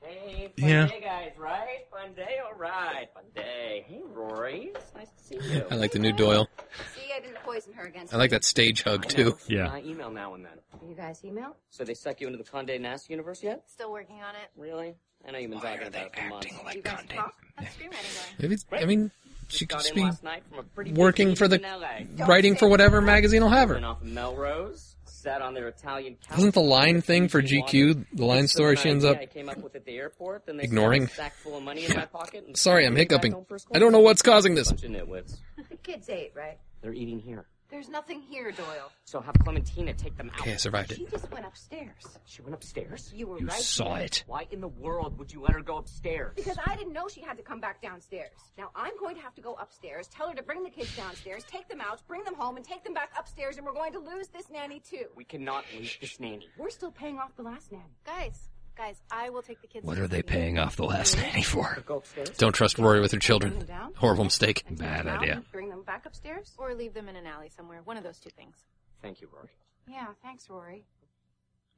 [SPEAKER 24] Hey, fun
[SPEAKER 3] Yeah.
[SPEAKER 24] day, guys, right? Fun day, all right. Fun day. Hey, Rory. It's nice to see you.
[SPEAKER 3] I like the new Doyle.
[SPEAKER 22] See, I didn't poison her again.
[SPEAKER 3] I like that stage hug,
[SPEAKER 24] I know.
[SPEAKER 3] too.
[SPEAKER 24] I Uh, email now and then.
[SPEAKER 22] You guys email?
[SPEAKER 24] So they suck you into the Condé Nast universe yet?
[SPEAKER 20] Still working on it.
[SPEAKER 24] Really? I know you've been talking about it for months.
[SPEAKER 20] you guys talk? How's screenwriting going?
[SPEAKER 3] Maybe, I mean, she could
[SPEAKER 24] Got
[SPEAKER 3] just
[SPEAKER 24] in
[SPEAKER 3] be
[SPEAKER 24] last night from a pretty
[SPEAKER 3] working
[SPEAKER 24] big
[SPEAKER 3] for the,
[SPEAKER 24] in LA.
[SPEAKER 3] writing for whatever magazine will have her.
[SPEAKER 24] Went off of Melrose, sat on their Italian couch.
[SPEAKER 3] Isn't the line thing for
[SPEAKER 24] She
[SPEAKER 3] GQ,
[SPEAKER 24] wanted-
[SPEAKER 3] the line
[SPEAKER 24] It's sort
[SPEAKER 3] story
[SPEAKER 24] of
[SPEAKER 3] she
[SPEAKER 24] an
[SPEAKER 3] ends
[SPEAKER 24] idea
[SPEAKER 3] up
[SPEAKER 24] I came up with at the airport, then they
[SPEAKER 3] ignoring?
[SPEAKER 24] stuck a sack full of money in my pocket. and
[SPEAKER 3] Sorry,
[SPEAKER 24] sent
[SPEAKER 3] I'm
[SPEAKER 24] me back
[SPEAKER 3] hiccuping.
[SPEAKER 24] home for a
[SPEAKER 3] I don't know
[SPEAKER 24] squirrel.
[SPEAKER 3] what's causing this.
[SPEAKER 24] Bunch of nitwits.
[SPEAKER 22] The kids ate, right?
[SPEAKER 24] They're eating here.
[SPEAKER 22] There's nothing here, Doyle.
[SPEAKER 24] So have Clementina take them out.
[SPEAKER 3] Okay, I survived it.
[SPEAKER 22] She just went upstairs.
[SPEAKER 24] She went upstairs?
[SPEAKER 22] You were
[SPEAKER 3] You
[SPEAKER 22] right.
[SPEAKER 3] saw
[SPEAKER 22] there.
[SPEAKER 3] it.
[SPEAKER 24] Why in the world would you let her go upstairs?
[SPEAKER 22] Because I didn't know she had to come back downstairs. Now I'm going to have to go upstairs, tell her to bring the kids downstairs, take them out, bring them home, and take them back upstairs, and we're going to lose this nanny too.
[SPEAKER 24] We cannot lose this nanny.
[SPEAKER 22] We're still paying off the last nanny.
[SPEAKER 20] Guys, guys, I will take the kids.
[SPEAKER 3] What are they paying off the last nanny for?
[SPEAKER 24] Go upstairs.
[SPEAKER 3] Don't trust Rory with her
[SPEAKER 20] Bring
[SPEAKER 3] children.
[SPEAKER 20] them down?
[SPEAKER 3] Horrible mistake.
[SPEAKER 20] and take
[SPEAKER 3] Bad
[SPEAKER 20] them out
[SPEAKER 3] idea.
[SPEAKER 20] and Bring them back upstairs? Or leave them in an alley somewhere. One of those two things.
[SPEAKER 24] Thank you, Rory.
[SPEAKER 20] Yeah, thanks, Rory.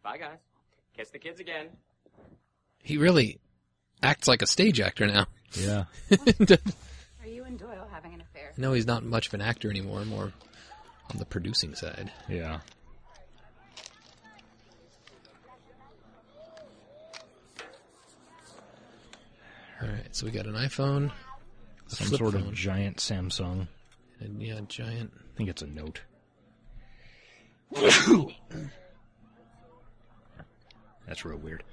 [SPEAKER 24] Bye, guys. Kiss the kids again.
[SPEAKER 3] He really acts like a stage actor now.
[SPEAKER 2] Yeah.
[SPEAKER 22] Are you and Doyle having an affair?
[SPEAKER 3] no, he's not much of an actor anymore, more on the producing side.
[SPEAKER 2] Yeah.
[SPEAKER 3] Alright, so we got an iPhone. a
[SPEAKER 2] Some
[SPEAKER 3] flip
[SPEAKER 2] sort of
[SPEAKER 3] phone,
[SPEAKER 2] giant Samsung.
[SPEAKER 3] and, yeah, giant.
[SPEAKER 2] I think it's a note. That's real weird.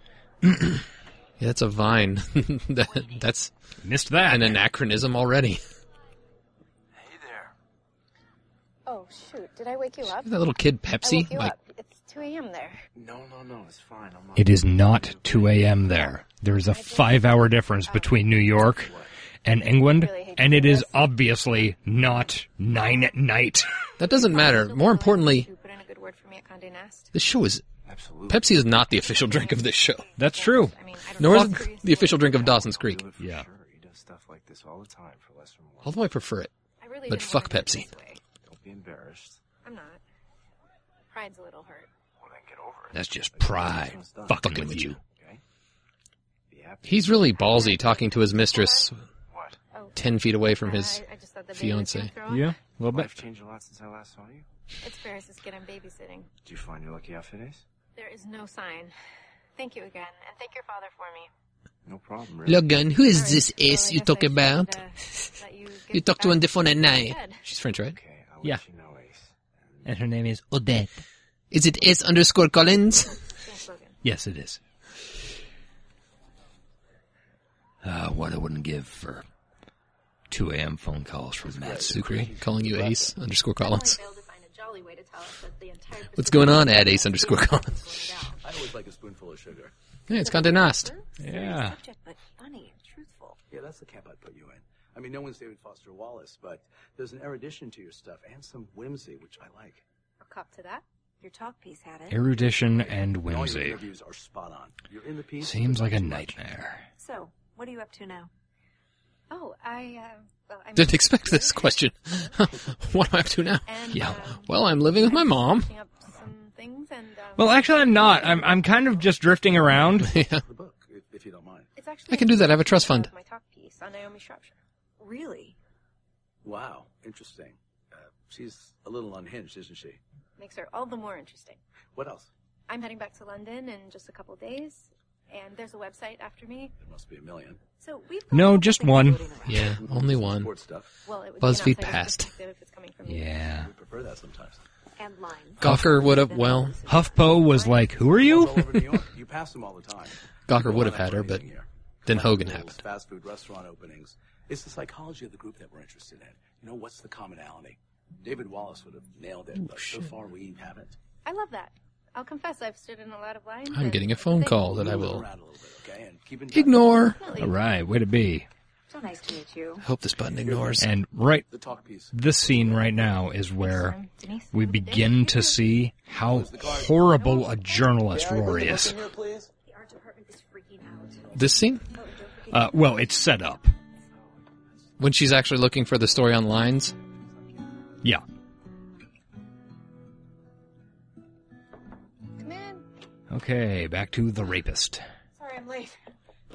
[SPEAKER 3] Yeah, that's a vine. that, that's
[SPEAKER 2] missed that
[SPEAKER 3] an anachronism already.
[SPEAKER 20] Oh shoot! Did I wake you up?
[SPEAKER 3] that little kid Pepsi?
[SPEAKER 20] I woke you
[SPEAKER 3] Like-
[SPEAKER 20] up. It's two a.m. there.
[SPEAKER 14] No, no, no. It's fine. I'm not.
[SPEAKER 2] It is not 2 a.m. there. There is a five hour difference between New York and England, and it is obviously not 9 at night.
[SPEAKER 3] That doesn't matter. More importantly,
[SPEAKER 20] Put in a good word for me at Condé Nast.
[SPEAKER 3] this show is. Pepsi is not the official drink of this show.
[SPEAKER 2] That's true.
[SPEAKER 3] Nor is it the official drink of Dawson's Creek.
[SPEAKER 2] Yeah.
[SPEAKER 14] He does stuff like this all the time for less than more.
[SPEAKER 3] Although I prefer it.
[SPEAKER 20] I really
[SPEAKER 3] But
[SPEAKER 20] didn't
[SPEAKER 3] fuck
[SPEAKER 20] wanna do
[SPEAKER 3] Pepsi.
[SPEAKER 20] it this way.
[SPEAKER 14] Don't be embarrassed.
[SPEAKER 20] I'm not. Pride's a little hurt.
[SPEAKER 2] That's just pride fucking with you.
[SPEAKER 3] He's really ballsy talking to his mistress 10 feet away from his
[SPEAKER 20] Oh. I, I just thought the baby was
[SPEAKER 3] fiance.
[SPEAKER 20] gonna throw up.
[SPEAKER 2] a little bit.
[SPEAKER 14] Life changed a lot since I last saw you.
[SPEAKER 20] It's Ferris's kid I'm babysitting.
[SPEAKER 14] Do you find your lucky outfit is?
[SPEAKER 20] There is no sign. Thank you again, and thank your father for me.
[SPEAKER 14] No problem, really.
[SPEAKER 3] Logan, who is
[SPEAKER 20] All right,
[SPEAKER 3] this
[SPEAKER 20] well,
[SPEAKER 3] ace
[SPEAKER 20] I
[SPEAKER 3] you
[SPEAKER 20] guess
[SPEAKER 3] talk
[SPEAKER 20] I should,
[SPEAKER 3] about?
[SPEAKER 20] uh, let you
[SPEAKER 3] You
[SPEAKER 20] get
[SPEAKER 3] talk to
[SPEAKER 20] back
[SPEAKER 3] on the phone at night.
[SPEAKER 20] bed.
[SPEAKER 3] She's French, right?
[SPEAKER 2] Yeah. And her name is Odette.
[SPEAKER 3] Is it S underscore Collins?
[SPEAKER 20] Thanks, Logan.
[SPEAKER 2] Yes, it is. Uh, what I wouldn't give for 2 a.m. phone calls from Matt Sucre.
[SPEAKER 3] Sukri calling you Ace underscore Collins.
[SPEAKER 22] Failed to find a jolly way to tell us that the entire.
[SPEAKER 3] What's going on at Ace underscore Collins?
[SPEAKER 10] I always like a spoonful of sugar.
[SPEAKER 3] Yeah, it's Condé Nast.
[SPEAKER 2] Yeah.
[SPEAKER 22] Subject, but funny and truthful.
[SPEAKER 10] Yeah, that's the camp I'd put you in. I mean, no one's David Foster Wallace, but there's an erudition to your stuff and some whimsy, which I like.
[SPEAKER 22] A cop to that. Your talk piece had it.
[SPEAKER 2] Erudition and
[SPEAKER 10] And all your
[SPEAKER 2] whimsy.
[SPEAKER 10] interviews are spot on. You're in the piece.
[SPEAKER 2] Seems like a nightmare.
[SPEAKER 22] So, what are you up to now?
[SPEAKER 20] Oh, I, uh, well, I
[SPEAKER 3] Didn't expect this question. what am I up to now?
[SPEAKER 20] And,
[SPEAKER 3] yeah.
[SPEAKER 20] um,
[SPEAKER 3] Well, I'm living with my mom.
[SPEAKER 20] picking up some things, and um,
[SPEAKER 2] Well, actually, I'm not. I'm, I'm kind of just drifting around.
[SPEAKER 3] yeah.
[SPEAKER 10] The book, if, if you don't mind.
[SPEAKER 20] it's actually
[SPEAKER 3] I can do that. I have a trust fund.
[SPEAKER 20] of my talk piece on Naomi Shropshire.
[SPEAKER 22] Really?
[SPEAKER 10] Wow, interesting. Uh, she's a little unhinged, isn't she?
[SPEAKER 20] Makes her all the more interesting.
[SPEAKER 10] What else?
[SPEAKER 20] I'm heading back to London in just a couple days, and there's a website after me.
[SPEAKER 10] There must be a million.
[SPEAKER 20] So we've got
[SPEAKER 2] No,
[SPEAKER 20] lots of
[SPEAKER 2] just
[SPEAKER 20] things
[SPEAKER 2] one.
[SPEAKER 20] floating around.
[SPEAKER 3] Yeah, only one.
[SPEAKER 10] Sports stuff.
[SPEAKER 20] Well, it would
[SPEAKER 3] BuzzFeed
[SPEAKER 20] be an outsider's
[SPEAKER 3] passed.
[SPEAKER 20] perspective If it's coming from me.
[SPEAKER 2] Yeah.
[SPEAKER 10] We prefer that sometimes.
[SPEAKER 22] And lines.
[SPEAKER 3] Gawker would have, well,
[SPEAKER 2] HuffPo was like, "Who are
[SPEAKER 10] All
[SPEAKER 2] you?"
[SPEAKER 10] over New York. You pass them all the time.
[SPEAKER 3] Gawker
[SPEAKER 10] Go
[SPEAKER 3] would have
[SPEAKER 10] lineup
[SPEAKER 3] had
[SPEAKER 10] for
[SPEAKER 3] her, but
[SPEAKER 10] anything here.
[SPEAKER 3] then
[SPEAKER 10] Like
[SPEAKER 3] Hogan
[SPEAKER 10] schools,
[SPEAKER 3] happened.
[SPEAKER 10] Fast food restaurant openings. It's the psychology of the group that we're interested in. You know, what's the commonality? David Wallace would have nailed it, but so far we haven't.
[SPEAKER 20] I love that. I'll confess, I've stood in a lot of lines.
[SPEAKER 3] I'm
[SPEAKER 20] and
[SPEAKER 3] getting a
[SPEAKER 20] it's
[SPEAKER 3] phone
[SPEAKER 20] thing.
[SPEAKER 3] call that I
[SPEAKER 10] Move
[SPEAKER 3] will
[SPEAKER 10] around a little bit, okay? And keep in touch.
[SPEAKER 3] ignore.
[SPEAKER 2] All right, way to be.
[SPEAKER 22] So nice to meet you.
[SPEAKER 3] I hope this button ignores.
[SPEAKER 2] And right,
[SPEAKER 10] The talk piece.
[SPEAKER 2] this scene right now is
[SPEAKER 20] um,
[SPEAKER 2] where we begin to see how horrible a journalist Rory is.
[SPEAKER 22] The art department is freaking out.
[SPEAKER 3] This scene?
[SPEAKER 2] Uh, well, it's set up.
[SPEAKER 3] When she's actually looking for the story on lines?
[SPEAKER 2] Yeah.
[SPEAKER 20] Come in.
[SPEAKER 2] Okay, back to the rapist.
[SPEAKER 5] Sorry, I'm late.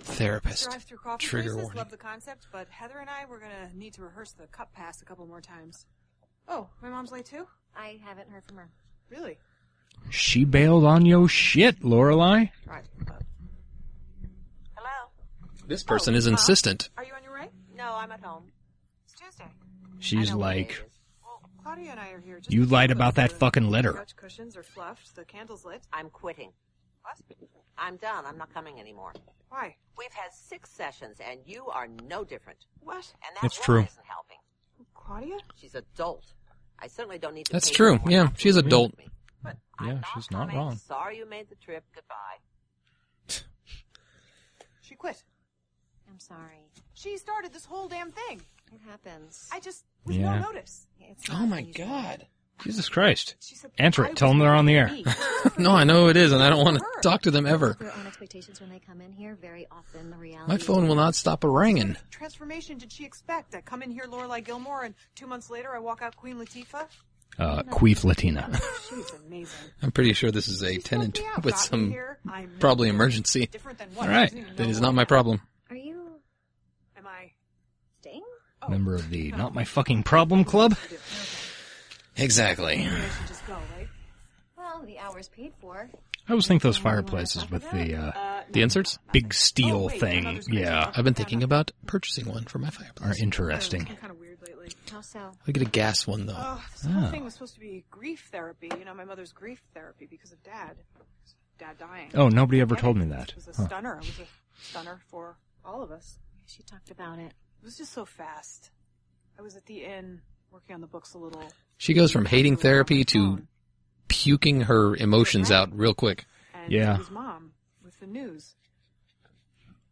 [SPEAKER 3] Therapist.
[SPEAKER 5] Drive-through coffee
[SPEAKER 3] Trigger
[SPEAKER 5] places.
[SPEAKER 3] warning.
[SPEAKER 5] Love the concept, but Heather and I we're gonna need to rehearse the cup pass a couple more times. Oh, my mom's late too.
[SPEAKER 20] I haven't heard from her.
[SPEAKER 5] Really?
[SPEAKER 2] She bailed on yo shit, Lorelai.
[SPEAKER 5] All right. Uh, Hello.
[SPEAKER 3] This person is insistent.
[SPEAKER 5] Are you on your way? No, I'm at home. It's Tuesday.
[SPEAKER 2] She's like,
[SPEAKER 5] Well, Claudia and I are here. Just
[SPEAKER 2] "You
[SPEAKER 5] to
[SPEAKER 2] lied
[SPEAKER 5] talk
[SPEAKER 2] about that
[SPEAKER 5] the-
[SPEAKER 2] fucking
[SPEAKER 5] the
[SPEAKER 2] letter."
[SPEAKER 5] Couch cushions are fluffed. The candles lit.
[SPEAKER 17] I'm quitting.
[SPEAKER 5] What?
[SPEAKER 17] I'm done. I'm not coming anymore.
[SPEAKER 5] Why?
[SPEAKER 17] We've had six sessions, and you are no different.
[SPEAKER 5] What?
[SPEAKER 17] And that
[SPEAKER 2] It's
[SPEAKER 17] woman
[SPEAKER 2] true.
[SPEAKER 17] isn't helping.
[SPEAKER 5] Claudia?
[SPEAKER 17] She's a dolt. I certainly don't need to.
[SPEAKER 3] That's
[SPEAKER 17] pay
[SPEAKER 3] true.
[SPEAKER 17] anyone
[SPEAKER 3] Yeah,
[SPEAKER 17] else to
[SPEAKER 3] she's
[SPEAKER 17] live
[SPEAKER 3] adult.
[SPEAKER 17] with me.
[SPEAKER 2] Yeah, she's not wrong.
[SPEAKER 17] Sorry you made the trip. Goodbye.
[SPEAKER 5] She quit.
[SPEAKER 21] I'm sorry.
[SPEAKER 5] She started this whole damn thing.
[SPEAKER 21] It happens.
[SPEAKER 5] I just with
[SPEAKER 2] Yeah.
[SPEAKER 5] no notice.
[SPEAKER 3] Oh my god.
[SPEAKER 2] Jesus Christ. Answer it. Tell them they're on the air.
[SPEAKER 3] no, I know it is, and I don't want to talk to them ever.
[SPEAKER 21] Their own expectations when they come in here. Very often, the reality.
[SPEAKER 3] My
[SPEAKER 21] is-
[SPEAKER 3] phone will not stop a ringing.
[SPEAKER 5] Transformation did she expect? I come in here, Lorelai Gilmore, and two months later I walk out Queen Latifah.
[SPEAKER 2] Uh, Queef Latina.
[SPEAKER 5] She's amazing.
[SPEAKER 3] I'm pretty sure this is a tenant
[SPEAKER 5] out,
[SPEAKER 3] with
[SPEAKER 5] got me
[SPEAKER 3] some
[SPEAKER 5] here. I'm
[SPEAKER 3] probably emergency.
[SPEAKER 5] different than
[SPEAKER 3] All
[SPEAKER 5] what?
[SPEAKER 3] right,
[SPEAKER 5] I didn't
[SPEAKER 3] that
[SPEAKER 5] know
[SPEAKER 3] is
[SPEAKER 5] what.
[SPEAKER 3] not my problem.
[SPEAKER 21] Are you?
[SPEAKER 5] Am I oh,
[SPEAKER 21] staying?
[SPEAKER 2] Member of the Not My Fucking Problem Club.
[SPEAKER 3] Exactly.
[SPEAKER 5] Just go, right?
[SPEAKER 21] Well, the hour's paid for.
[SPEAKER 2] I always think those fireplaces with the uh, the inserts, big steel
[SPEAKER 3] Oh,
[SPEAKER 2] thing, yeah,
[SPEAKER 3] I've been thinking about purchasing one for my fireplace.
[SPEAKER 2] are interesting.
[SPEAKER 5] kind of weird lately.
[SPEAKER 21] How so?
[SPEAKER 3] I get a gas one though.
[SPEAKER 5] Oh, this whole thing was supposed to be grief therapy. You know, my mother's grief therapy because of dad. Dad dying.
[SPEAKER 2] Oh, nobody ever told me that.
[SPEAKER 5] It was a
[SPEAKER 2] Huh.
[SPEAKER 5] stunner. It was a stunner for all of us.
[SPEAKER 21] She talked about it.
[SPEAKER 5] It was just so fast. I was at the inn working on the books a little.
[SPEAKER 3] She goes from hating therapy to puking her emotions out real quick.
[SPEAKER 5] and
[SPEAKER 3] Yeah.
[SPEAKER 5] his mom with the news.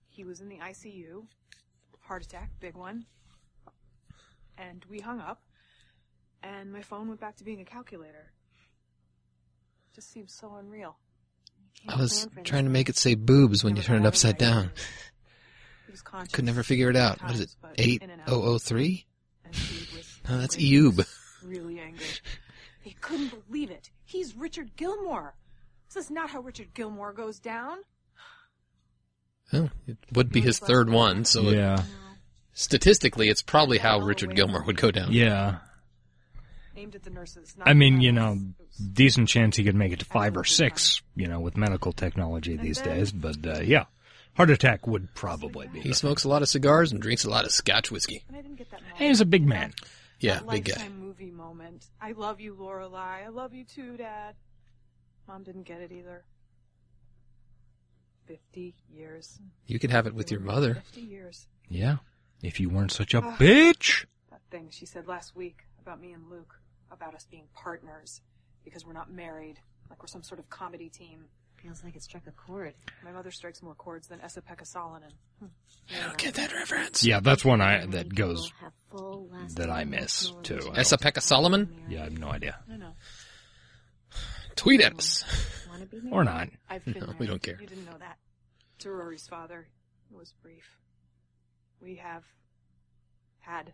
[SPEAKER 5] He was in the ICU, heart attack, big one. And we hung up, and my phone went back to being a calculator. Just seems so unreal.
[SPEAKER 3] I was trying to make it say boobs when you turn it upside down.
[SPEAKER 5] He was conscious.
[SPEAKER 3] Could never figure it out. What is it? Eight oh oh three? No, Oh, that's Eub.
[SPEAKER 5] Really angry. They couldn't believe it. He's Richard Gilmore. This is not how Richard Gilmore goes down.
[SPEAKER 3] Oh, it would be his third one, so it-
[SPEAKER 2] Yeah.
[SPEAKER 3] statistically, it's probably how Richard Gilmore would go down.
[SPEAKER 2] Yeah.
[SPEAKER 5] Aimed at the nurses. Not
[SPEAKER 2] I mean, you know, decent chance he could make it to five or six, you know, with medical technology these days, but uh, yeah. Heart attack would probably be.
[SPEAKER 3] He smokes a lot of cigars and drinks a lot of Scotch whiskey.
[SPEAKER 2] Hey, he's a big man.
[SPEAKER 3] Yeah,
[SPEAKER 5] that
[SPEAKER 3] big guy.
[SPEAKER 5] lifetime movie moment. I love you, Lorelai. I love you too, Dad. Mom didn't get it either. Fifty years.
[SPEAKER 3] You could have it with your mother.
[SPEAKER 5] Fifty years.
[SPEAKER 2] Yeah. If you weren't such a
[SPEAKER 3] Ah.
[SPEAKER 5] Ugh.
[SPEAKER 2] bitch.
[SPEAKER 5] That thing she said last week about me and Luke, about us being partners because we're not married, like we're some sort of comedy team.
[SPEAKER 21] Feels like it struck a chord.
[SPEAKER 5] My mother strikes more chords than Essa Pekka Salonen.
[SPEAKER 3] Get that reference.
[SPEAKER 2] Yeah, that's one I that goes
[SPEAKER 21] Full last.
[SPEAKER 2] that I miss too. I
[SPEAKER 3] Essa Pekka Solomon?
[SPEAKER 2] don't- yeah, I have no idea.
[SPEAKER 5] No, no.
[SPEAKER 3] Tweet at us.
[SPEAKER 21] Wanna be
[SPEAKER 2] Or not.
[SPEAKER 5] I've been
[SPEAKER 3] No, we
[SPEAKER 5] married.
[SPEAKER 3] don't care.
[SPEAKER 5] You didn't know that. To Rory's father, it was brief. We have had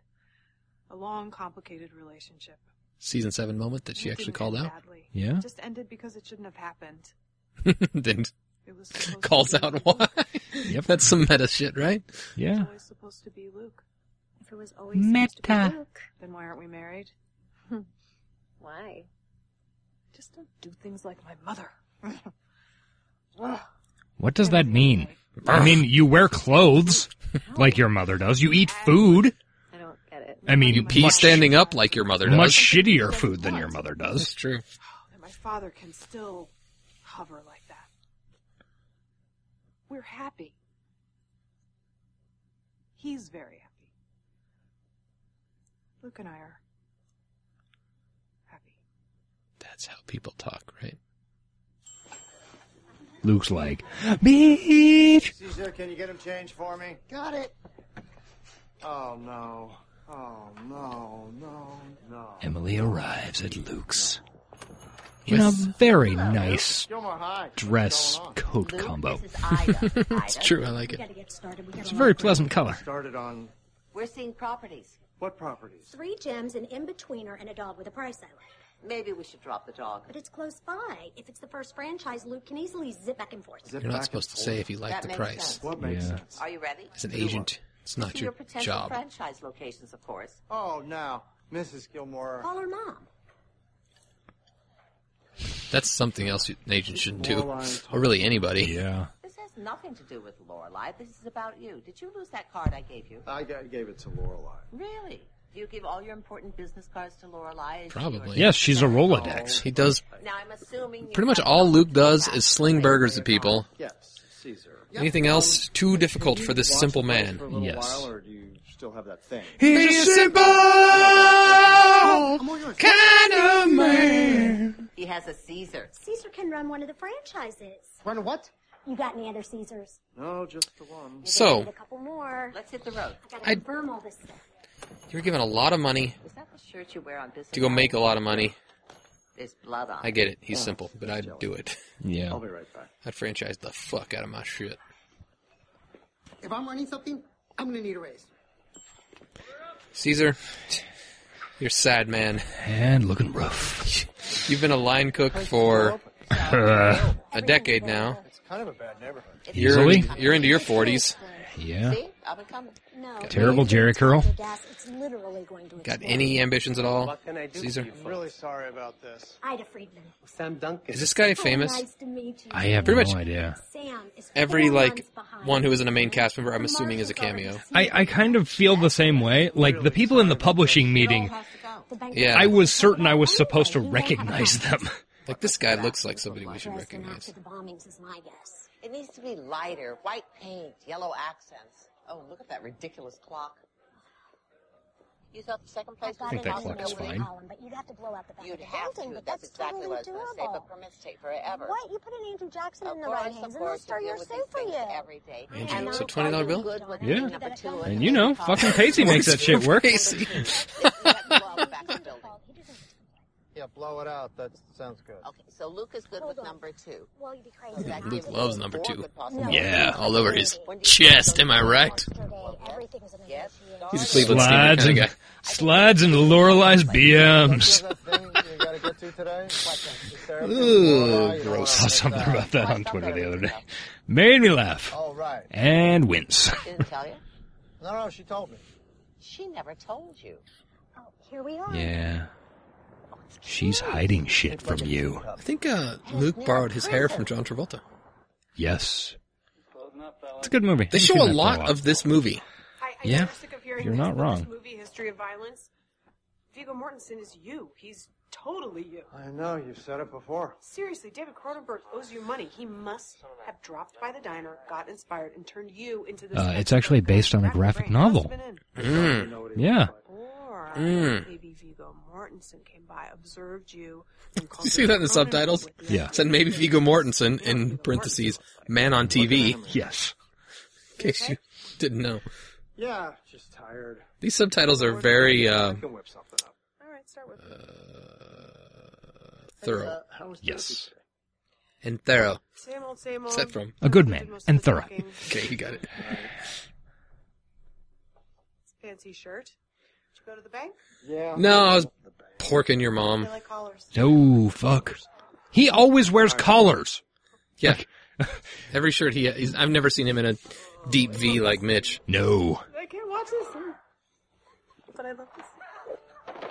[SPEAKER 5] a long, complicated relationship.
[SPEAKER 3] Season 7 moment that she
[SPEAKER 5] It
[SPEAKER 3] actually
[SPEAKER 5] didn't
[SPEAKER 3] called
[SPEAKER 5] end
[SPEAKER 3] out.
[SPEAKER 5] Badly.
[SPEAKER 2] Yeah?
[SPEAKER 5] It just ended because it shouldn't have happened.
[SPEAKER 3] then
[SPEAKER 5] It was supposed to
[SPEAKER 3] calls
[SPEAKER 5] be
[SPEAKER 3] out
[SPEAKER 5] Luke.
[SPEAKER 3] why. That's some meta shit, right?
[SPEAKER 5] It was
[SPEAKER 2] Yeah.
[SPEAKER 5] always supposed to be Luke.
[SPEAKER 21] If it was always supposed to be
[SPEAKER 2] Meta.
[SPEAKER 21] Luke,
[SPEAKER 5] Then why aren't we married?
[SPEAKER 17] Hmm.
[SPEAKER 21] why?
[SPEAKER 5] Just don't do things like my mother.
[SPEAKER 2] What does that mean? I mean, you wear clothes like your mother does. You eat food.
[SPEAKER 21] I don't get it.
[SPEAKER 2] I mean,
[SPEAKER 3] You pee
[SPEAKER 2] much-
[SPEAKER 3] standing up like your mother does.
[SPEAKER 2] Much shittier food than your mother
[SPEAKER 3] That's
[SPEAKER 2] does.
[SPEAKER 3] true.
[SPEAKER 5] And my father can still hover like that. We're happy. He's very happy. Luke and I are happy.
[SPEAKER 3] That's how people talk, right?
[SPEAKER 2] Luke's like, bitch.
[SPEAKER 12] Caesar, can you get him change for me? Got it. Oh no. Oh no, no, no.
[SPEAKER 2] Emily arrives at Luke's in a very nice
[SPEAKER 12] Gilmore, hi.
[SPEAKER 2] dress coat combo.
[SPEAKER 3] it's true. I like it.
[SPEAKER 17] gotta get started. We
[SPEAKER 2] It's a very pleasant color.
[SPEAKER 12] Started on
[SPEAKER 17] We're seeing properties.
[SPEAKER 12] what properties?
[SPEAKER 1] Three gems, an in-betweener, and a dog with a price I like.
[SPEAKER 17] Maybe we should drop the dog.
[SPEAKER 1] But it's close by. If it's the first franchise, Luke can easily zip back and forth.
[SPEAKER 3] You're not supposed to say if you like
[SPEAKER 17] That
[SPEAKER 3] the
[SPEAKER 17] makes
[SPEAKER 3] price.
[SPEAKER 17] sense. What makes Yeah. sense? Are you ready?
[SPEAKER 3] As an
[SPEAKER 17] Do what?
[SPEAKER 3] agent, it's
[SPEAKER 17] To
[SPEAKER 3] not
[SPEAKER 17] your
[SPEAKER 3] your
[SPEAKER 17] potential
[SPEAKER 3] job.
[SPEAKER 17] franchise locations, of course.
[SPEAKER 12] Oh, now, Mrs. Gilmore.
[SPEAKER 1] Call her mom.
[SPEAKER 3] That's something else you- an agent shouldn't do,
[SPEAKER 12] Lorelai
[SPEAKER 3] or really anybody. Yeah.
[SPEAKER 17] This has nothing to do with Lorelai. This is about you. Did you lose that card I gave you?
[SPEAKER 12] I ga- gave it to Lorelai.
[SPEAKER 17] Really? Do you give all your important business cards to Lorelai? Is she
[SPEAKER 3] Probably.
[SPEAKER 2] Yes, she's a Rolodex.
[SPEAKER 3] He does.
[SPEAKER 17] your- Now I'm assuming you
[SPEAKER 3] Pretty much all Luke does is sling burgers at people.
[SPEAKER 12] Yes, Caesar.
[SPEAKER 3] Anything else too difficult for this simple man?
[SPEAKER 12] For a little while, or do you still have that thing?
[SPEAKER 3] He's a simple.
[SPEAKER 12] Come
[SPEAKER 17] has a Caesar.
[SPEAKER 1] Caesar can run one of the franchises.
[SPEAKER 17] Run what?
[SPEAKER 1] You got any other Caesars?
[SPEAKER 12] No, just the one.
[SPEAKER 1] Maybe I
[SPEAKER 3] So-
[SPEAKER 1] need a couple more.
[SPEAKER 17] Let's hit the road.
[SPEAKER 1] I gotta confirm all this stuff.
[SPEAKER 3] You're given a lot of money
[SPEAKER 17] Is that the shirt you wear on business?
[SPEAKER 3] to go make a lot of money.
[SPEAKER 17] There's blood on
[SPEAKER 3] I get it. He's simple, but I'd do it.
[SPEAKER 2] Yeah.
[SPEAKER 12] I'll be right back.
[SPEAKER 3] I'd franchise the fuck out of my shit.
[SPEAKER 4] If I'm running something, I'm gonna need a raise.
[SPEAKER 3] Caesar, you're a sad man.
[SPEAKER 2] And looking rough.
[SPEAKER 3] You've been a line cook for a decade now.
[SPEAKER 12] It's kind of a bad neighborhood.
[SPEAKER 3] You're,
[SPEAKER 2] Easily.
[SPEAKER 3] you're into your 40s.
[SPEAKER 2] Yeah.
[SPEAKER 4] I've been coming.
[SPEAKER 1] No.
[SPEAKER 2] Terrible Jerry Curl.
[SPEAKER 1] Gas, it's literally going to
[SPEAKER 3] Got
[SPEAKER 1] explode.
[SPEAKER 3] any ambitions at all, Caesar?
[SPEAKER 12] I'm really sorry about this.
[SPEAKER 1] Ida Friedman.
[SPEAKER 4] Sam Duncan.
[SPEAKER 3] Is this guy famous?
[SPEAKER 1] Nice to meet you.
[SPEAKER 2] I have
[SPEAKER 3] Pretty
[SPEAKER 2] no
[SPEAKER 3] much
[SPEAKER 2] idea.
[SPEAKER 1] Sam is
[SPEAKER 3] Every
[SPEAKER 1] four
[SPEAKER 3] like
[SPEAKER 1] months behind.
[SPEAKER 3] one who isn't a main cast member, I'm assuming is a cameo.
[SPEAKER 2] I, I kind of feel the same way. Like the people in the publishing meeting,
[SPEAKER 3] Yeah.
[SPEAKER 2] I was certain I was supposed to recognize them.
[SPEAKER 3] Like this guy looks like somebody we should
[SPEAKER 1] Dresden
[SPEAKER 3] recognize.
[SPEAKER 1] after the bombings is my guess.
[SPEAKER 17] It needs to be lighter, white paint, yellow accents. Oh, look at that ridiculous clock. You thought the second place
[SPEAKER 1] I
[SPEAKER 17] was
[SPEAKER 1] think that
[SPEAKER 17] impossible?
[SPEAKER 1] clock is fine. But you have to blow out the back
[SPEAKER 17] You'd
[SPEAKER 1] of the
[SPEAKER 17] have
[SPEAKER 1] building,
[SPEAKER 17] to.
[SPEAKER 1] but
[SPEAKER 17] That's,
[SPEAKER 1] that's,
[SPEAKER 17] exactly what
[SPEAKER 1] totally
[SPEAKER 17] I was going to say,
[SPEAKER 1] doable.
[SPEAKER 17] but permits take forever.
[SPEAKER 1] What? You put an Andrew Jackson
[SPEAKER 17] Of
[SPEAKER 1] in the
[SPEAKER 17] course,
[SPEAKER 1] right
[SPEAKER 17] of
[SPEAKER 1] hands, and they'll
[SPEAKER 17] course,
[SPEAKER 1] stir
[SPEAKER 17] you
[SPEAKER 1] your
[SPEAKER 17] deal with
[SPEAKER 1] soup
[SPEAKER 17] these
[SPEAKER 1] for
[SPEAKER 17] things
[SPEAKER 1] you.
[SPEAKER 17] every day.
[SPEAKER 3] Andrew,
[SPEAKER 17] And
[SPEAKER 3] it's a
[SPEAKER 17] I'll
[SPEAKER 3] $20
[SPEAKER 17] tell you
[SPEAKER 3] bill?
[SPEAKER 17] good when
[SPEAKER 2] Yeah.
[SPEAKER 17] number two is
[SPEAKER 2] And you know, fucking Pacey makes that shit work.
[SPEAKER 3] Pacey.
[SPEAKER 12] Yeah, blow it out. That sounds good.
[SPEAKER 17] Okay, so Luke is good with number two.
[SPEAKER 1] Well, you'd be crazy.
[SPEAKER 17] That
[SPEAKER 3] Luke
[SPEAKER 17] gives you
[SPEAKER 3] loves number
[SPEAKER 17] four
[SPEAKER 3] two.
[SPEAKER 17] good possibilities.
[SPEAKER 3] Yeah, all over his
[SPEAKER 17] When do you
[SPEAKER 3] chest.
[SPEAKER 17] think
[SPEAKER 3] Am I
[SPEAKER 17] those
[SPEAKER 3] right?
[SPEAKER 1] Today, everything is a
[SPEAKER 17] Yes.
[SPEAKER 3] He's a Cleveland steamer
[SPEAKER 2] Slides
[SPEAKER 3] kind
[SPEAKER 2] and
[SPEAKER 3] of guy.
[SPEAKER 2] slides into Lorelai's BMs. Ooh, gross. Saw something about that on Twitter the other day. Made me laugh.
[SPEAKER 12] Oh, right.
[SPEAKER 2] And wince.
[SPEAKER 17] Didn't tell you?
[SPEAKER 12] No, no, she told me.
[SPEAKER 17] She never told you.
[SPEAKER 1] Oh, Here we are.
[SPEAKER 2] Yeah. She's hiding shit from you.
[SPEAKER 3] I think uh, Luke borrowed his hair from John Travolta.
[SPEAKER 2] Yes. It's a good movie.
[SPEAKER 3] They
[SPEAKER 2] Haven't
[SPEAKER 3] show
[SPEAKER 2] seen
[SPEAKER 3] a
[SPEAKER 2] that for
[SPEAKER 3] lot of this movie.
[SPEAKER 5] I, I
[SPEAKER 2] Yeah,
[SPEAKER 5] am sick of hearing
[SPEAKER 2] you're
[SPEAKER 5] this,
[SPEAKER 2] not
[SPEAKER 5] but this
[SPEAKER 2] wrong.
[SPEAKER 5] movie history of violence. Viggo Mortensen is you. He's totally you.
[SPEAKER 12] I know, you've said it before.
[SPEAKER 5] Seriously, David Cronenberg owes you money. He must have dropped by the diner, got inspired, and turned you into this.
[SPEAKER 2] Uh, it's actually based on a graphic novel.
[SPEAKER 5] Mm.
[SPEAKER 2] Yeah.
[SPEAKER 5] Or
[SPEAKER 3] Hmm.
[SPEAKER 2] Mm.
[SPEAKER 5] maybe Viggo Mortensen came by, observed you, and called
[SPEAKER 3] You see that in the
[SPEAKER 5] Cronenberg
[SPEAKER 3] subtitles?
[SPEAKER 5] with the
[SPEAKER 2] Yeah.
[SPEAKER 3] It said maybe Vigo Mortensen in parentheses, man on TV.
[SPEAKER 2] Yes.
[SPEAKER 3] In case you didn't know.
[SPEAKER 12] Yeah, just tired.
[SPEAKER 3] These subtitles are very uh,
[SPEAKER 12] I can whip something up.
[SPEAKER 5] All right, start with
[SPEAKER 3] thorough
[SPEAKER 2] Yes.
[SPEAKER 3] and thorough.
[SPEAKER 5] same old, same old.
[SPEAKER 3] What's that from?
[SPEAKER 2] A good man and thorough.
[SPEAKER 3] Okay, you got it.
[SPEAKER 5] Fancy shirt. Did you go to the bank?
[SPEAKER 12] Yeah.
[SPEAKER 3] No, I was porking your
[SPEAKER 5] I
[SPEAKER 3] mom.
[SPEAKER 5] like collars.
[SPEAKER 2] No, fuck. He always wears collars.
[SPEAKER 3] Yeah. Every shirt he he's, I've never seen him in a deep V like Mitch.
[SPEAKER 2] No.
[SPEAKER 5] I can't watch this.
[SPEAKER 3] Hmm.
[SPEAKER 5] But I love this.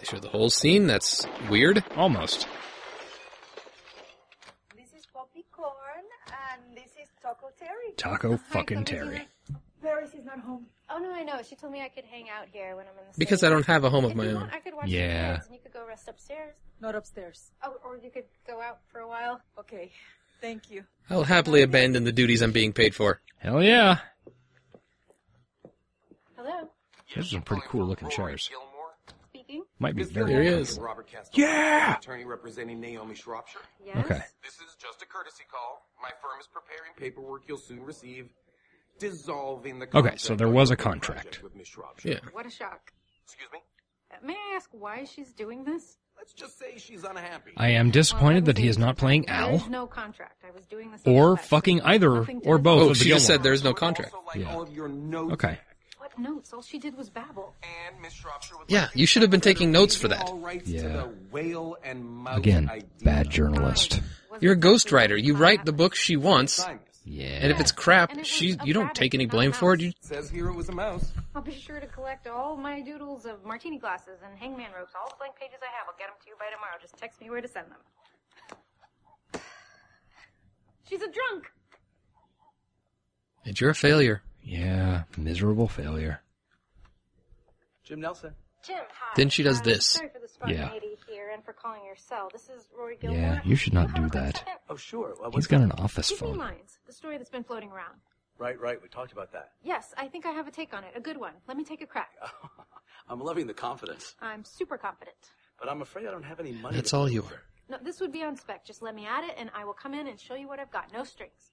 [SPEAKER 3] They showed the whole scene. That's weird.
[SPEAKER 2] Almost.
[SPEAKER 16] This is poppy corn, and this is taco terry.
[SPEAKER 2] Taco fucking Terry.
[SPEAKER 20] Paris is not home. Oh no, I know. She told me I could hang out here when I'm in the.
[SPEAKER 3] Because
[SPEAKER 20] city.
[SPEAKER 3] I don't have a home of
[SPEAKER 20] If
[SPEAKER 3] my
[SPEAKER 20] you
[SPEAKER 3] own.
[SPEAKER 20] Want, I could watch
[SPEAKER 3] Yeah.
[SPEAKER 20] The kids and you could go rest upstairs.
[SPEAKER 23] Not upstairs.
[SPEAKER 20] Oh, or you could go out for a while.
[SPEAKER 23] Okay. Thank you.
[SPEAKER 3] I'll happily abandon the duties I'm being paid for.
[SPEAKER 2] Hell yeah.
[SPEAKER 20] Hello.
[SPEAKER 2] Those are some pretty cool looking chairs.
[SPEAKER 20] Speaking.
[SPEAKER 2] Might be
[SPEAKER 10] This
[SPEAKER 2] very
[SPEAKER 10] Here he
[SPEAKER 2] uncomfortable.
[SPEAKER 10] is. Robert Castro,
[SPEAKER 2] Yeah!
[SPEAKER 10] Attorney representing Naomi Shropshire.
[SPEAKER 2] Yes? Okay.
[SPEAKER 10] This is just a courtesy call. My firm is preparing paperwork you'll soon receive. Dissolving the
[SPEAKER 2] Okay, so there was a contract.
[SPEAKER 10] with Miss Shropshire.
[SPEAKER 2] Yeah.
[SPEAKER 20] What a shock.
[SPEAKER 10] Excuse me.
[SPEAKER 20] Uh, May I ask why she's doing this?
[SPEAKER 10] Let's just say she's unhappy.
[SPEAKER 2] I am disappointed that he is not playing
[SPEAKER 20] There's
[SPEAKER 2] Al
[SPEAKER 20] no contract. I was doing this. on
[SPEAKER 2] or
[SPEAKER 20] spec.
[SPEAKER 2] fucking either
[SPEAKER 20] Nothing to
[SPEAKER 2] or
[SPEAKER 20] do
[SPEAKER 2] both
[SPEAKER 3] Oh,
[SPEAKER 2] of the
[SPEAKER 3] she
[SPEAKER 2] Gilmore.
[SPEAKER 3] just said there's no contract.
[SPEAKER 10] All of your notes.
[SPEAKER 2] Okay.
[SPEAKER 20] What notes? All she did was babble.
[SPEAKER 10] And Miss Shropshire would
[SPEAKER 3] Yeah, you should have been taking notes for that.
[SPEAKER 10] all rights to
[SPEAKER 2] Yeah.
[SPEAKER 10] the whale and mouse
[SPEAKER 2] Again,
[SPEAKER 10] idea.
[SPEAKER 2] bad journalist.
[SPEAKER 3] You're a ghostwriter. You write the book she wants,
[SPEAKER 2] Yeah.
[SPEAKER 3] and if it's crap, she you don't take any blame for it. You,
[SPEAKER 10] Says here it was a mouse.
[SPEAKER 20] I'll be sure to collect all my doodles of martini glasses and hangman ropes, all the blank pages I have. I'll get them to you by tomorrow. Just text me where to send them. She's a drunk.
[SPEAKER 3] and you're a failure.
[SPEAKER 2] Yeah, miserable failure.
[SPEAKER 10] Jim Nelson.
[SPEAKER 20] Jim, hi.
[SPEAKER 3] Then she does
[SPEAKER 20] Uh,
[SPEAKER 3] this.
[SPEAKER 20] Sorry for the spontaneity here and for calling your cell. This is Rory Gilmore.
[SPEAKER 2] Yeah, you should not
[SPEAKER 20] Have a
[SPEAKER 2] do
[SPEAKER 20] quick
[SPEAKER 2] that.
[SPEAKER 20] second.
[SPEAKER 10] Oh, sure. Well,
[SPEAKER 2] He's got an office
[SPEAKER 20] Give me
[SPEAKER 2] phone.
[SPEAKER 20] lines. The story that's been floating around.
[SPEAKER 10] Right, right. We talked about that.
[SPEAKER 20] Yes, I think I have a take on it. A good one. Let me take a crack.
[SPEAKER 10] I'm loving the confidence.
[SPEAKER 20] I'm super confident.
[SPEAKER 10] but I'm afraid I don't have any money.
[SPEAKER 3] That's
[SPEAKER 10] to-
[SPEAKER 3] all you are.
[SPEAKER 20] No, this would be on spec. Just let me add it, and I will come in and show you what I've got. No strings.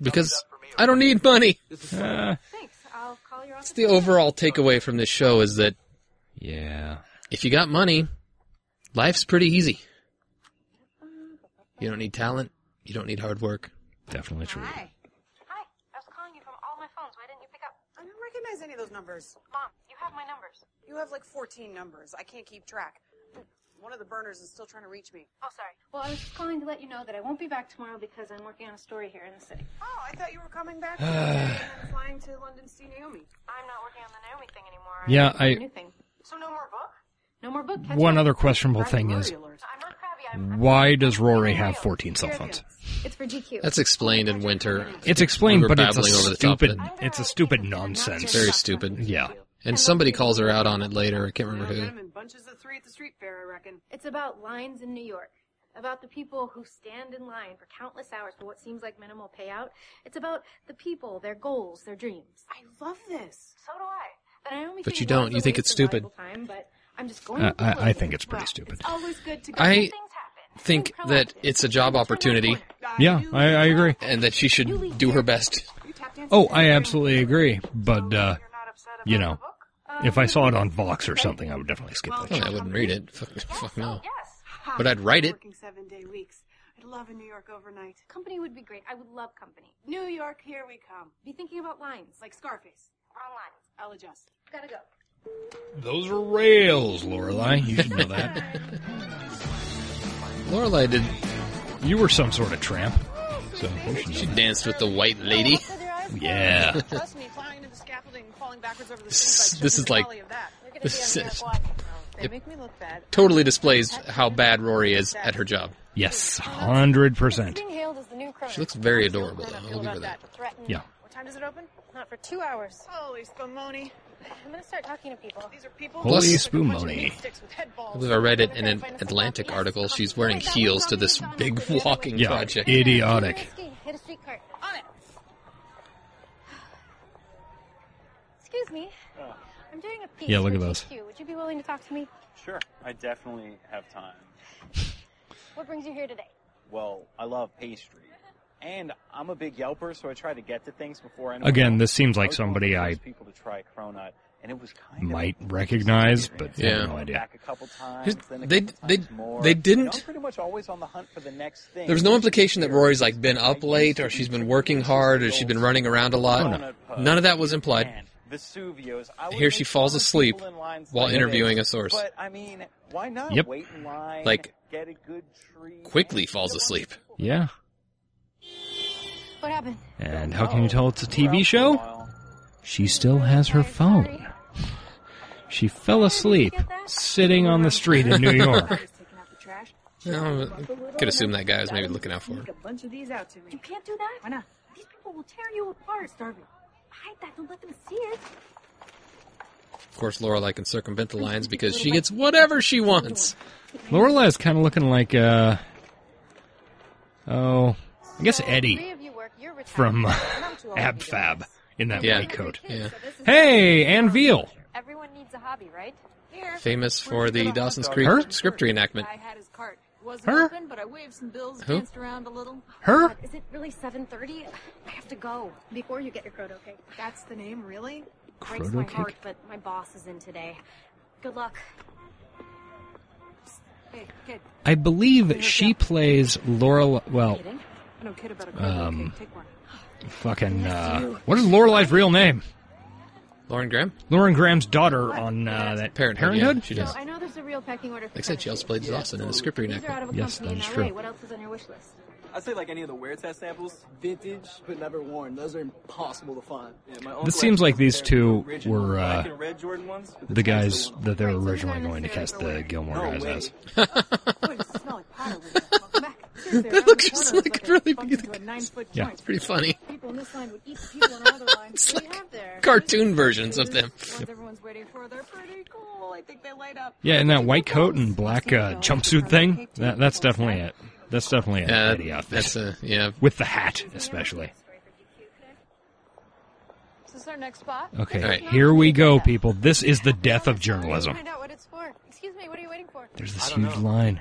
[SPEAKER 3] Because I don't need money.
[SPEAKER 20] Uh, Thanks. I'll call your office.
[SPEAKER 3] It's the overall takeaway from this show is that
[SPEAKER 2] yeah,
[SPEAKER 3] if you got money, life's pretty easy. You don't need talent. You don't need hard work.
[SPEAKER 2] Definitely true.
[SPEAKER 5] Hi, I was calling you from all my phones. Why didn't you pick up? I don't recognize any of those numbers. Mom, you have my numbers. You have like 14 numbers. I can't keep track. One of the burners is still trying to reach me. Oh, sorry.
[SPEAKER 20] Well, I was just calling to let you know that I won't be back tomorrow because I'm working on a story here in the city.
[SPEAKER 5] Oh, I thought you were coming back. I'm flying to London to see Naomi. I'm not working on the Naomi thing anymore. I'm
[SPEAKER 2] Yeah,
[SPEAKER 5] working on
[SPEAKER 2] I-
[SPEAKER 5] a new thing. So no more book?
[SPEAKER 20] No more book. catch
[SPEAKER 2] One
[SPEAKER 20] up.
[SPEAKER 2] other questionable thing is why does Rory have 14 cell phones?
[SPEAKER 20] It's for GQ.
[SPEAKER 3] That's explained in winter.
[SPEAKER 2] It's explained,
[SPEAKER 3] We were
[SPEAKER 2] but it's a
[SPEAKER 3] babbling over the top of
[SPEAKER 2] stupid. It's a stupid nonsense.
[SPEAKER 3] Very stupid.
[SPEAKER 2] Yeah.
[SPEAKER 3] And somebody calls her out on it later. I can't remember who.
[SPEAKER 5] in bunches of three at the street fair, I reckon.
[SPEAKER 20] It's about lines in New York, about the people who stand in line for countless hours for what seems like minimal payout. It's about the people, their goals, their dreams. I love this. So do I. But, I only
[SPEAKER 3] But
[SPEAKER 20] think
[SPEAKER 3] you don't.
[SPEAKER 20] it's
[SPEAKER 3] You
[SPEAKER 20] a
[SPEAKER 3] think
[SPEAKER 20] waste
[SPEAKER 3] it's
[SPEAKER 20] of
[SPEAKER 3] stupid.
[SPEAKER 20] valuable Time, but I'm just going
[SPEAKER 2] Uh,
[SPEAKER 20] with the
[SPEAKER 2] I,
[SPEAKER 20] flow.
[SPEAKER 2] I think it's pretty stupid.
[SPEAKER 20] It's always good to go.
[SPEAKER 3] I think that it's a job opportunity.
[SPEAKER 2] Yeah, I, I agree.
[SPEAKER 3] And that she should do her best.
[SPEAKER 2] Oh, I absolutely agree. But uh, you know,
[SPEAKER 5] Uh,
[SPEAKER 2] if I saw it on Vox
[SPEAKER 3] Uh,
[SPEAKER 2] or something, I would definitely skip
[SPEAKER 3] I mean, I
[SPEAKER 2] that.
[SPEAKER 3] wouldn't read it. Fuck, fuck no.
[SPEAKER 5] Yes.
[SPEAKER 3] But I'd write it.
[SPEAKER 5] Working seven day weeks. I'd love a New York overnight.
[SPEAKER 20] Company would be great. I would love company.
[SPEAKER 5] New York, here we come.
[SPEAKER 20] Be thinking about lines.
[SPEAKER 5] Like Scarface. Wrong lines. I'll adjust.
[SPEAKER 20] Gotta go.
[SPEAKER 2] Those are rails, Lorelai. You should know that.
[SPEAKER 3] Lorelai did.
[SPEAKER 2] You were some sort of tramp. So you should know
[SPEAKER 3] She
[SPEAKER 2] that.
[SPEAKER 3] danced with the white lady.
[SPEAKER 2] Yeah.
[SPEAKER 5] Trust me, flying into the scaffolding and falling backwards over the
[SPEAKER 3] This-
[SPEAKER 5] things I
[SPEAKER 3] this
[SPEAKER 5] took
[SPEAKER 3] is like-
[SPEAKER 5] volley of that. You're gonna
[SPEAKER 3] this
[SPEAKER 5] be on
[SPEAKER 3] is-
[SPEAKER 5] the watch. They
[SPEAKER 3] it
[SPEAKER 5] make me look bad.
[SPEAKER 3] Totally displays how bad Rory is at her job.
[SPEAKER 2] Yes, hundred percent.
[SPEAKER 20] Being hailed as the new crone.
[SPEAKER 3] She looks very adorable, though. I'll give her that.
[SPEAKER 20] Threatened.
[SPEAKER 2] Yeah.
[SPEAKER 20] What time does it open? Not for two hours.
[SPEAKER 5] Holy spumoni.
[SPEAKER 20] I'm gonna start talking to people.
[SPEAKER 5] These are people.
[SPEAKER 3] Plus-
[SPEAKER 2] Holy spumoni.
[SPEAKER 3] I believe I read it in an Atlantic article. She's wearing heels to this big walking
[SPEAKER 2] Yeah,
[SPEAKER 3] project.
[SPEAKER 2] idiotic.
[SPEAKER 20] Hit a streetcar. On it. Excuse me.
[SPEAKER 1] Oh.
[SPEAKER 20] I'm doing a piece.
[SPEAKER 2] Yeah, look
[SPEAKER 20] for
[SPEAKER 2] at those.
[SPEAKER 20] GQ. Would you be willing to talk to me?
[SPEAKER 6] Sure, I definitely have time.
[SPEAKER 20] What brings you here today?
[SPEAKER 6] Well, I love pastry. And I'm a big yelper, so I try to get to things before anyone
[SPEAKER 2] Again,
[SPEAKER 6] else.
[SPEAKER 2] this seems
[SPEAKER 6] I
[SPEAKER 2] like
[SPEAKER 6] was one of
[SPEAKER 2] somebody
[SPEAKER 6] the
[SPEAKER 2] I
[SPEAKER 6] first people to try Cronut, and it was kind of
[SPEAKER 2] might recognize, but I
[SPEAKER 3] Yeah.
[SPEAKER 2] have no idea.
[SPEAKER 6] back a couple times,
[SPEAKER 3] Here's-
[SPEAKER 6] then a
[SPEAKER 3] they-
[SPEAKER 6] couple
[SPEAKER 3] they-
[SPEAKER 6] times more.
[SPEAKER 3] they
[SPEAKER 6] You know,
[SPEAKER 3] didn't-
[SPEAKER 6] I'm pretty much always on the hunt for the next thing.
[SPEAKER 3] There was no implication that Rory's like been up late or she's been working hard or she's been running around a lot. None of that was implied.
[SPEAKER 6] Vesuvios. I would
[SPEAKER 3] Here she
[SPEAKER 6] make
[SPEAKER 3] falls
[SPEAKER 6] fun of
[SPEAKER 3] asleep
[SPEAKER 6] people in lines
[SPEAKER 3] while
[SPEAKER 6] like
[SPEAKER 3] interviewing
[SPEAKER 6] this.
[SPEAKER 3] a source.
[SPEAKER 6] But I mean, why not
[SPEAKER 3] Yep.
[SPEAKER 6] wait in line?
[SPEAKER 3] Like-
[SPEAKER 6] get a good treat.
[SPEAKER 3] Quickly falls asleep.
[SPEAKER 2] Yeah.
[SPEAKER 20] What happened?
[SPEAKER 2] And how can you tell it's a TV show? She still has her phone. She fell asleep sitting on the street in New York.
[SPEAKER 3] No, Oh, could assume that guy was maybe looking out for her.
[SPEAKER 1] a bunch of these out to me. You can't do that. Why not? These people will tear you apart. Starving. Hide that. Don't let them see it.
[SPEAKER 3] Of course, Lorelai can circumvent the lines because she gets whatever she wants.
[SPEAKER 2] Lorelai is kind of looking like, uh, oh, I guess
[SPEAKER 20] Three
[SPEAKER 2] Eddie
[SPEAKER 20] of you work. You're retired.
[SPEAKER 2] from uh,
[SPEAKER 20] And I'm too old to
[SPEAKER 2] Ab
[SPEAKER 20] be doing
[SPEAKER 2] Fab in that
[SPEAKER 3] Yeah.
[SPEAKER 2] white coat.
[SPEAKER 3] Yeah.
[SPEAKER 2] Hey, Ann Veal.
[SPEAKER 20] this. Everyone needs a hobby, right? Here.
[SPEAKER 3] Famous for the Dawson's Creek
[SPEAKER 2] Her?
[SPEAKER 3] script reenactment.
[SPEAKER 20] had his cart. Wasn't
[SPEAKER 3] Her?
[SPEAKER 20] open, but I waved some bills,
[SPEAKER 3] Who? danced
[SPEAKER 20] around a little.
[SPEAKER 3] Her?
[SPEAKER 20] Is it really 7.30? I have to go.
[SPEAKER 1] Before you get your Croto cake.
[SPEAKER 20] That's the name, really?
[SPEAKER 1] Breaks
[SPEAKER 2] Croto
[SPEAKER 1] my
[SPEAKER 2] cake?
[SPEAKER 1] heart, but my boss is in today. Good luck.
[SPEAKER 5] Hey, kid.
[SPEAKER 2] I believe she plays Lorelai. Well,
[SPEAKER 5] Kidding? I don't kid about a
[SPEAKER 2] Um,
[SPEAKER 5] cookie. Take one.
[SPEAKER 2] fucking. Uh, what is Lorelai's real name?
[SPEAKER 3] Lauren Graham?
[SPEAKER 2] Lauren Graham's daughter on uh, that
[SPEAKER 3] Parenthood,
[SPEAKER 2] Parenthood.
[SPEAKER 3] yeah, she does.
[SPEAKER 20] So I know there's a real pecking order for
[SPEAKER 3] Like I said, she also played Dawson in the script
[SPEAKER 20] These are out
[SPEAKER 3] reenactment.
[SPEAKER 20] of a
[SPEAKER 2] Yes,
[SPEAKER 20] company
[SPEAKER 2] that is
[SPEAKER 20] in LA.
[SPEAKER 2] true.
[SPEAKER 20] What else is on your wish list?
[SPEAKER 7] I'd say like any of the wear test samples, vintage but never worn. Those are impossible to find. Yeah, my uncle
[SPEAKER 2] This seems like
[SPEAKER 7] actually
[SPEAKER 2] these
[SPEAKER 7] has
[SPEAKER 2] two
[SPEAKER 7] original
[SPEAKER 2] were
[SPEAKER 7] black
[SPEAKER 2] uh,
[SPEAKER 7] and red Jordan ones,
[SPEAKER 2] the
[SPEAKER 7] but tag's
[SPEAKER 2] guys
[SPEAKER 7] still on
[SPEAKER 2] that they were originally going to cast the Gilmore
[SPEAKER 7] No
[SPEAKER 2] guys
[SPEAKER 7] way.
[SPEAKER 2] as.
[SPEAKER 3] That looks just like it really
[SPEAKER 2] Yeah.
[SPEAKER 3] It's pretty funny.
[SPEAKER 20] People in this line would eat the people in all the lines we have there.
[SPEAKER 3] Cartoon versions of them.
[SPEAKER 5] Ones everyone's waiting for. They're pretty cool. I think they light up.
[SPEAKER 2] Yeah, and that white coat and black uh, jumpsuit thing. That, that's definitely it. That's definitely it.
[SPEAKER 3] Yeah,
[SPEAKER 2] Eddie outfit.
[SPEAKER 3] Uh, that's a yeah.
[SPEAKER 2] With the hat, especially.
[SPEAKER 20] Is this our next spot?
[SPEAKER 2] Oh. Okay, here we go, people. This is the death of journalism.
[SPEAKER 20] Find out what it's for. Excuse me, what are you waiting for?
[SPEAKER 2] There's this huge line.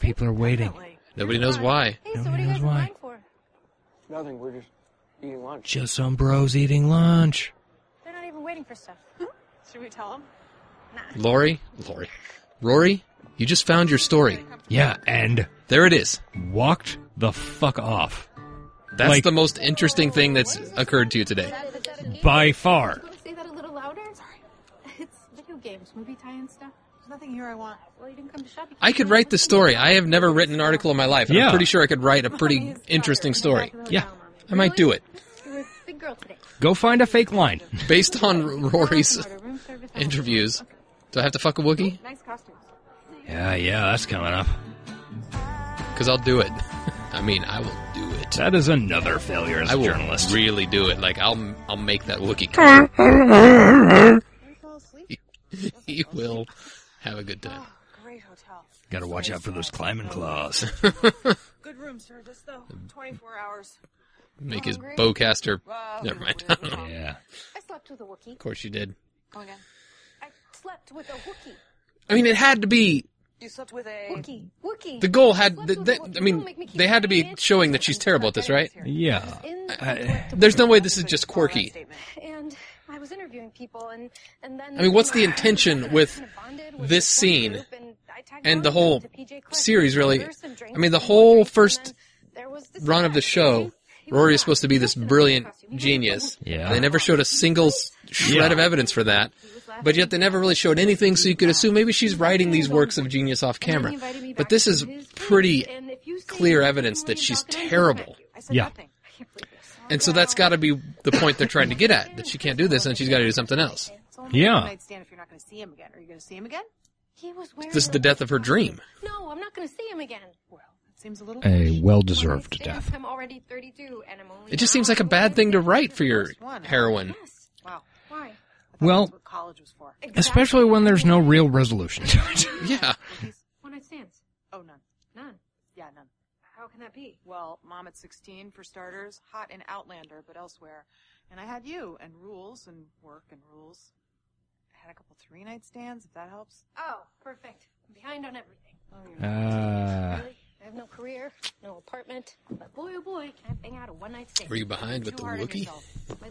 [SPEAKER 2] People are waiting.
[SPEAKER 3] Nobody knows why.
[SPEAKER 2] Nobody knows why.
[SPEAKER 23] for? Nothing. We're just eating lunch.
[SPEAKER 2] Just some bros eating lunch.
[SPEAKER 23] They're not even waiting for stuff.
[SPEAKER 5] Should we tell them?
[SPEAKER 3] Lori, Lori, Rory, you just found your story.
[SPEAKER 2] Yeah, and
[SPEAKER 3] there it is.
[SPEAKER 2] Walked the fuck off.
[SPEAKER 3] That's
[SPEAKER 2] Like-
[SPEAKER 3] the most interesting thing that's occurred to you today.
[SPEAKER 2] By far.
[SPEAKER 20] Want to say that a little louder? Sorry. It's video games, movie tie-in stuff. There's nothing here I want. Well, you didn't come to shopping.
[SPEAKER 3] I could write the story. I have never written an article in my life. and
[SPEAKER 2] Yeah.
[SPEAKER 3] I'm pretty sure I could write a pretty interesting story.
[SPEAKER 2] Yeah.
[SPEAKER 3] I might do it.
[SPEAKER 20] You were a big girl today.
[SPEAKER 2] Go find a fake line.
[SPEAKER 3] Based on Rory's interviews, do I have to fuck a Wookiee?
[SPEAKER 5] Nice costumes.
[SPEAKER 2] Yeah, yeah, that's coming up.
[SPEAKER 3] Because I'll do it. I mean, I will do it.
[SPEAKER 2] That is another failure as
[SPEAKER 3] I
[SPEAKER 2] a
[SPEAKER 3] will
[SPEAKER 2] journalist.
[SPEAKER 3] really do it. Like I'll I'll make that Wookiee. he will have a good time.
[SPEAKER 5] Great hotel.
[SPEAKER 2] Gotta watch out for those climbing claws.
[SPEAKER 5] Good room service though.
[SPEAKER 2] Uh,
[SPEAKER 5] 24 hours.
[SPEAKER 3] Make his bowcaster.
[SPEAKER 5] Wow.
[SPEAKER 3] Never mind.
[SPEAKER 2] yeah.
[SPEAKER 21] I slept with a Wookiee.
[SPEAKER 3] Of course you did.
[SPEAKER 21] Go again. I slept with a Wookiee.
[SPEAKER 3] I mean, it had to be
[SPEAKER 5] You slept with a
[SPEAKER 21] Wookiee. Wookiee.
[SPEAKER 3] the goal. Had th th- I mean, they had to be showing that she's terrible at this, right?
[SPEAKER 2] Yeah.
[SPEAKER 3] I- there's no way this is just quirky.
[SPEAKER 20] And I was interviewing people, and and then
[SPEAKER 3] I mean, what's the intention with this scene and the whole series? Really, I mean, the whole first run of the show, Rory is supposed to be this brilliant genius.
[SPEAKER 2] Yeah.
[SPEAKER 3] They never showed a single s- shred of evidence for that, but yet they never really showed anything. So you could assume maybe she's writing these works of genius off camera. But this is pretty clear evidence that she's terrible.
[SPEAKER 2] Yeah.
[SPEAKER 3] And so that's got to be the point they're trying to get at that she can't do this and she's got to do something else.
[SPEAKER 5] It's only
[SPEAKER 3] Yeah.
[SPEAKER 5] one night stand if you're not going to see him again. Are you going to see him again?
[SPEAKER 20] He was wearing.
[SPEAKER 3] This is the death of her dream.
[SPEAKER 20] No, I'm not going to see him again. Well,
[SPEAKER 5] that seems a little.
[SPEAKER 2] A well deserved
[SPEAKER 20] Since
[SPEAKER 2] death.
[SPEAKER 20] I'm already 32, and I'm only.
[SPEAKER 3] It just seems like a bad thing to write for your heroine.
[SPEAKER 5] Wow. Why?
[SPEAKER 2] Well,
[SPEAKER 5] College was for.
[SPEAKER 2] especially when there's no real resolution to it.
[SPEAKER 3] Yeah.
[SPEAKER 20] One night stands.
[SPEAKER 5] Oh, none.
[SPEAKER 20] None.
[SPEAKER 5] Yeah, none.
[SPEAKER 20] How can that be?
[SPEAKER 5] Well, mom at 16 for starters, hot in Outlander, but elsewhere. And I had you and rules and work and rules. I had a couple three night stands, if that helps.
[SPEAKER 20] Oh, perfect. I'm behind on everything. Oh,
[SPEAKER 2] Ah.
[SPEAKER 20] Really? I have no career, no apartment, but boy oh boy, can I bang out a one night stand.
[SPEAKER 3] Were you behind with the Wookiee?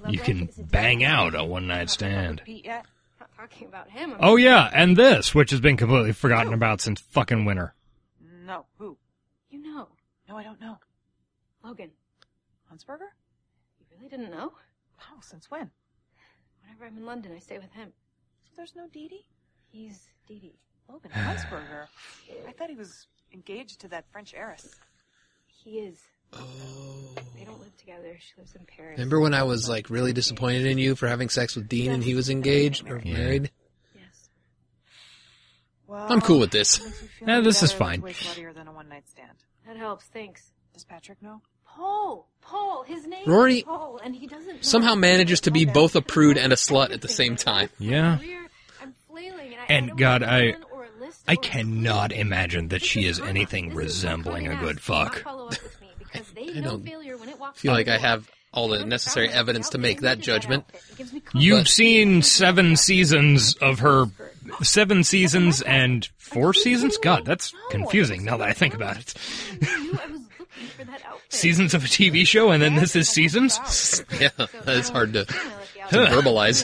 [SPEAKER 2] You can bang out a one night stand.
[SPEAKER 20] Pete yet? Not talking about him. I'm
[SPEAKER 2] Oh, yeah, and this, which has been completely forgotten about since fucking winter.
[SPEAKER 5] No, who?
[SPEAKER 20] You know.
[SPEAKER 5] No, I don't know.
[SPEAKER 20] Logan,
[SPEAKER 5] Huntsberger?
[SPEAKER 20] you really didn't know?
[SPEAKER 5] Wow, since when?
[SPEAKER 20] Whenever I'm in London, I stay with him.
[SPEAKER 5] So there's no Dee Dee?
[SPEAKER 20] He's Dee Dee.
[SPEAKER 5] Logan Huntsberger. I thought he was engaged to that French heiress.
[SPEAKER 20] He is. Oh. They don't live together. She lives in Paris.
[SPEAKER 3] Remember when I was like really disappointed in you for having sex with Dean and he was engaged or
[SPEAKER 2] Yeah.
[SPEAKER 3] married?
[SPEAKER 5] Well,
[SPEAKER 3] I'm cool with this.
[SPEAKER 2] No, this is fine.
[SPEAKER 5] Way bloodier than a one night stand.
[SPEAKER 20] That helps. Thanks.
[SPEAKER 5] Does Patrick know?
[SPEAKER 20] Paul. Paul. His name
[SPEAKER 3] Rory
[SPEAKER 20] is Paul, and he doesn't know.
[SPEAKER 3] Somehow manages to be both a prude and a slut at the same time.
[SPEAKER 2] Yeah.
[SPEAKER 20] I'm flailing, and I,
[SPEAKER 2] And God, I I cannot imagine that she is anything resembling a good fuck.
[SPEAKER 20] because they
[SPEAKER 3] I
[SPEAKER 20] know
[SPEAKER 3] don't
[SPEAKER 20] failure when it walks.
[SPEAKER 3] feel like I have all the necessary evidence to make that judgment.
[SPEAKER 2] You've seen seven seasons of her, seven seasons and four seasons. God, that's confusing now that I think about it. seasons of a TV show, and then this is seasons.
[SPEAKER 3] Yeah, that is hard to, to
[SPEAKER 2] Huh.
[SPEAKER 3] verbalize.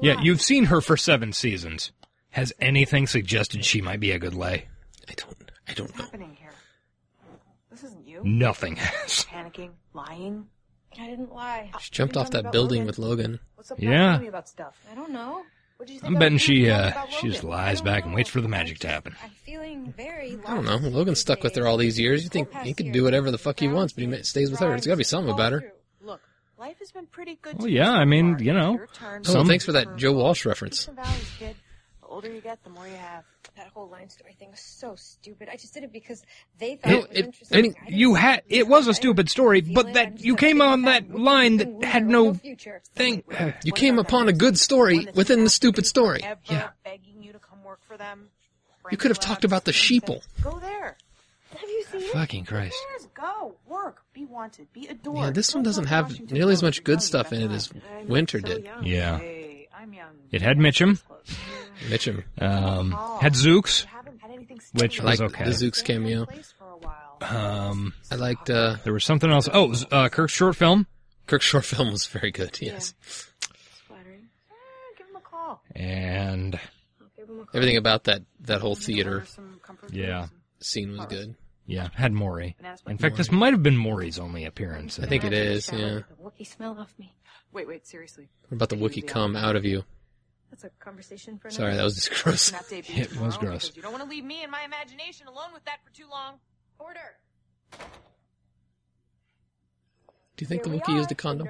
[SPEAKER 2] Yeah, you've seen her for seven seasons. Has anything suggested she might be a good lay?
[SPEAKER 3] I don't know.
[SPEAKER 5] Happening here. This isn't you.
[SPEAKER 2] Nothing.
[SPEAKER 5] Panicking, lying.
[SPEAKER 20] I didn't lie.
[SPEAKER 3] She jumped off that building with Logan.
[SPEAKER 5] What's up?
[SPEAKER 2] Yeah.
[SPEAKER 5] me about stuff.
[SPEAKER 20] I don't know. What did you
[SPEAKER 2] I'm betting she uh, she just lies back and waits for the magic to happen.
[SPEAKER 20] I'm feeling very.
[SPEAKER 3] I don't know. Logan's stuck with her all these years. You think he could do whatever the fuck he wants, but he ma- stays with her. It's got to be something about her.
[SPEAKER 5] Look, life has been pretty good.
[SPEAKER 2] Well,
[SPEAKER 5] to
[SPEAKER 2] yeah,
[SPEAKER 5] me
[SPEAKER 2] I
[SPEAKER 5] so
[SPEAKER 2] mean,
[SPEAKER 5] far.
[SPEAKER 2] you know,
[SPEAKER 5] Your turn.
[SPEAKER 3] Oh, thanks for that Joe Walsh reference.
[SPEAKER 5] Some values, kid. The older you get, the more you have.
[SPEAKER 20] That whole line story thing was so stupid. I just did it because they thought
[SPEAKER 2] It, it, I mean, you had it was a stupid story, but that you came on that line that had no thing.
[SPEAKER 3] You came upon a good story within the stupid story.
[SPEAKER 5] Yeah. Begging you to come work for them.
[SPEAKER 3] You could have talked about the sheeple.
[SPEAKER 5] Go there. Have you seen it?
[SPEAKER 3] Fucking Christ.
[SPEAKER 5] Who cares? Go work. Be wanted. Be adored.
[SPEAKER 3] Yeah, this one doesn't have nearly as much good stuff in it as Winter did.
[SPEAKER 2] Yeah,
[SPEAKER 5] Hey, I'm young.
[SPEAKER 2] it had Mitchum.
[SPEAKER 3] Mitchum.
[SPEAKER 2] Um,
[SPEAKER 5] Oh.
[SPEAKER 2] had Zooks, which
[SPEAKER 3] I liked
[SPEAKER 2] was okay.
[SPEAKER 3] the Zooks cameo.
[SPEAKER 2] Um,
[SPEAKER 3] I liked. Uh,
[SPEAKER 5] Eh,
[SPEAKER 2] there was something else. Oh, Z- uh, Kirk's short film.
[SPEAKER 3] Kirk's short film was very good. Yes,
[SPEAKER 2] and
[SPEAKER 3] everything about that that whole theater
[SPEAKER 2] yeah,
[SPEAKER 3] scene was good.
[SPEAKER 2] yeah, had Maury. In fact,
[SPEAKER 3] Maury.
[SPEAKER 2] this might have been Maury's only appearance. in
[SPEAKER 3] I think it is. Yeah.
[SPEAKER 25] The Wookiee smell off me.
[SPEAKER 5] Wait, wait, seriously.
[SPEAKER 3] What about the Wookiee come out of you?
[SPEAKER 25] That's a conversation for
[SPEAKER 3] Sorry, that was just gross.
[SPEAKER 5] Snap date
[SPEAKER 3] It was
[SPEAKER 5] tomorrow,
[SPEAKER 3] gross.
[SPEAKER 5] because You don't want to leave me and my imagination alone with that for too long. Order.
[SPEAKER 3] Do you think the Wookiee used a condom?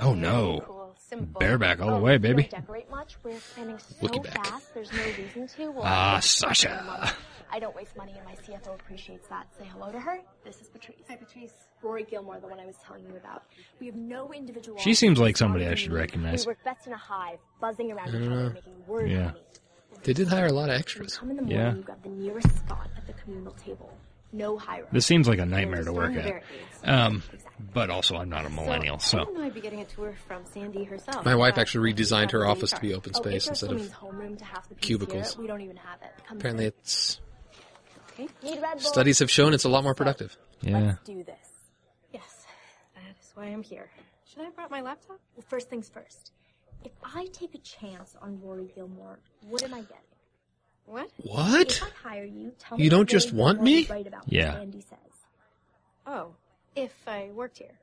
[SPEAKER 2] Oh no, bareback all the way, baby.
[SPEAKER 20] Oh, Decorate much. We're planning so
[SPEAKER 2] Wookie back.
[SPEAKER 20] fast. There's no reason to. We'll
[SPEAKER 2] Ah,
[SPEAKER 20] have to spend
[SPEAKER 2] Sasha.
[SPEAKER 20] a month. I don't waste money, and my CFO appreciates that. Say hello to her. This is Patrice. Hi, Patrice. Rory Gilmore, the one I was telling you about. We have no individual.
[SPEAKER 2] She seems like somebody I should
[SPEAKER 20] We
[SPEAKER 2] recognize. Uh,
[SPEAKER 20] work best in a hive, buzzing
[SPEAKER 3] I
[SPEAKER 20] around each
[SPEAKER 3] don't
[SPEAKER 20] other,
[SPEAKER 3] know.
[SPEAKER 20] making word
[SPEAKER 2] Yeah.
[SPEAKER 20] money.
[SPEAKER 3] They did hire a lot of extras.
[SPEAKER 20] Come in the morning,
[SPEAKER 2] Yeah.
[SPEAKER 20] you grab the nearest spot at the communal table. No hierarchy.
[SPEAKER 2] This seems like a nightmare to work at. Um, but also, I'm not a millennial,
[SPEAKER 26] I
[SPEAKER 2] so
[SPEAKER 26] know I'd be getting a tour from Sandy herself.
[SPEAKER 3] My wife
[SPEAKER 26] but-
[SPEAKER 3] actually redesigned her office to be open
[SPEAKER 20] Uh, Oh,
[SPEAKER 3] space
[SPEAKER 20] if there's
[SPEAKER 3] instead of
[SPEAKER 20] someone's homeroom to half the piece
[SPEAKER 3] cubicles.
[SPEAKER 20] Here, we don't even have it. Come
[SPEAKER 3] Apparently,
[SPEAKER 20] sit.
[SPEAKER 3] it's
[SPEAKER 20] Okay. Need Red Bull?
[SPEAKER 3] studies have shown it's a lot more productive.
[SPEAKER 2] Yeah.
[SPEAKER 20] do this. Yes, that is why I'm here. Should I have brought my laptop? Well, first things first. If I take a chance on Rory Gilmore, what am I getting? What?
[SPEAKER 3] What?
[SPEAKER 20] If I hire you, tell
[SPEAKER 3] You
[SPEAKER 20] me
[SPEAKER 3] don't
[SPEAKER 20] what
[SPEAKER 3] just
[SPEAKER 20] Rory
[SPEAKER 3] want
[SPEAKER 20] Gilmore
[SPEAKER 3] me?
[SPEAKER 20] is Right about
[SPEAKER 2] Yeah.
[SPEAKER 20] What Andy says. Oh, if I worked here,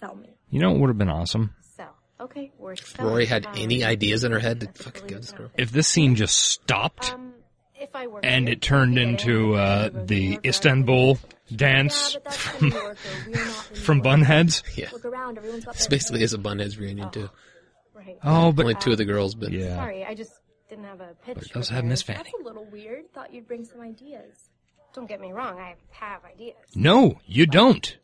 [SPEAKER 20] sell me.
[SPEAKER 2] you know it would have been awesome
[SPEAKER 20] Sell. Okay, Um, worth.
[SPEAKER 3] If Rory had any ideas in her head to fucking go to this girl.
[SPEAKER 2] if this scene just stopped
[SPEAKER 20] Um, If I worked
[SPEAKER 2] and it turned into uh, the Istanbul dance from from Bunheads.
[SPEAKER 3] Yeah.
[SPEAKER 20] Look around. Everyone's got
[SPEAKER 3] This
[SPEAKER 20] their
[SPEAKER 3] basically is a Bunheads reunion too.
[SPEAKER 20] Right.
[SPEAKER 2] Oh, but
[SPEAKER 3] only two of the girls, but
[SPEAKER 20] Sorry, I just didn't have a pitch.
[SPEAKER 3] But it does have Miss
[SPEAKER 20] prepared.
[SPEAKER 3] Fanning.
[SPEAKER 20] That's a little weird. Thought you'd bring some ideas. Don't get me wrong, I have ideas.
[SPEAKER 2] No, you don't.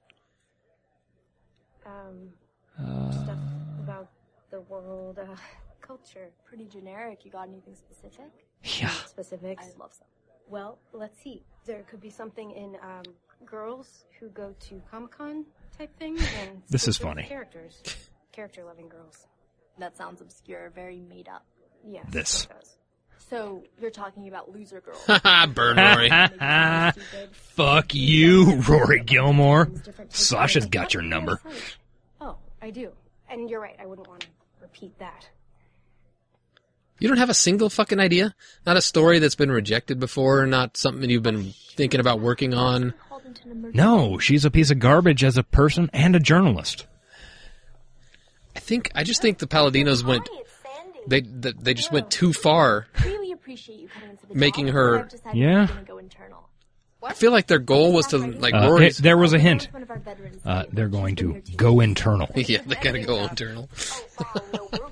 [SPEAKER 20] Um,
[SPEAKER 2] Uh,
[SPEAKER 20] stuff about the world, uh, culture. Pretty generic. You got anything specific?
[SPEAKER 2] Yeah.
[SPEAKER 20] Specifics. I love some.
[SPEAKER 26] Well, let's see. There could be something in um, girls who go to Comic Con type thing. And
[SPEAKER 2] This is
[SPEAKER 26] specific
[SPEAKER 2] funny.
[SPEAKER 26] Characters, character loving girls.
[SPEAKER 20] That sounds obscure. Very made up.
[SPEAKER 26] Yes.
[SPEAKER 2] this.
[SPEAKER 20] So you're talking about loser girls.
[SPEAKER 2] Burn Rory. Fuck you, Rory Gilmore. Sasha's got your number.
[SPEAKER 26] Oh, I do. And you're right. I wouldn't want to repeat that.
[SPEAKER 3] You don't have a single fucking idea? Not a story that's been rejected before, not something you've been thinking about working on.
[SPEAKER 2] No, she's a piece of garbage as a person and a journalist.
[SPEAKER 3] I think I just think the Paladinos went they they, they just went too far.
[SPEAKER 20] really appreciate you coming into the
[SPEAKER 3] Making
[SPEAKER 20] job,
[SPEAKER 3] her-
[SPEAKER 20] but I've decided
[SPEAKER 2] Yeah.
[SPEAKER 20] I'm gonna go internal.
[SPEAKER 3] I feel like their goal was to like
[SPEAKER 2] Uh,
[SPEAKER 3] Rory's
[SPEAKER 2] it- there was a hint. Uh, they're going to go internal.
[SPEAKER 3] yeah, they gotta go internal.
[SPEAKER 26] Oh,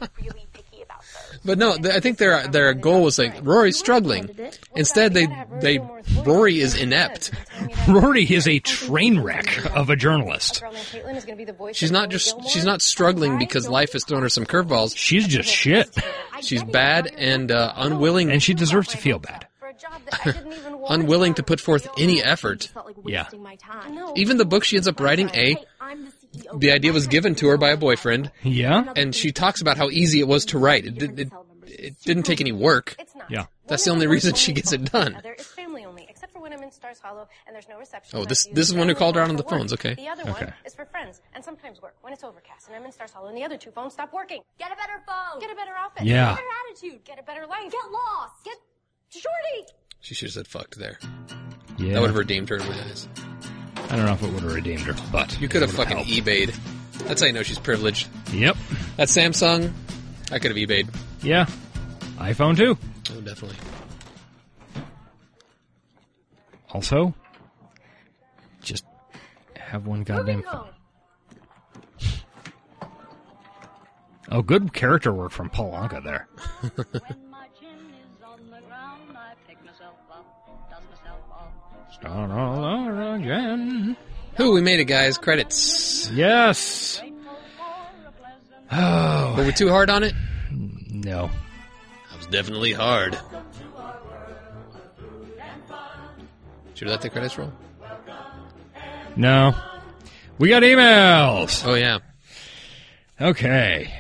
[SPEAKER 3] but no, th- I think their their goal was like Rory's struggling. Instead, they they Rory is inept.
[SPEAKER 2] Rory is a train wreck of a journalist.
[SPEAKER 26] Caitlin is going to be the voice.
[SPEAKER 3] She's not just she's not struggling because life has thrown her some curveballs.
[SPEAKER 2] She's just shit.
[SPEAKER 3] She's bad and uh, unwilling,
[SPEAKER 2] and she deserves to feel bad.
[SPEAKER 3] unwilling to put forth any effort.
[SPEAKER 2] Yeah.
[SPEAKER 3] Even the book she ends up writing, a the idea was given to her by a boyfriend.
[SPEAKER 2] Yeah,
[SPEAKER 3] and she talks about how easy it was to write. It, did, it, it didn't take any work.
[SPEAKER 2] Yeah.
[SPEAKER 3] That's the only reason she gets it done.
[SPEAKER 26] There is family only, except for when I'm in Stars Hollow and there's no reception.
[SPEAKER 3] Oh,
[SPEAKER 26] and I
[SPEAKER 3] this
[SPEAKER 26] have to
[SPEAKER 3] this
[SPEAKER 26] use
[SPEAKER 3] is the one who
[SPEAKER 26] family
[SPEAKER 3] called her out
[SPEAKER 26] phone
[SPEAKER 3] on the
[SPEAKER 26] for work.
[SPEAKER 3] phones. Okay.
[SPEAKER 26] The other one is for friends and sometimes work when it's overcast and I'm in Stars Hollow and the other two phones stop working. Get a better phone. Get a better office.
[SPEAKER 3] Yeah.
[SPEAKER 26] Get a better attitude. Get a better life. Get lost. Get shorty.
[SPEAKER 3] She should have said fucked there.
[SPEAKER 2] Yeah.
[SPEAKER 3] That would have redeemed her in my eyes.
[SPEAKER 2] I don't know if it would have redeemed her, but
[SPEAKER 3] You could have
[SPEAKER 2] it
[SPEAKER 3] fucking e-
[SPEAKER 2] would've
[SPEAKER 3] eBayed. That's how you know she's privileged.
[SPEAKER 2] Yep.
[SPEAKER 3] That Samsung, I could have eBayed.
[SPEAKER 2] helped. Yeah, iPhone too.
[SPEAKER 3] Oh, definitely.
[SPEAKER 2] Also, just have one goddamn. phone. Oh, good character work from Paul Anka there. Start all over again.
[SPEAKER 3] Who we made it, guys? Credits.
[SPEAKER 2] Yes. Oh.
[SPEAKER 3] Were we too hard on it?
[SPEAKER 2] No.
[SPEAKER 3] I was definitely hard. Should I let the credits roll?
[SPEAKER 2] No. We got emails.
[SPEAKER 3] Oh yeah.
[SPEAKER 2] Okay.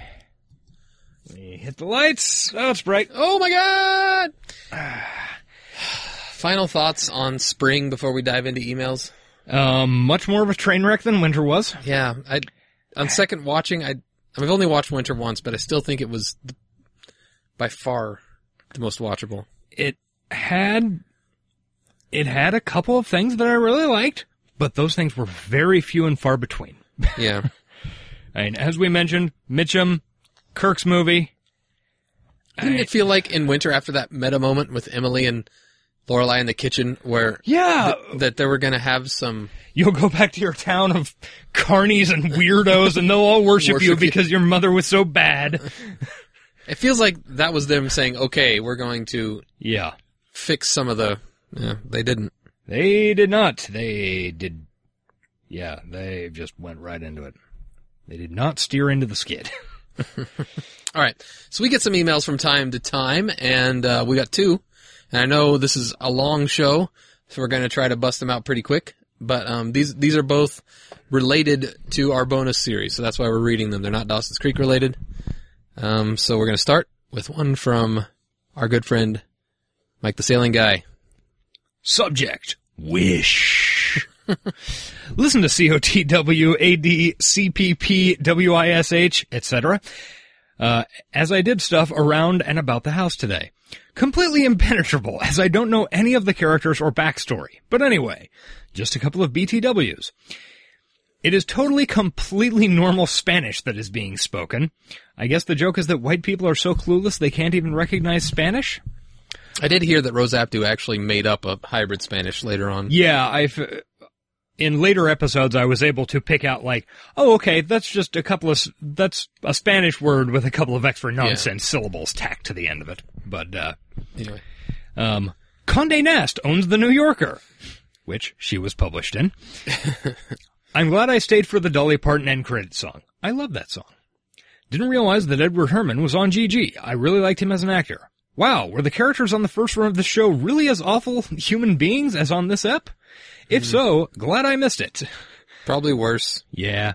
[SPEAKER 2] You hit the lights. Oh, it's bright.
[SPEAKER 3] Oh my god! Final thoughts on spring before we dive into emails.
[SPEAKER 2] Um, much more of a train wreck than winter was.
[SPEAKER 3] Yeah, I on second watching, I I've only watched Winter once, but I still think it was th- by far the most watchable.
[SPEAKER 2] It had it had a couple of things that I really liked, but those things were very few and far between.
[SPEAKER 3] Yeah.
[SPEAKER 2] And as we mentioned, Mitchum, Kirk's movie.
[SPEAKER 3] Didn't it feel like in Winter after that meta moment with Emily and Lorelai in the kitchen where
[SPEAKER 2] Yeah.
[SPEAKER 3] th- that they were going to have some
[SPEAKER 2] You'll go back to your town of carnies and weirdos and they'll all worship, you
[SPEAKER 3] Worship you.
[SPEAKER 2] because your mother was so bad.
[SPEAKER 3] It feels like that was them saying, "Okay, we're going to
[SPEAKER 2] yeah
[SPEAKER 3] fix some of the." Yeah, they didn't.
[SPEAKER 2] They did not. They did. Yeah, they just went right into it. They did not steer into the skid.
[SPEAKER 3] All right, so we get some emails from time to time, and uh, we got two. And I know this is a long show, so we're going to try to bust them out pretty quick. But um, these these are both related to our bonus series, so that's why we're reading them. They're not Dawson's Creek related. Um, so we're going to start with one from our good friend Mike the Sailing Guy.
[SPEAKER 2] Subject Wish. Listen to COTWADCPPWISH, etc. Uh, as I did stuff around and about the house today. Completely impenetrable, as I don't know any of the characters or backstory. But anyway, just a couple of BTWs. It is totally completely normal Spanish that is being spoken. I guess the joke is that white people are so clueless they can't even recognize Spanish?
[SPEAKER 3] I did hear that Rose Aptu actually made up a hybrid Spanish later on.
[SPEAKER 2] Yeah, I've in later episodes I was able to pick out like, oh, okay, that's just a couple of s- that's a Spanish word with a couple of extra nonsense syllables tacked to the end of it. But uh,
[SPEAKER 3] anyway,
[SPEAKER 2] um, Condé Nast owns the New Yorker, which she was published in. I'm glad I stayed for the Dolly Parton end credit song. I love that song. Didn't realize that Edward Herman was on GG. I really liked him as an actor. Wow, were the characters on the first run of the show really as awful human beings as on this ep? If so, glad I missed it.
[SPEAKER 3] Probably worse.
[SPEAKER 2] Yeah.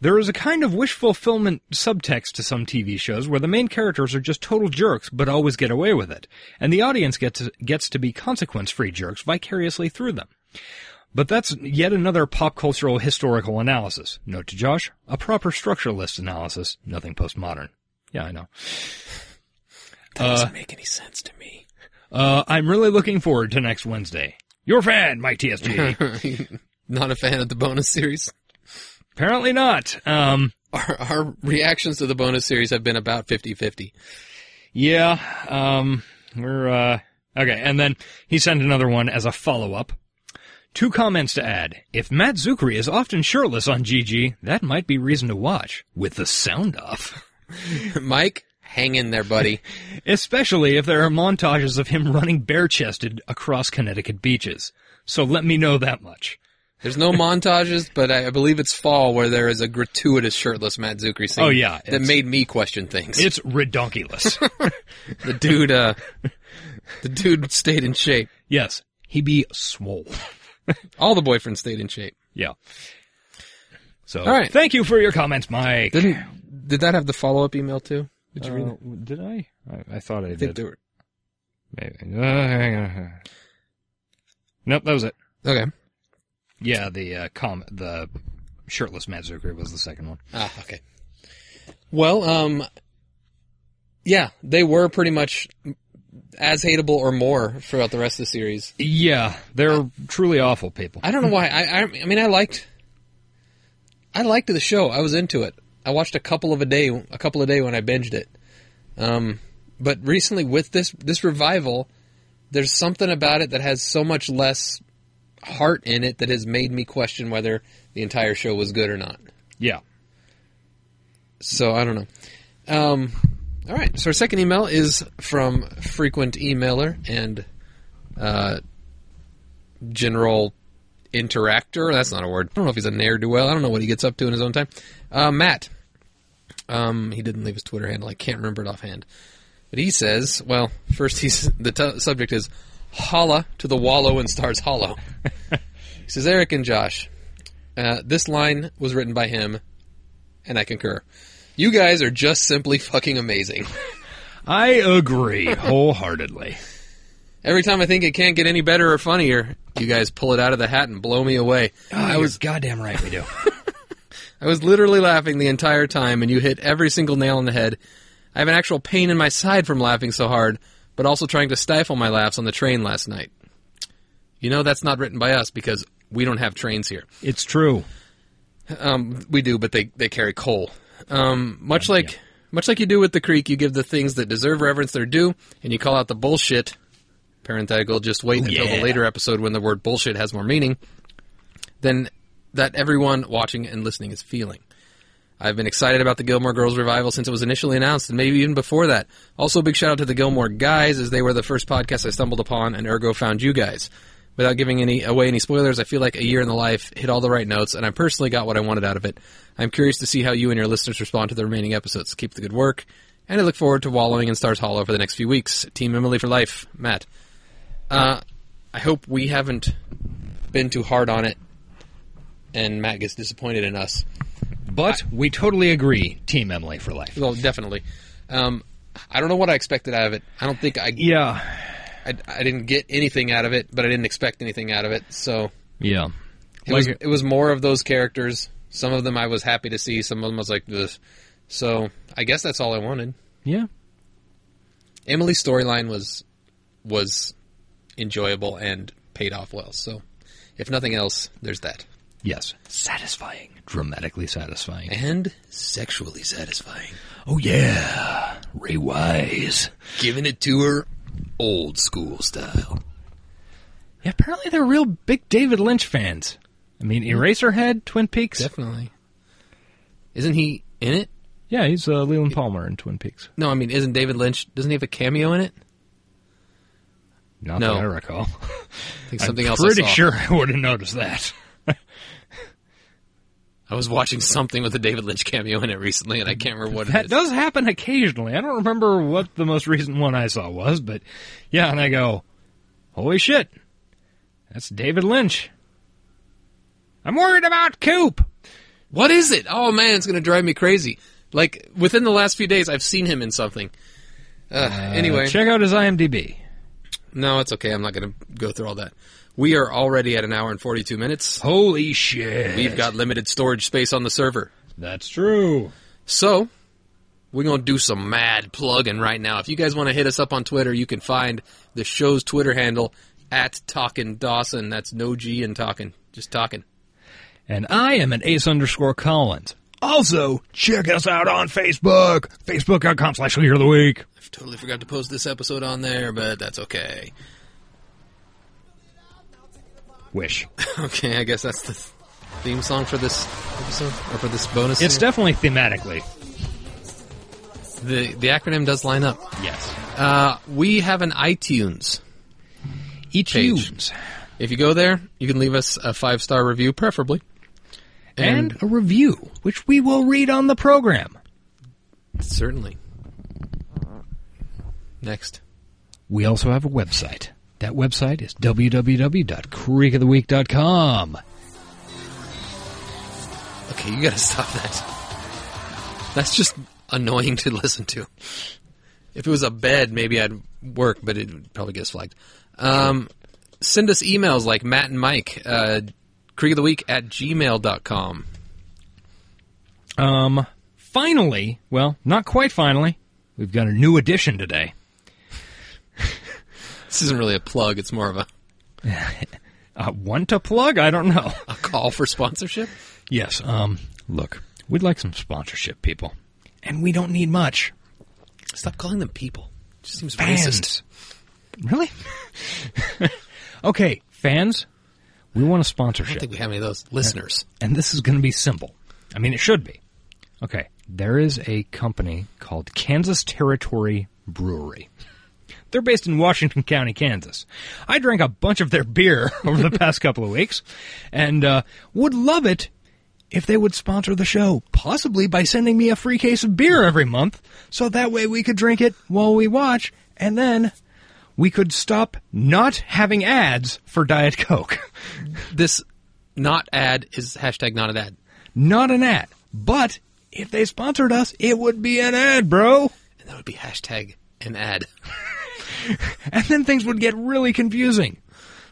[SPEAKER 2] There is a kind of wish fulfillment subtext to some TV shows where the main characters are just total jerks but always get away with it, and the audience gets gets to be consequence-free jerks vicariously through them. But that's yet another pop cultural historical analysis. Note to Josh, a proper structuralist analysis, nothing postmodern. Yeah, I know.
[SPEAKER 3] That doesn't
[SPEAKER 2] Uh,
[SPEAKER 3] make any sense to me.
[SPEAKER 2] Uh, I'm really looking forward to next Wednesday. Your fan, Mike TSG.
[SPEAKER 3] not a fan of the bonus series.
[SPEAKER 2] Apparently not. Um,
[SPEAKER 3] our, our reactions to the bonus series have been about 50-50.
[SPEAKER 2] Yeah. Um, we're, uh, okay. And then he sent another one as a follow up. Two comments to add. If Matt Zuckery is often shirtless on GG, that might be reason to watch with the sound off.
[SPEAKER 3] Mike, hang in there, buddy.
[SPEAKER 2] Especially if there are montages of him running bare chested across Connecticut beaches. So let me know that much.
[SPEAKER 3] There's no montages, but I I believe it's fall where there is a gratuitous shirtless Matt Zuckery scene.
[SPEAKER 2] Oh, yeah,
[SPEAKER 3] that
[SPEAKER 2] it's-
[SPEAKER 3] made me question things.
[SPEAKER 2] It's redonkulous.
[SPEAKER 3] the dude, uh, the dude stayed in shape.
[SPEAKER 2] Yes, he be swole.
[SPEAKER 3] All the boyfriends stayed in shape.
[SPEAKER 2] Yeah. So,
[SPEAKER 3] All right.
[SPEAKER 2] thank you for your comments, Mike.
[SPEAKER 3] Didn't did that have the follow up email too? Did you read
[SPEAKER 2] Uh,
[SPEAKER 3] it?
[SPEAKER 2] Did I? I, I thought I,
[SPEAKER 3] I
[SPEAKER 2] did.
[SPEAKER 3] think they were.
[SPEAKER 2] Maybe. Uh, hang on, hang on. Nope, that was it.
[SPEAKER 3] Okay.
[SPEAKER 2] Yeah, the uh, com the shirtless Matt Zucker was the second one.
[SPEAKER 3] Ah, okay. Well, um, yeah, they were pretty much as hateable or more throughout the rest of the series.
[SPEAKER 2] Yeah, they're truly awful people.
[SPEAKER 3] I don't know why. I, I, I mean, I liked, I liked the show. I was into it. I watched a couple of a day, a couple a day when I binged it. Um, but recently with this this revival, there's something about it that has so much less heart in it that has made me question whether the entire show was good or not.
[SPEAKER 2] Yeah.
[SPEAKER 3] So I don't know. Um, all right. So our second email is from frequent emailer and uh, general interactor. That's not a word. I don't know if he's a ne'er do well. I don't know what he gets up to in his own time. Uh, Matt. Um, he didn't leave his Twitter handle. I can't remember it offhand. But he says, well, first he's the t- subject is holla to the wallow and stars hollow. he says, Eric and Josh. Uh, this line was written by him, and I concur. You guys are just simply fucking amazing.
[SPEAKER 2] I agree wholeheartedly.
[SPEAKER 3] Every time I think it can't get any better or funnier, you guys pull it out of the hat and blow me away. I was
[SPEAKER 2] Oh, goddamn right we do.
[SPEAKER 3] I was literally laughing the entire time, and you hit every single nail on the head. I have an actual pain in my side from laughing so hard, but also trying to stifle my laughs on the train last night. You know that's not written by us because we don't have trains here.
[SPEAKER 2] It's true.
[SPEAKER 3] Um, we do, but they, they carry coal. Um, much like much like you do with the creek, you give the things that deserve reverence their due, and you call out the bullshit. Parenthetical. Just wait until
[SPEAKER 2] yeah.
[SPEAKER 3] the later episode when the word bullshit has more meaning than that everyone watching and listening is feeling. I've been excited about the Gilmore Girls revival since it was initially announced, and maybe even before that. Also, a big shout out to the Gilmore guys, as they were the first podcast I stumbled upon, and ergo found you guys. Without giving any away any spoilers, I feel like a year in the life hit all the right notes, and I personally got what I wanted out of it. I'm curious to see how you and your listeners respond to the remaining episodes. Keep the good work, and I look forward to wallowing in Stars Hollow for the next few weeks. Team Emily for life, Matt. Uh, I hope we haven't been too hard on it, and Matt gets disappointed in us.
[SPEAKER 2] But we totally agree, Team Emily for life.
[SPEAKER 3] Well, definitely. Um, I don't know what I expected out of it. I don't think I.
[SPEAKER 2] Yeah.
[SPEAKER 3] I, I didn't get anything out of it, but I didn't expect anything out of it. So
[SPEAKER 2] Yeah.
[SPEAKER 3] it was
[SPEAKER 2] Like-
[SPEAKER 3] it was more of those characters. Some of them I was happy to see. Some of them I was like, Ugh. so I guess that's all I wanted.
[SPEAKER 2] Yeah.
[SPEAKER 3] Emily's storyline was was enjoyable and paid off well. So if nothing else, there's that.
[SPEAKER 2] Yes. Satisfying. Dramatically satisfying.
[SPEAKER 3] And sexually satisfying.
[SPEAKER 2] Oh, yeah. Ray Wise.
[SPEAKER 3] Giving it to her old school style.
[SPEAKER 2] Yeah, apparently they're real big David Lynch fans. I mean,
[SPEAKER 3] Hmm.
[SPEAKER 2] Eraserhead, Twin Peaks.
[SPEAKER 3] Definitely. Isn't he in it?
[SPEAKER 2] Yeah, he's uh, Leland Palmer in Twin Peaks.
[SPEAKER 3] No, I mean, isn't David Lynch? Doesn't he have a cameo in it?
[SPEAKER 2] Not
[SPEAKER 3] No.
[SPEAKER 2] that I recall.
[SPEAKER 3] I think something
[SPEAKER 2] I'm
[SPEAKER 3] else.
[SPEAKER 2] Pretty
[SPEAKER 3] I saw.
[SPEAKER 2] sure I would have noticed that.
[SPEAKER 3] I was watching something with a David Lynch cameo in it recently, and I can't remember what it
[SPEAKER 2] that
[SPEAKER 3] is.
[SPEAKER 2] does happen occasionally. I don't remember what the most recent one I saw was, but yeah, and I go, holy shit, that's David Lynch. I'm worried about Coop. Uh,
[SPEAKER 3] What is it? Oh man, it's gonna drive me crazy. Like within the last few days, I've seen him in something. Uh, anyway,
[SPEAKER 2] check out his IMDb.
[SPEAKER 3] no, it's okay. I'm not gonna go through all that. We are already at an hour and 42 minutes.
[SPEAKER 2] Holy shit!
[SPEAKER 3] We've got limited storage space on the server.
[SPEAKER 2] That's true.
[SPEAKER 3] So, we're going to do some mad plugging right now. If you guys want to hit us up on Twitter, you can find the show's Twitter handle at Talkin' Dawson. That's no G in Talkin', just Talkin'.
[SPEAKER 2] And I am an ace underscore Collins. Also, check us out on Facebook, facebook.com slash leader of the week.
[SPEAKER 3] I've totally forgot to post this episode on there, but that's okay.
[SPEAKER 2] Wish.
[SPEAKER 3] okay, I guess that's the theme song for this episode, or for this bonus.
[SPEAKER 2] It's
[SPEAKER 3] here.
[SPEAKER 2] definitely thematically.
[SPEAKER 3] The, the acronym does line up.
[SPEAKER 2] Yes.
[SPEAKER 3] Uh, we have an iTunes.
[SPEAKER 2] iTunes.
[SPEAKER 3] If you go there, you can leave us a five star review, preferably.
[SPEAKER 2] And, a review, which we will read on the program.
[SPEAKER 3] Certainly. Next.
[SPEAKER 2] We also have a website. That website is www.creekoftheweek.com.
[SPEAKER 3] Okay, you gotta stop that. That's just annoying to listen to. If it was a bed, maybe I'd work, but it would probably gets flagged. Um, send us emails like Matt and Mike, uh, Creek of the Week at gmail.com.
[SPEAKER 2] Um, finally, well, not quite finally, we've got a new addition today.
[SPEAKER 3] This isn't really a plug, it's more of a,
[SPEAKER 2] Uh, one to plug? I don't know.
[SPEAKER 3] a call for sponsorship.
[SPEAKER 2] Yes. Um, look, we'd like some sponsorship, people. And we don't need much.
[SPEAKER 3] Stop calling them people. It just seems
[SPEAKER 2] Fans.
[SPEAKER 3] racist.
[SPEAKER 2] Really? okay, fans, we want a
[SPEAKER 3] I don't
[SPEAKER 2] sponsorship.
[SPEAKER 3] think we have any of those. Listeners.
[SPEAKER 2] And this is going to be simple. I mean, it should be. Okay, there is a company called Kansas Territory Brewery. They're based in Washington County, Kansas. I drank a bunch of their beer over the past couple of weeks and uh, would love it if they would sponsor the show, possibly by sending me a free case of beer every month, so that way we could drink it while we watch, and then we could stop not having ads for Diet Coke.
[SPEAKER 3] This not ad is hashtag not an ad.
[SPEAKER 2] Not an ad, but If they sponsored us, it would be an ad, bro.
[SPEAKER 3] And that would be hashtag an ad.
[SPEAKER 2] and then things would get really confusing.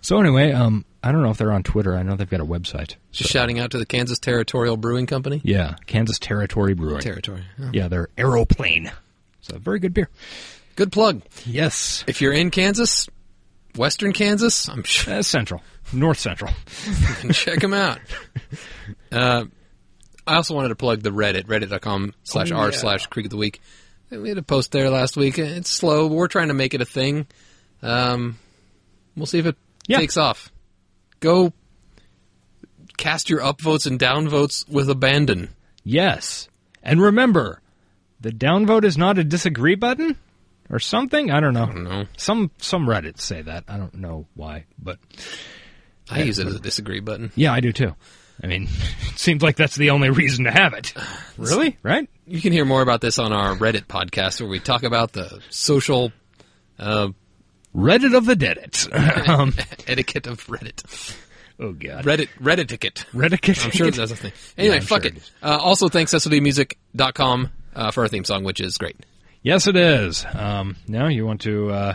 [SPEAKER 2] So anyway, um, I don't know if they're on Twitter. I know they've got a website.
[SPEAKER 3] Just shouting out to the Kansas Territorial Brewing Company.
[SPEAKER 2] Yeah, Kansas Territory Brewing.
[SPEAKER 3] Territory, yeah.
[SPEAKER 2] Yeah, they're Aeroplane. It's a very good beer.
[SPEAKER 3] Good plug.
[SPEAKER 2] Yes.
[SPEAKER 3] If you're in Kansas, Western Kansas, I'm sure.
[SPEAKER 2] Uh, Central, North Central.
[SPEAKER 3] You can check them out. Uh, I also wanted to plug the Reddit, reddit.com slash
[SPEAKER 2] Oh,
[SPEAKER 3] r
[SPEAKER 2] yeah.
[SPEAKER 3] slash creek of the week. We had a post there last week. It's slow. But we're trying to make it a thing. Um, we'll see if it takes off. Go cast your upvotes and downvotes with abandon.
[SPEAKER 2] Yes. And remember, the downvote is not a disagree button or something. I don't know. Some some Reddits say that. I don't know why, but
[SPEAKER 3] I use it as a disagree button.
[SPEAKER 2] Yeah, I do too. I mean, it seems like that's the only reason to have it. Really? Right?
[SPEAKER 3] You can hear more about this on our Reddit podcast where we talk about the social uh,
[SPEAKER 2] Reddit of the Deadit. um,
[SPEAKER 3] etiquette of Reddit.
[SPEAKER 2] Oh god.
[SPEAKER 3] Reddit Reddit ticket.
[SPEAKER 2] Reddit.
[SPEAKER 3] I'm sure that's a thing. Anyway,
[SPEAKER 2] Yeah, I'm
[SPEAKER 3] fuck
[SPEAKER 2] sure
[SPEAKER 3] it. Uh, also thanks SODmusic.com uh, for our theme song, which is great.
[SPEAKER 2] Yes, it is. Um, now you want to uh,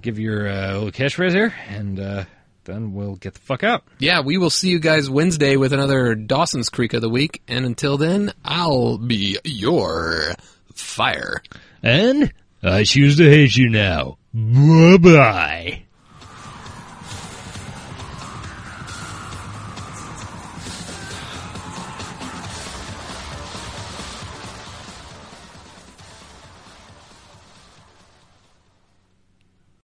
[SPEAKER 2] give your uh, little catchphrase here, and uh, then we'll get the fuck out.
[SPEAKER 3] Yeah, we will see you guys Wednesday with another Dawson's Creek of the week, and until then, I'll be your fire.
[SPEAKER 2] And I choose to hate you now. Bye bye.